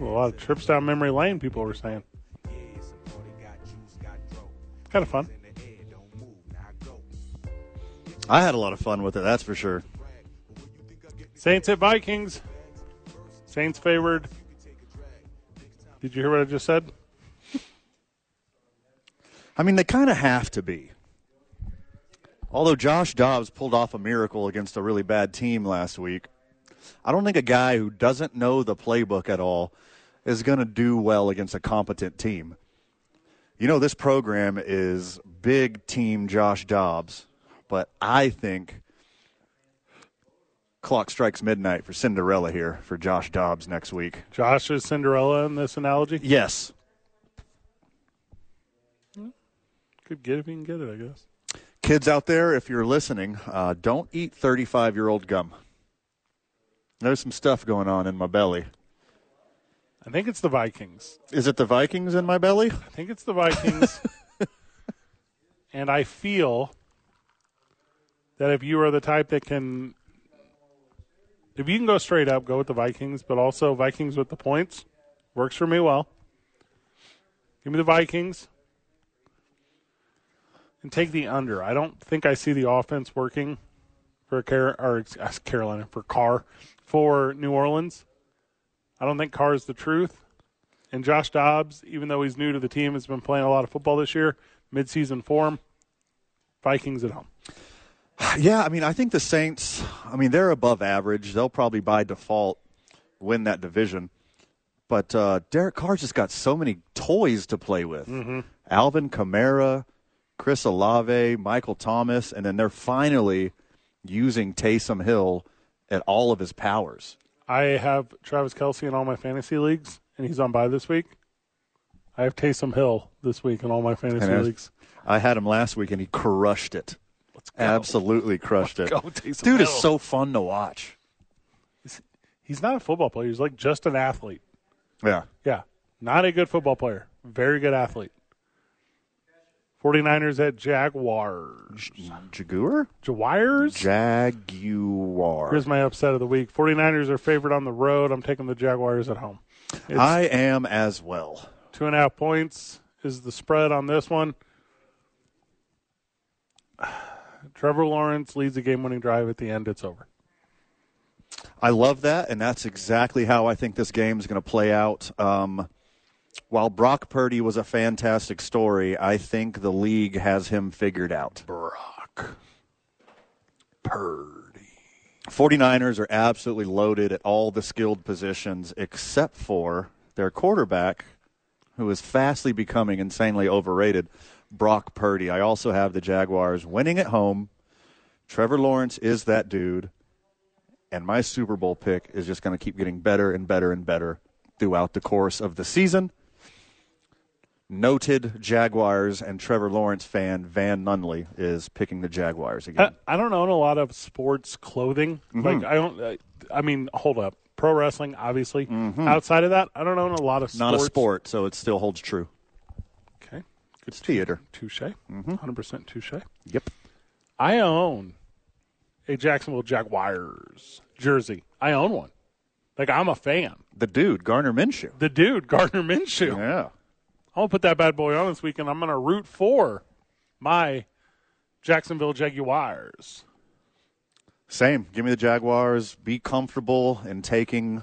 A lot of trips down memory lane, people were saying. Kind of fun.
I had a lot of fun with it, that's for sure.
Saints at Vikings. Saints favored. Did you hear what I just said?
I mean, they kind of have to be. Although Josh Dobbs pulled off a miracle against a really bad team last week, I don't think a guy who doesn't know the playbook at all is going to do well against a competent team. You know, this program is big team Josh Dobbs, but I think clock strikes midnight for Cinderella here for Josh Dobbs next week.
Josh is Cinderella in this analogy.
Yes.
Could get it if you can get it, I guess.
Kids out there, if you're listening, uh, don't eat 35 year old gum. There's some stuff going on in my belly.
I think it's the Vikings.
Is it the Vikings in my belly?
I think it's the Vikings. and I feel that if you are the type that can, if you can go straight up, go with the Vikings, but also Vikings with the points works for me well. Give me the Vikings and take the under. I don't think I see the offense working for Car- or uh, Carolina for Carr for New Orleans. I don't think Carr is the truth. And Josh Dobbs, even though he's new to the team, has been playing a lot of football this year. Midseason form, Vikings at home.
Yeah, I mean, I think the Saints, I mean, they're above average. They'll probably by default win that division. But uh, Derek Carr just got so many toys to play with. Alvin Kamara, Chris Olave, Michael Thomas, and then they're finally using Taysom Hill at all of his powers.
I have Travis Kelsey in all my fantasy leagues, and he's on bye this week. I have Taysom Hill this week in all my fantasy
And I-
leagues.
I had him last week, and he crushed it. *laughs* Absolutely crushed Oh, it.
go, Taysom
Dude is
Hill.
so fun to watch.
He's not a football player. He's like just an athlete.
Yeah.
Yeah. Not a good football player. Very good athlete. 49ers at Jaguars.
Jaguar?
Jaguars?
Jaguar.
Here's my upset of the week. 49ers are favored on the road. I'm taking the Jaguars at home.
I am as well.
Two and a half points is the spread on this one. *sighs* Trevor Lawrence leads a game winning drive at the end. It's over.
I love that, and that's exactly how I think this game is going to play out. Um, while Brock Purdy was a fantastic story, I think the league has him figured out. Brock Purdy. 49ers are absolutely loaded at all the skilled positions except for their quarterback, who is fastly becoming insanely overrated, Brock Purdy. I also have the Jaguars winning at home. Trevor Lawrence is that dude and my Super Bowl pick is just going to keep getting better and better and better throughout the course of the season. Noted Jaguars and Trevor Lawrence fan Van Nunley is picking the Jaguars again.
I, I don't own a lot of sports clothing. Like I don't. I, I mean, hold up. Pro wrestling, obviously. Outside of that, I don't own Mm-hmm. a lot of sports.
Not a sport, so it still holds true.
Okay.
It's theater.
Touche. 100% touche.
Yep.
I own a Jacksonville Jaguars jersey. I own one. Like, I'm a fan.
The dude, Garner Minshew.
The dude, Gardner Minshew.
Yeah.
I'll put that bad boy on this weekend. I'm going to root for my Jacksonville Jaguars.
Same. Give me the Jaguars. Be comfortable in taking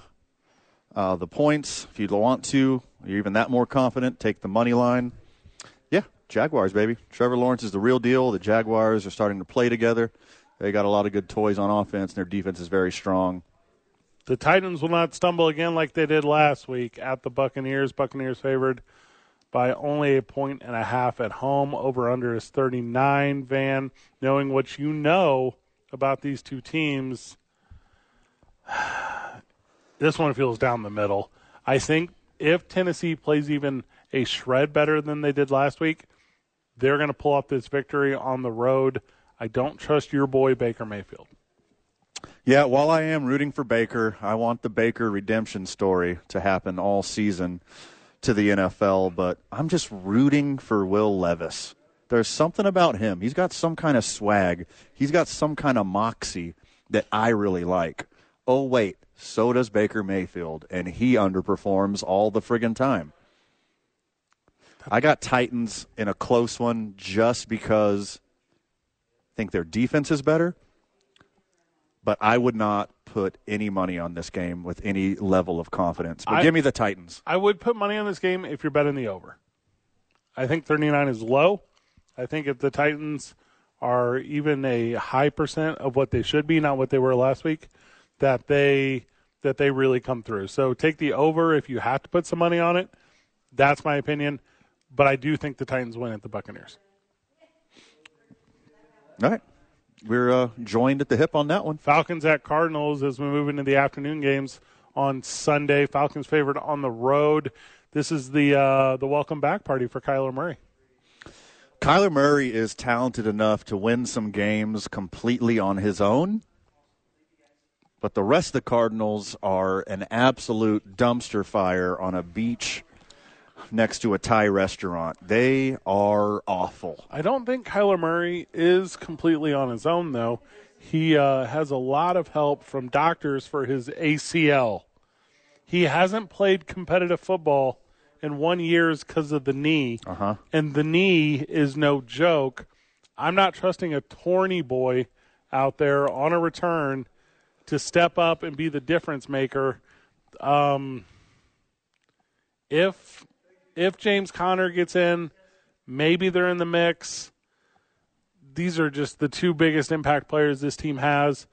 uh, the points if you want to. You're even that more confident. Take the money line. Yeah, Jaguars, baby. Trevor Lawrence is the real deal. The Jaguars are starting to play together. They got a lot of good toys on offense, and their defense is very strong.
The Titans will not stumble again like they did last week at the Buccaneers. Buccaneers favored by only a point and a half at home. Over under is 39. Van, knowing what you know about these two teams, *sighs* this one feels down the middle. I think if Tennessee plays even a shred better than they did last week, they're going to pull off this victory on the road. I don't trust your boy Baker Mayfield.
Yeah, while I am rooting for Baker, I want the Baker redemption story to happen all season to the NFL, but I'm just rooting for Will Levis. There's something about him. He's got some kind of swag, he's got some kind of moxie that I really like. Oh, wait, so does Baker Mayfield, and he underperforms all the friggin' time. I got Titans in a close one just because I think their defense is better but I would not put any money on this game with any level of confidence. But
I-
give me the Titans.
I would put money on this game if you're betting the over. I think 39 is low. I think if the Titans are even a high percent of what they should be, not what they were last week, that they that they really come through. So take the over if you have to put some money on it. That's my opinion, but I do think the Titans win at the Buccaneers.
All right. We're uh, joined at the hip on that one.
Falcons at Cardinals as we move into the afternoon games on Sunday. Falcons favored on the road. This is the uh, the welcome back party for Kyler Murray.
Kyler Murray is talented enough to win some games completely on his own, but the rest of the Cardinals are an absolute dumpster fire on a beach next to a Thai restaurant. They are awful.
I don't think Kyler Murray is completely on his own, though. He uh, has a lot of help from doctors for his ACL. He hasn't played competitive football in one year because of the knee, uh-huh. and the knee is no joke. I'm not trusting a tawny boy out there on a return to step up and be the difference maker. Um, if if James Conner gets in, maybe they're in the mix. These are just the two biggest impact players this team has.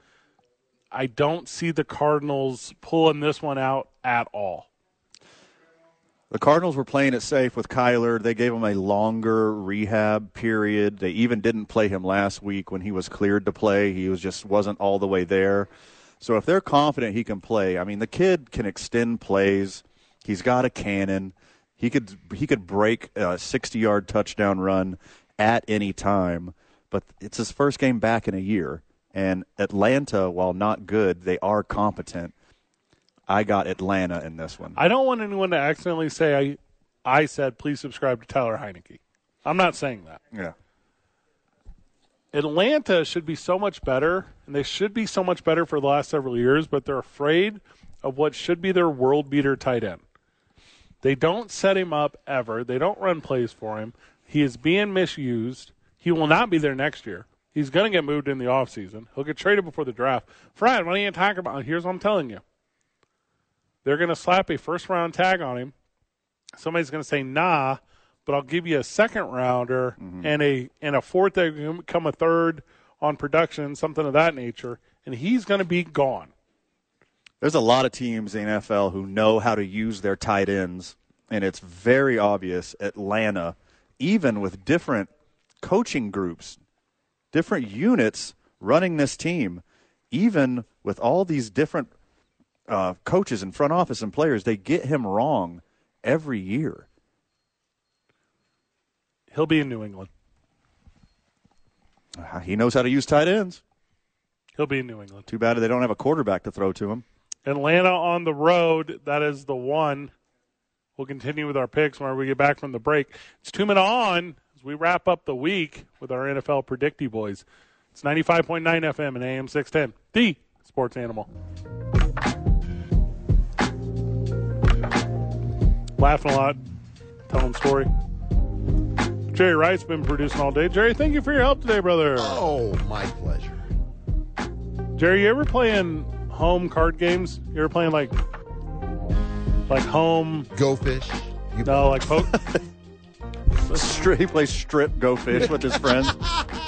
I don't see the Cardinals pulling this one out at all.
The Cardinals were playing it safe with Kyler. They gave him a longer rehab period. They even didn't play him last week when he was cleared to play. He was just wasn't all the way there. So if they're confident he can play, I mean the kid can extend plays. He's got a cannon. He could he could break a 60-yard touchdown run at any time. But it's his first game back in a year, and Atlanta, while not good, they are competent. I got Atlanta in this one.
I don't want anyone to accidentally say I, I said please subscribe to Tyler Heineke. I'm not saying that.
yeah.
Atlanta should be so much better, and they should be so much better for the last several years, but they're afraid of what should be their world beater tight end. They don't set him up ever. They don't run plays for him. He is being misused. He will not be there next year. He's going to get moved in the offseason. He'll get traded before the draft. Fred, what are you talking about? Here's what I'm telling you. They're going to slap a first round tag on him. Somebody's going to say, nah, but I'll give you a second rounder and a and a fourth that can become a third on production, something of that nature. And he's going to be gone.
There's a lot of teams in the NFL who know how to use their tight ends, and it's very obvious Atlanta, even with different coaching groups, different units running this team, even with all these different uh, coaches and front office and players, they get him wrong every year.
He'll be in New England.
Uh, He knows how to use tight ends.
He'll be in New England.
Too bad they don't have a quarterback to throw to him. *laughs*
Atlanta on the road. That is the one. We'll continue with our picks whenever we get back from the break. It's two minutes on as we wrap up the week with our NFL Predicty Boys. It's 95.9 FM and AM 610, the sports animal. Laughing a lot, telling story. Jerry Wright's been producing all day. Jerry, thank you for your help today, brother.
Oh, my pleasure.
Jerry, you ever playing home card games? You ever playing like like home
Go fish. You
no like poke
Stri- He plays strip go fish with his friends.
*laughs*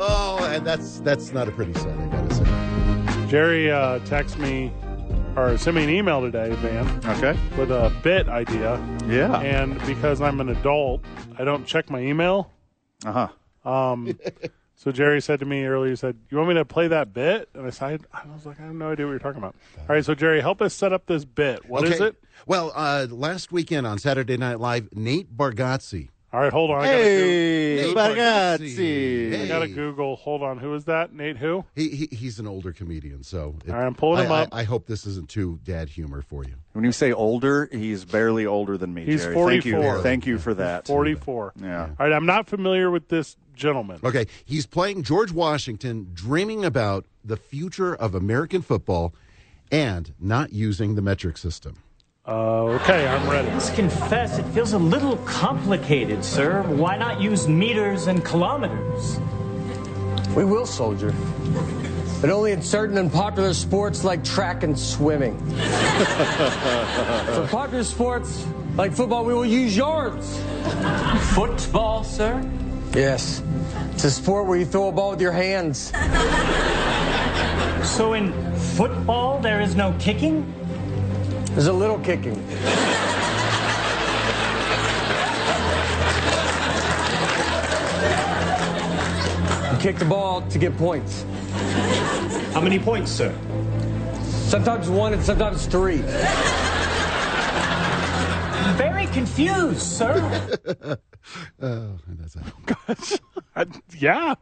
Oh, and that's that's not a pretty sight, I gotta say.
Jerry uh text me or sent me an email today, Van,
Okay.
with a bit idea.
Yeah.
And because I'm an adult, I don't check my email.
Uh huh.
So Jerry said to me earlier, he said, You want me to play that bit? And I said I was like, I have no idea what you're talking about. All right, so Jerry, help us set up this bit. What is it?
Well, uh, last weekend on Saturday Night Live, Nate Bargatze.
All right, hold on. I gotta,
Hey,
Nate
Bargatze.
Google, I
Hey.
gotta Google. Hold on. Who is that? Nate who?
He, he he's an older comedian, so it-
All right, I'm pulling
I-
him
I-
up.
I, hope this isn't too dad humor for you.
When you say older, he's barely older than me.
He's
Jerry. Thank
44.
you, Thank you for that.
44.
Yeah.
All right, I'm not familiar with this gentleman.
Okay, he's playing George Washington, dreaming about the future of American football, and not using the metric system.
Uh, okay, I'm ready.
confess it feels a little complicated, sir. Why not use meters and kilometers?
We will, soldier. But only in certain unpopular sports like track and swimming. For popular sports like football, we will use yards.
Football, sir?
Yes, it's a sport where you throw a ball with your hands.
So in football, there is no kicking?
There's a little kicking. You kick the ball to get points.
How many points, sir?
Sometimes one and sometimes three.
Very confused, sir.
Oh, and that's it.
I, yeah.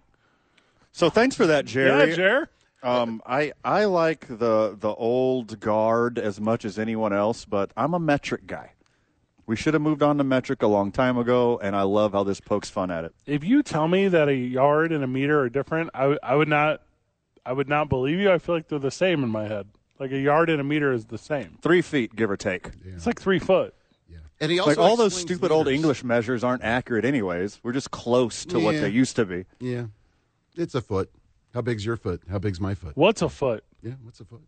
So thanks for that, Jerry.
Yeah, Jer.
Um, I I like the the old guard as much as anyone else, but I'm a metric guy. We should have moved on to metric a long time ago, and I love how this pokes fun at it.
If you tell me that a yard and a meter are different, I, w- I would not I would not believe you. I feel like they're the same in my head. Like a yard and a meter is the same.
Three feet, give or take.
It's like three foot.
And he also
Like all those
explains
stupid old
meters.
English measures aren't accurate, anyways. We're just close to what
Yeah.
they used to be.
Yeah, it's a foot. How big's your foot? How big's my foot?
What's a foot?
Yeah, what's a foot?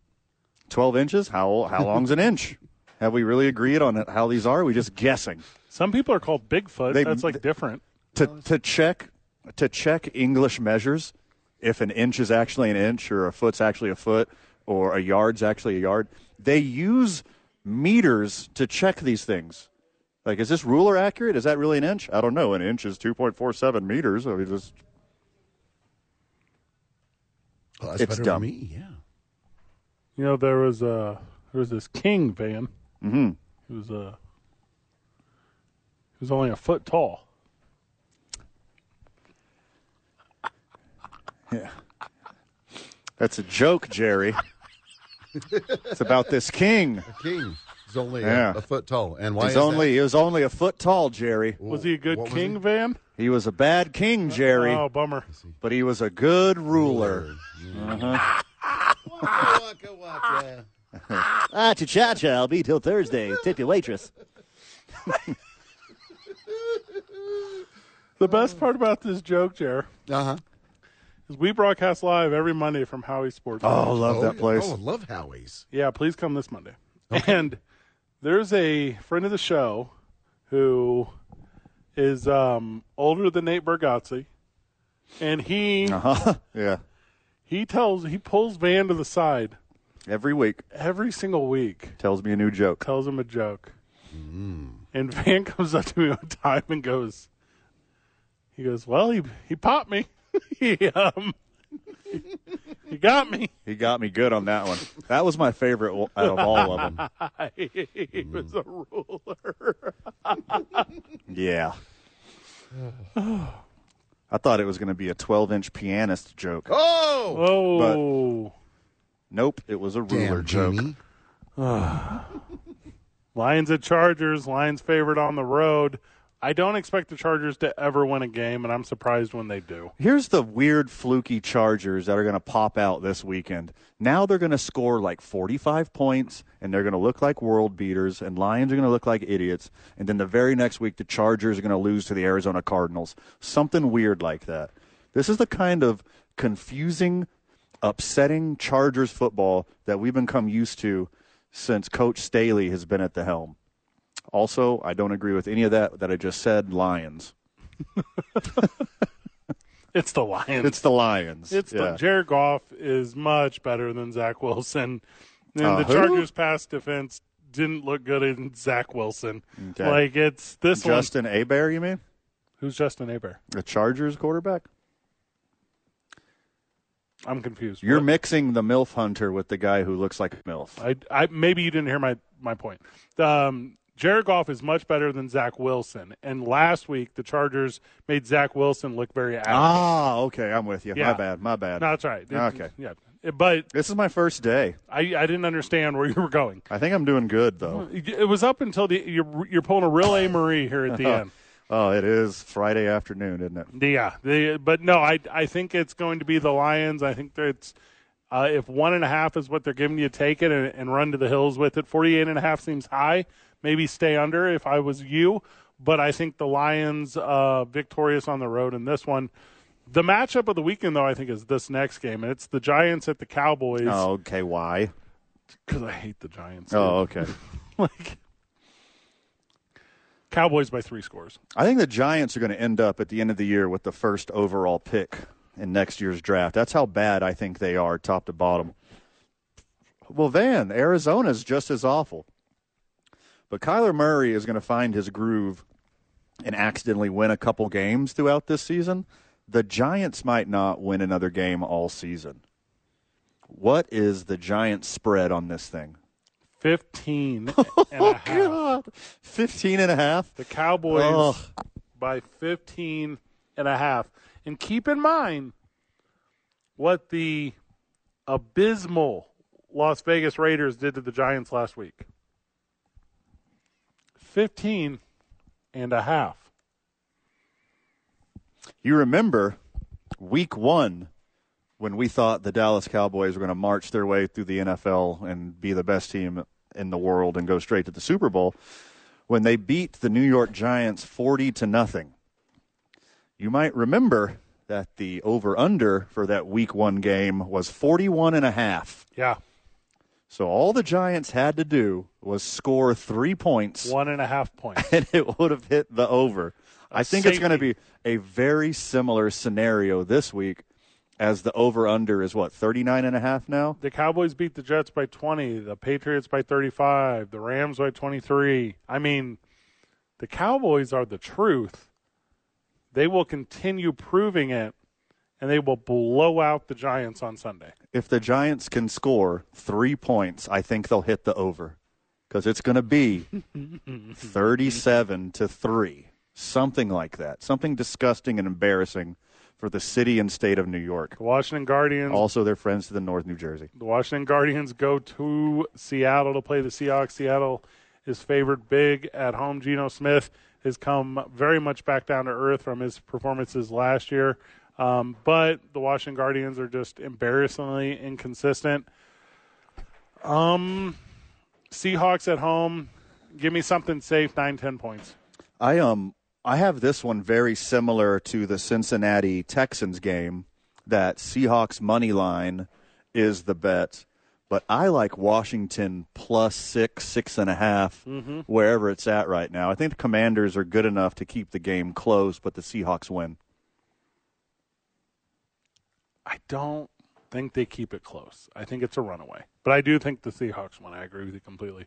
Twelve inches. How how long's an inch? Have we really agreed on it- how these are? Are we just guessing?
Some people are called Bigfoot.
They-
That's like different.
to to check to check English measures if an inch is actually an inch or a foot's actually a foot or a yard's actually a yard. They use meters to check these things. Like, is this ruler accurate? Is that really an inch? I don't know. An inch is 2.47 meters. I mean, just
Well, that's
It's
better
dumb.
than me. Yeah.
You know, there was uh, there was this king van.
Mhm.
He was uh, he was only a foot tall.
that's a joke, Jerry. *laughs* it's about this king.
The king is only a-
Yeah.
a, foot tall. And why
He's
is that?
only he was only a foot tall, Jerry.
Was he a good
What was
king
he?
van?
He was a bad king, Jerry,
Oh, bummer.
but he was a good ruler.
Waka, waka.
Ah, cha cha cha. I'll be till
*laughs*
Thursday. Tip your waitress.
The best part about this joke, Jer,
Uh-huh.
is we broadcast live every Monday from Howie Sports.
Oh, love
Oh,
that
yeah.
place.
Oh, I love Howie's.
Yeah, please come this Monday. And there's a friend of the show who is um, older than Nate Bergazzi, and he
Uh-huh. *laughs* Yeah,
he tells he pulls Van to the side
every week
every single week,
tells me a new joke.
tells him a joke,
Hmm.
and *laughs* Van comes up to me one time and goes, he goes, well, he he popped me, *laughs* he um, *laughs* he got me. *laughs*
He got me good on that one. That was my favorite o- out of all of them.
he was a
Hmm.
ruler.
Yeah. I thought it was going to be a 12 inch pianist joke.
Oh,
Oh.
Nope, it was a ruler
damn,
joke.
Jamie.
Lions at Chargers. Lions favored on the road. I don't expect the Chargers to ever win a game, and I'm surprised when they do.
Here's the weird, fluky Chargers that are going to pop out this weekend. Now they're going to score like 45 points, and they're going to look like world beaters, and Lions are going to look like idiots. And then the very next week, the Chargers are going to lose to the Arizona Cardinals. Something weird like that. This is the kind of confusing, upsetting Chargers football that we've become used to since Coach Staley has been at the helm. Also, I don't agree with any of that that I just said. Lions.
It's the Lions.
It's the Lions.
It's the
Yeah.
Jared Goff is much better than Zach Wilson, and
Uh,
the
who?
Chargers' pass defense didn't look good in Zach Wilson.
Okay.
Like it's this one.
Justin Abair, you mean?
Who's Justin Aber?
The Chargers quarterback?
I'm confused.
You're
What-
mixing the MILF hunter with the guy who looks like a MILF.
I, I maybe you didn't hear my my point. Um, Jared Goff is much better than Zach Wilson, and last week the Chargers made Zach Wilson look very adequate.
ah, okay, I'm with you.
Yeah.
My bad, my bad.
No, that's all right. It-
Okay.
Yeah. It- But
This is my first day.
I, I didn't understand where you were going.
I think I'm doing good, though.
It was up until the you're, you're pulling a real A. Marie here
*laughs*
at the end.
Oh, it is Friday afternoon, isn't it?
Yeah. The, but no, I, I think it's going to be the Lions. I think that it's, uh, if one and a half is what they're giving you, take it and, and run to the hills with it. 48 and a half seems high. Maybe stay under if I was you. But I think the Lions uh, victorious on the road in this one. The matchup of the weekend, though, I think is this next game, and it's the Giants at the Cowboys.
Oh, okay, why?
because I hate the Giants. dude. *laughs*
Oh, okay.
like Cowboys by three scores.
I think the Giants are going to end up at the end of the year with the first overall pick in next year's draft. That's how bad I think they are, top to bottom. Well, Van, Arizona's just as awful. But Kyler Murray is going to find his groove and accidentally win a couple games throughout this season. The Giants might not win another game all season. What is the Giants spread on this thing?
Fifteen and
*laughs*
a half.
15 and a half?
The Cowboys
Ugh.
by fifteen and a half. And keep in mind what the abysmal Las Vegas Raiders did to the Giants last week. Fifteen and a half.
You remember week one when we thought the Dallas Cowboys were going to march their way through the NFL and be the best team in the world and go straight to the Super Bowl when they beat the New York Giants 40 to nothing. You might remember that the over under for that week one game was 41 and a half.
Yeah.
So all the Giants had to do was score three points
One and a half points.
and *laughs* it would have hit the over. I think it's going to
safety.
be a very similar scenario this week as the over under is what 39 and a half now.
the Cowboys beat the Jets by 20, the Patriots by 35, the Rams by 23. I mean, The Cowboys are the truth. They will continue proving it, and they will blow out the Giants on Sunday.
If the Giants can score three points, I think they'll hit the over because it's going to be 37 to 3, something like that. Something disgusting and embarrassing for the city and state of New York.
The Washington Guardians.
Also, their friends to the North New Jersey.
The Washington Guardians go to Seattle to play the Seahawks. Seattle is favored big at home. Geno Smith has come very much back down to earth from his performances last year. Um, but the Washington Guardians are just embarrassingly inconsistent. Um, Seahawks at home. Give me something safe, nine, ten points.
I um I have this one very similar to the Cincinnati Texans game. That Seahawks money line is the bet, but I like Washington plus six, six and a half, wherever it's at right now. I think the Commanders are good enough to keep the game close, but the Seahawks win.
I don't think they keep it close. I think it's a runaway. But I do think the Seahawks win. I agree with you completely.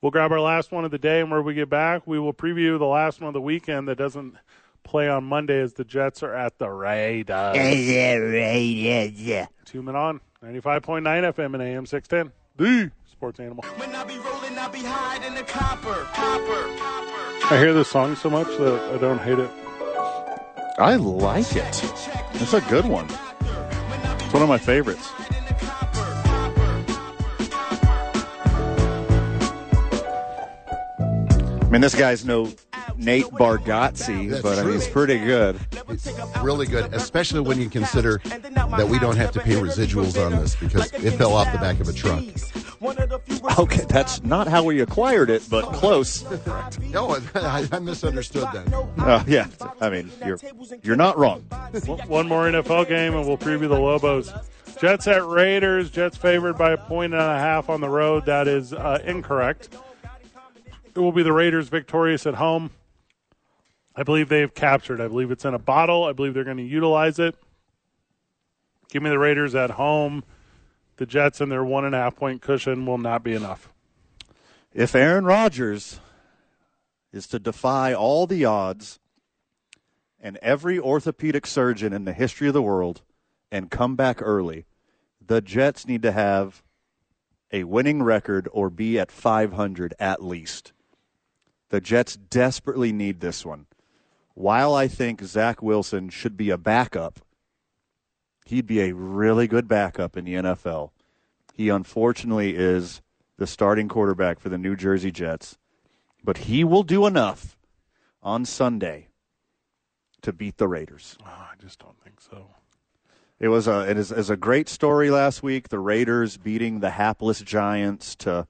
We'll grab our last one of the day, and where we get back, we will preview the last one of the weekend that doesn't play on Monday as the Jets are at the Raiders.
yeah, right, yeah, yeah.
Two men on 95.9 FM and AM 610. The sports animal. I hear this song so much that I don't hate it.
I like it. That's a good one. It's one of my favorites. I mean, this guy's no Nate Bargatze,
That's
but I mean,
true.
he's pretty good.
It's really good, especially when you consider that we don't have to pay residuals on this because it fell off the back of a truck.
Okay, that's not how we acquired it, but close.
No, *laughs* I, I misunderstood that.
Uh, yeah, I mean, you're you're not wrong.
One more NFL game, and we'll preview the Lobos. Jets at Raiders. Jets favored by a point and a half on the road. That is uh, incorrect. It will be the Raiders victorious at home. I believe they have captured. I believe it's in a bottle. I believe they're going to utilize it. Give me the Raiders at home. The Jets and their one and a half point cushion will not be enough.
If Aaron Rodgers is to defy all the odds and every orthopedic surgeon in the history of the world and come back early, the Jets need to have a winning record or be at 500 at least. The Jets desperately need this one. While I think Zach Wilson should be a backup, he'd be a really good backup in the NFL. He unfortunately is the starting quarterback for the New Jersey Jets, but he will do enough on Sunday to beat the Raiders.
Oh, I just don't think so.
It was a it is, is a great story last week. The Raiders beating the hapless Giants to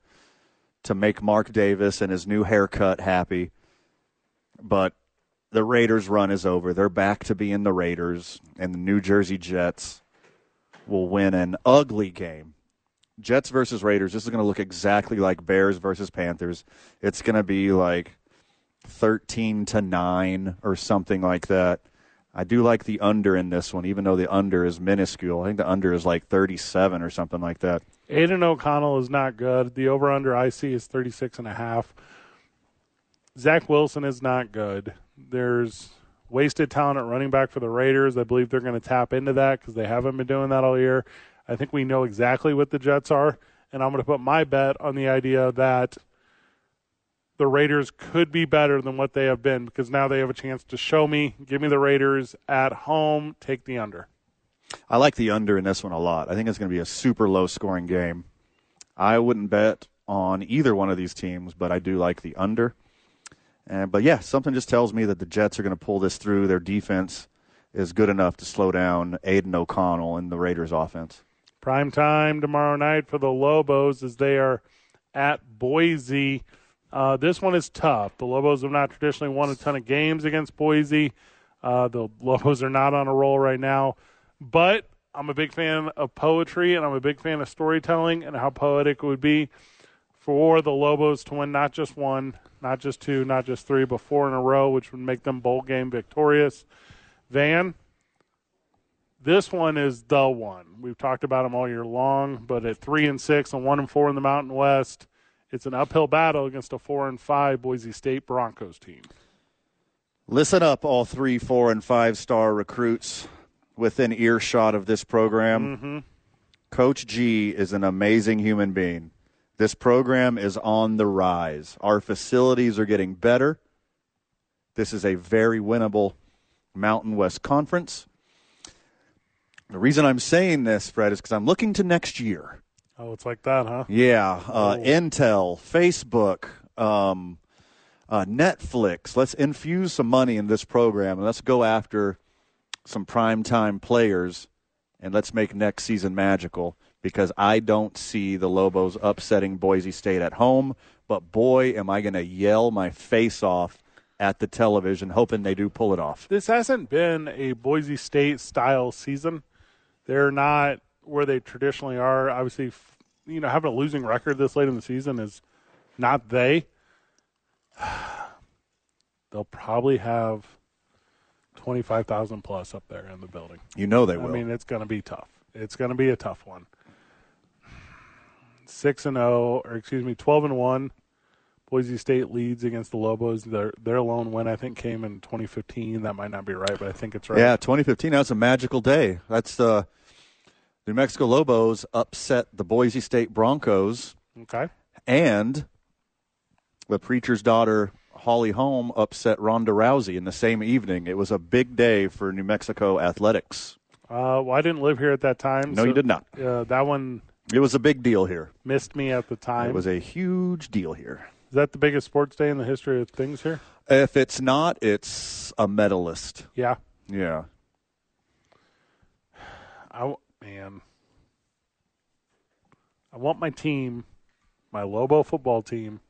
to make Mark Davis and his new haircut happy. But the Raiders run is over. They're back to being the Raiders and the New Jersey Jets will win an ugly game. Jets versus Raiders. This is going to look exactly like Bears versus Panthers. It's going to be like 13 to 9 or something like that. I do like the under in this one, even though the under is minuscule. I think the under is like 37 or something like that.
Aiden O'Connell is not good. The over under I see is 36 and a half. Zach Wilson is not good. There's wasted talent at running back for the Raiders. I believe they're going to tap into that because they haven't been doing that all year. I think we know exactly what the Jets are, and I'm going to put my bet on the idea that the Raiders could be better than what they have been because now they have a chance to show me. Give me the Raiders at home. Take the under.
I like the under in this one a lot. I think it's going to be a super low scoring game. I wouldn't bet on either one of these teams, but I do like the under. And, but yeah, something just tells me that the Jets are going to pull this through. Their defense is good enough to slow down Aiden O'Connell and the Raiders offense.
Prime time tomorrow night for the Lobos as they are at Boise. Uh, this one is tough. The Lobos have not traditionally won a ton of games against Boise. Uh, the *laughs* Lobos are not on a roll right now, but I'm a big fan of poetry and I'm a big fan of storytelling and how poetic it would be for the Lobos to win not just one, not just two, not just three, but four in a row, which would make them bowl game victorious. Van, this one is the one. We've talked about them all year long, but at three and six and one and four in the Mountain West, it's an uphill battle against a four and five Boise State Broncos team.
Listen up, all three, four, and five star recruits within earshot of this program. Coach G is an amazing human being. This program is on the rise. Our facilities are getting better. This is a very winnable Mountain West Conference. The reason I'm saying this, Fred, is because I'm looking to next year.
Oh, it's like that, huh?
Yeah, uh,
Oh.
Intel, Facebook, um, uh, Netflix. Let's infuse some money in this program and let's go after some primetime players and let's make next season magical because I don't see the Lobos upsetting Boise State at home. But boy, am I going to yell my face off at the television, hoping they do pull it off.
This hasn't been a Boise State style season. They're not where they traditionally are. Obviously, f- you know, having a losing record this late in the season is not they. *sighs* They'll probably have 25,000 plus up there in the building.
You know they will.
I mean, it's going to be tough. It's going to be a tough one. 6 and 0 or excuse me, 12 and 1. Boise State leads against the Lobos. Their their lone win I think came in 2015. That might not be right, but I think it's right.
Yeah, 2015. That's a magical day. That's the New Mexico Lobos upset the Boise State Broncos,
Okay.
and the preacher's daughter Holly Holm upset Ronda Rousey in the same evening. It was a big day for New Mexico athletics.
Uh, well, I didn't live here at that time.
No, you did not.
Uh, that one
It was a big deal here.
missed me at the time.
It was a huge deal here.
Is that the biggest sports day in the history of things here?
If it's not, it's a medalist.
Yeah.
Yeah.
I w- man, I want my team, my Lobo football team,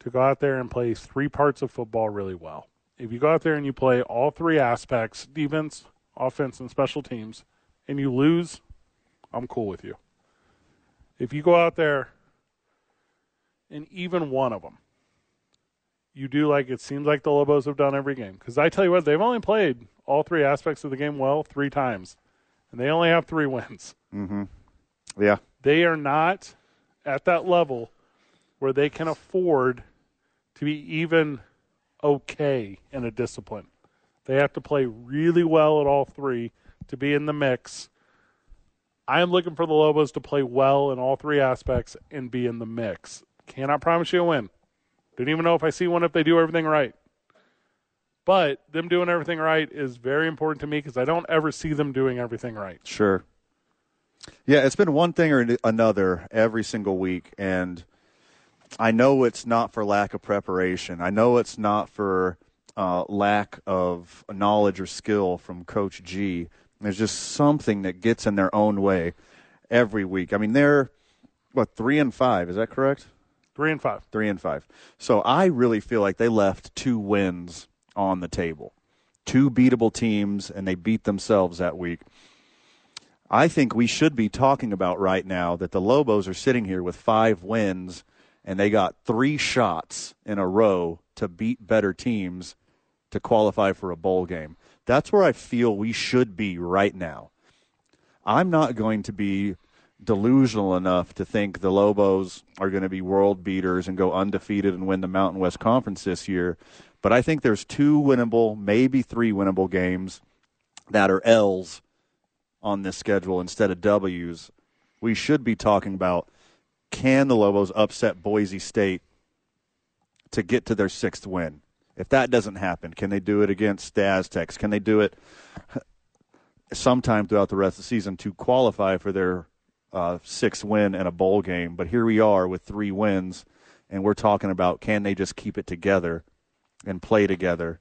to go out there and play three parts of football really well. If you go out there and you play all three aspects defense, offense, and special teams and you lose, I'm cool with you. If you go out there and even one of them, you do like it seems like the Lobos have done every game. Because I tell you what, they've only played all three aspects of the game well three times, and they only have three wins.
Mm-hmm. Yeah.
They are not at that level where they can afford to be even okay in a discipline. They have to play really well at all three to be in the mix. I am looking for the Lobos to play well in all three aspects and be in the mix. Cannot promise you a win. Don't even know if I see one if they do everything right. But them doing everything right is very important to me because I don't ever see them doing everything right.
Sure. Yeah, it's been one thing or an- another every single week, and I know it's not for lack of preparation. I know it's not for uh, lack of knowledge or skill from Coach G. There's just something that gets in their own way every week. I mean, they're what three and five? Is that correct?
Three and five.
Three and five. So I really feel like they left two wins on the table, two beatable teams, and they beat themselves that week. I think we should be talking about right now that the Lobos are sitting here with five wins and they got three shots in a row to beat better teams to qualify for a bowl game. That's where I feel we should be right now. I'm not going to be delusional enough to think the Lobos are going to be world beaters and go undefeated and win the Mountain West Conference this year, but I think there's two winnable, maybe three winnable games that are L's on this schedule instead of W's, we should be talking about can the Lobos upset Boise State to get to their sixth win? If that doesn't happen, can they do it against the Aztecs? Can they do it sometime throughout the rest of the season to qualify for their uh, sixth win and a bowl game? But here we are with three wins, and we're talking about can they just keep it together and play together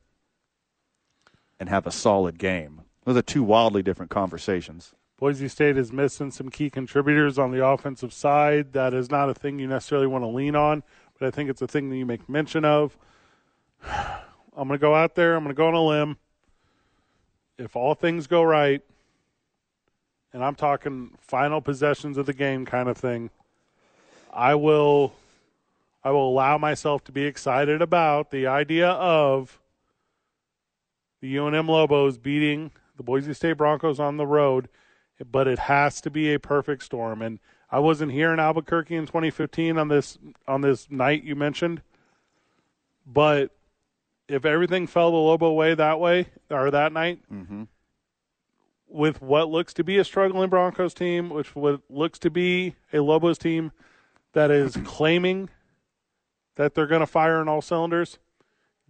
and have a solid game? Those are two wildly different conversations.
Boise State is missing some key contributors on the offensive side. That is not a thing you necessarily want to lean on, but I think it's a thing that you make mention of. *sighs* I'm going to go out there. I'm going to go on a limb. If all things go right, and I'm talking final possessions of the game kind of thing, I will I will allow myself to be excited about the idea of the UNM Lobos beating the Boise State Broncos on the road, but it has to be a perfect storm. And I wasn't here in Albuquerque in 2015 on this on this night you mentioned, but if everything fell the Lobo way that way or that night,
Mm-hmm.
with what looks to be a struggling Broncos team, which what looks to be a Lobos team that is claiming that they're going to fire on all cylinders,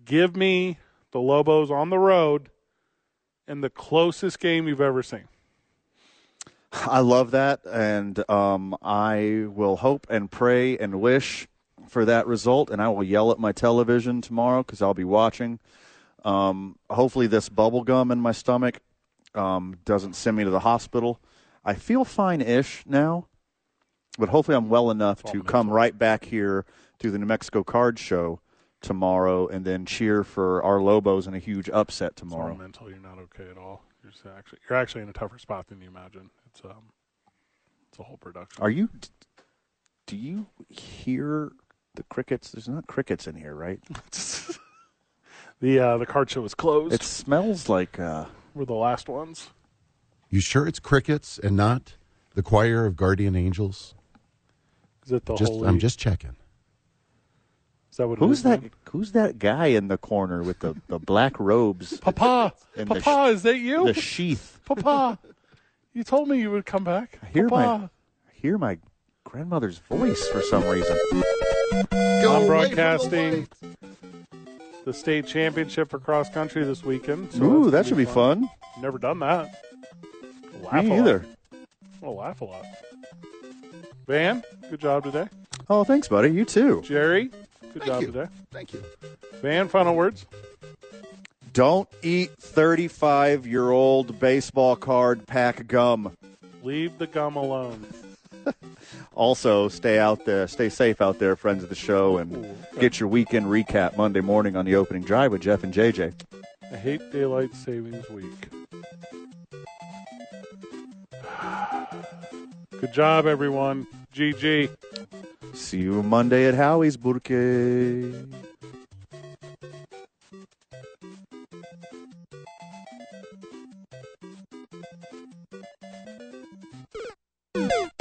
give me the Lobos on the road in the closest game you've ever seen.
I love that, and um, I will hope and pray and wish for that result, and I will yell at my television tomorrow because I'll be watching. Um, hopefully, this bubble gum in my stomach um, doesn't send me to the hospital. I feel fine-ish now, but hopefully, I'm well enough to come right back here to the New Mexico Card Show tomorrow, and then cheer for our Lobos in a huge upset tomorrow.
It's all mental. You're not okay at all. You're just actually you're actually in a tougher spot than you imagine. It's um, it's a whole production.
Are you? Do you hear the crickets? There's not crickets in here, right?
the uh, the card show is closed.
It smells like. Uh,
We're the last ones.
You sure it's crickets and not the choir of guardian angels?
Is it the
Just,
Oh, holy?
I'm just checking.
Is that what it
who's
is,
that?
man?
Who's that guy in the corner with the, the black *laughs* robes,
Papa,
And the
Papa, is that you?
the sheath?
*laughs* Papa, you told me you would come back.
I hear my
Papa.
I hear my grandmother's voice for some reason.
I'm broadcasting the state championship for cross country this weekend. so
Ooh,
that's
that should be fun.
Never done that. Laugh a
Me
lot.
either.
I'll laugh a lot. Van, good job today.
Oh, thanks, buddy. You too.
Jerry, good job
you.
today.
Thank you.
Van, final words.
Don't eat 35 year old baseball card pack gum.
Leave the gum alone.
Also, stay out there, stay safe out there, friends of the show, and get your weekend recap Monday morning on the opening drive with Jeff and JJ.
I hate daylight savings week. *sighs* Good job, everyone. GG.
See you Monday at Howie's Burke.
Beep.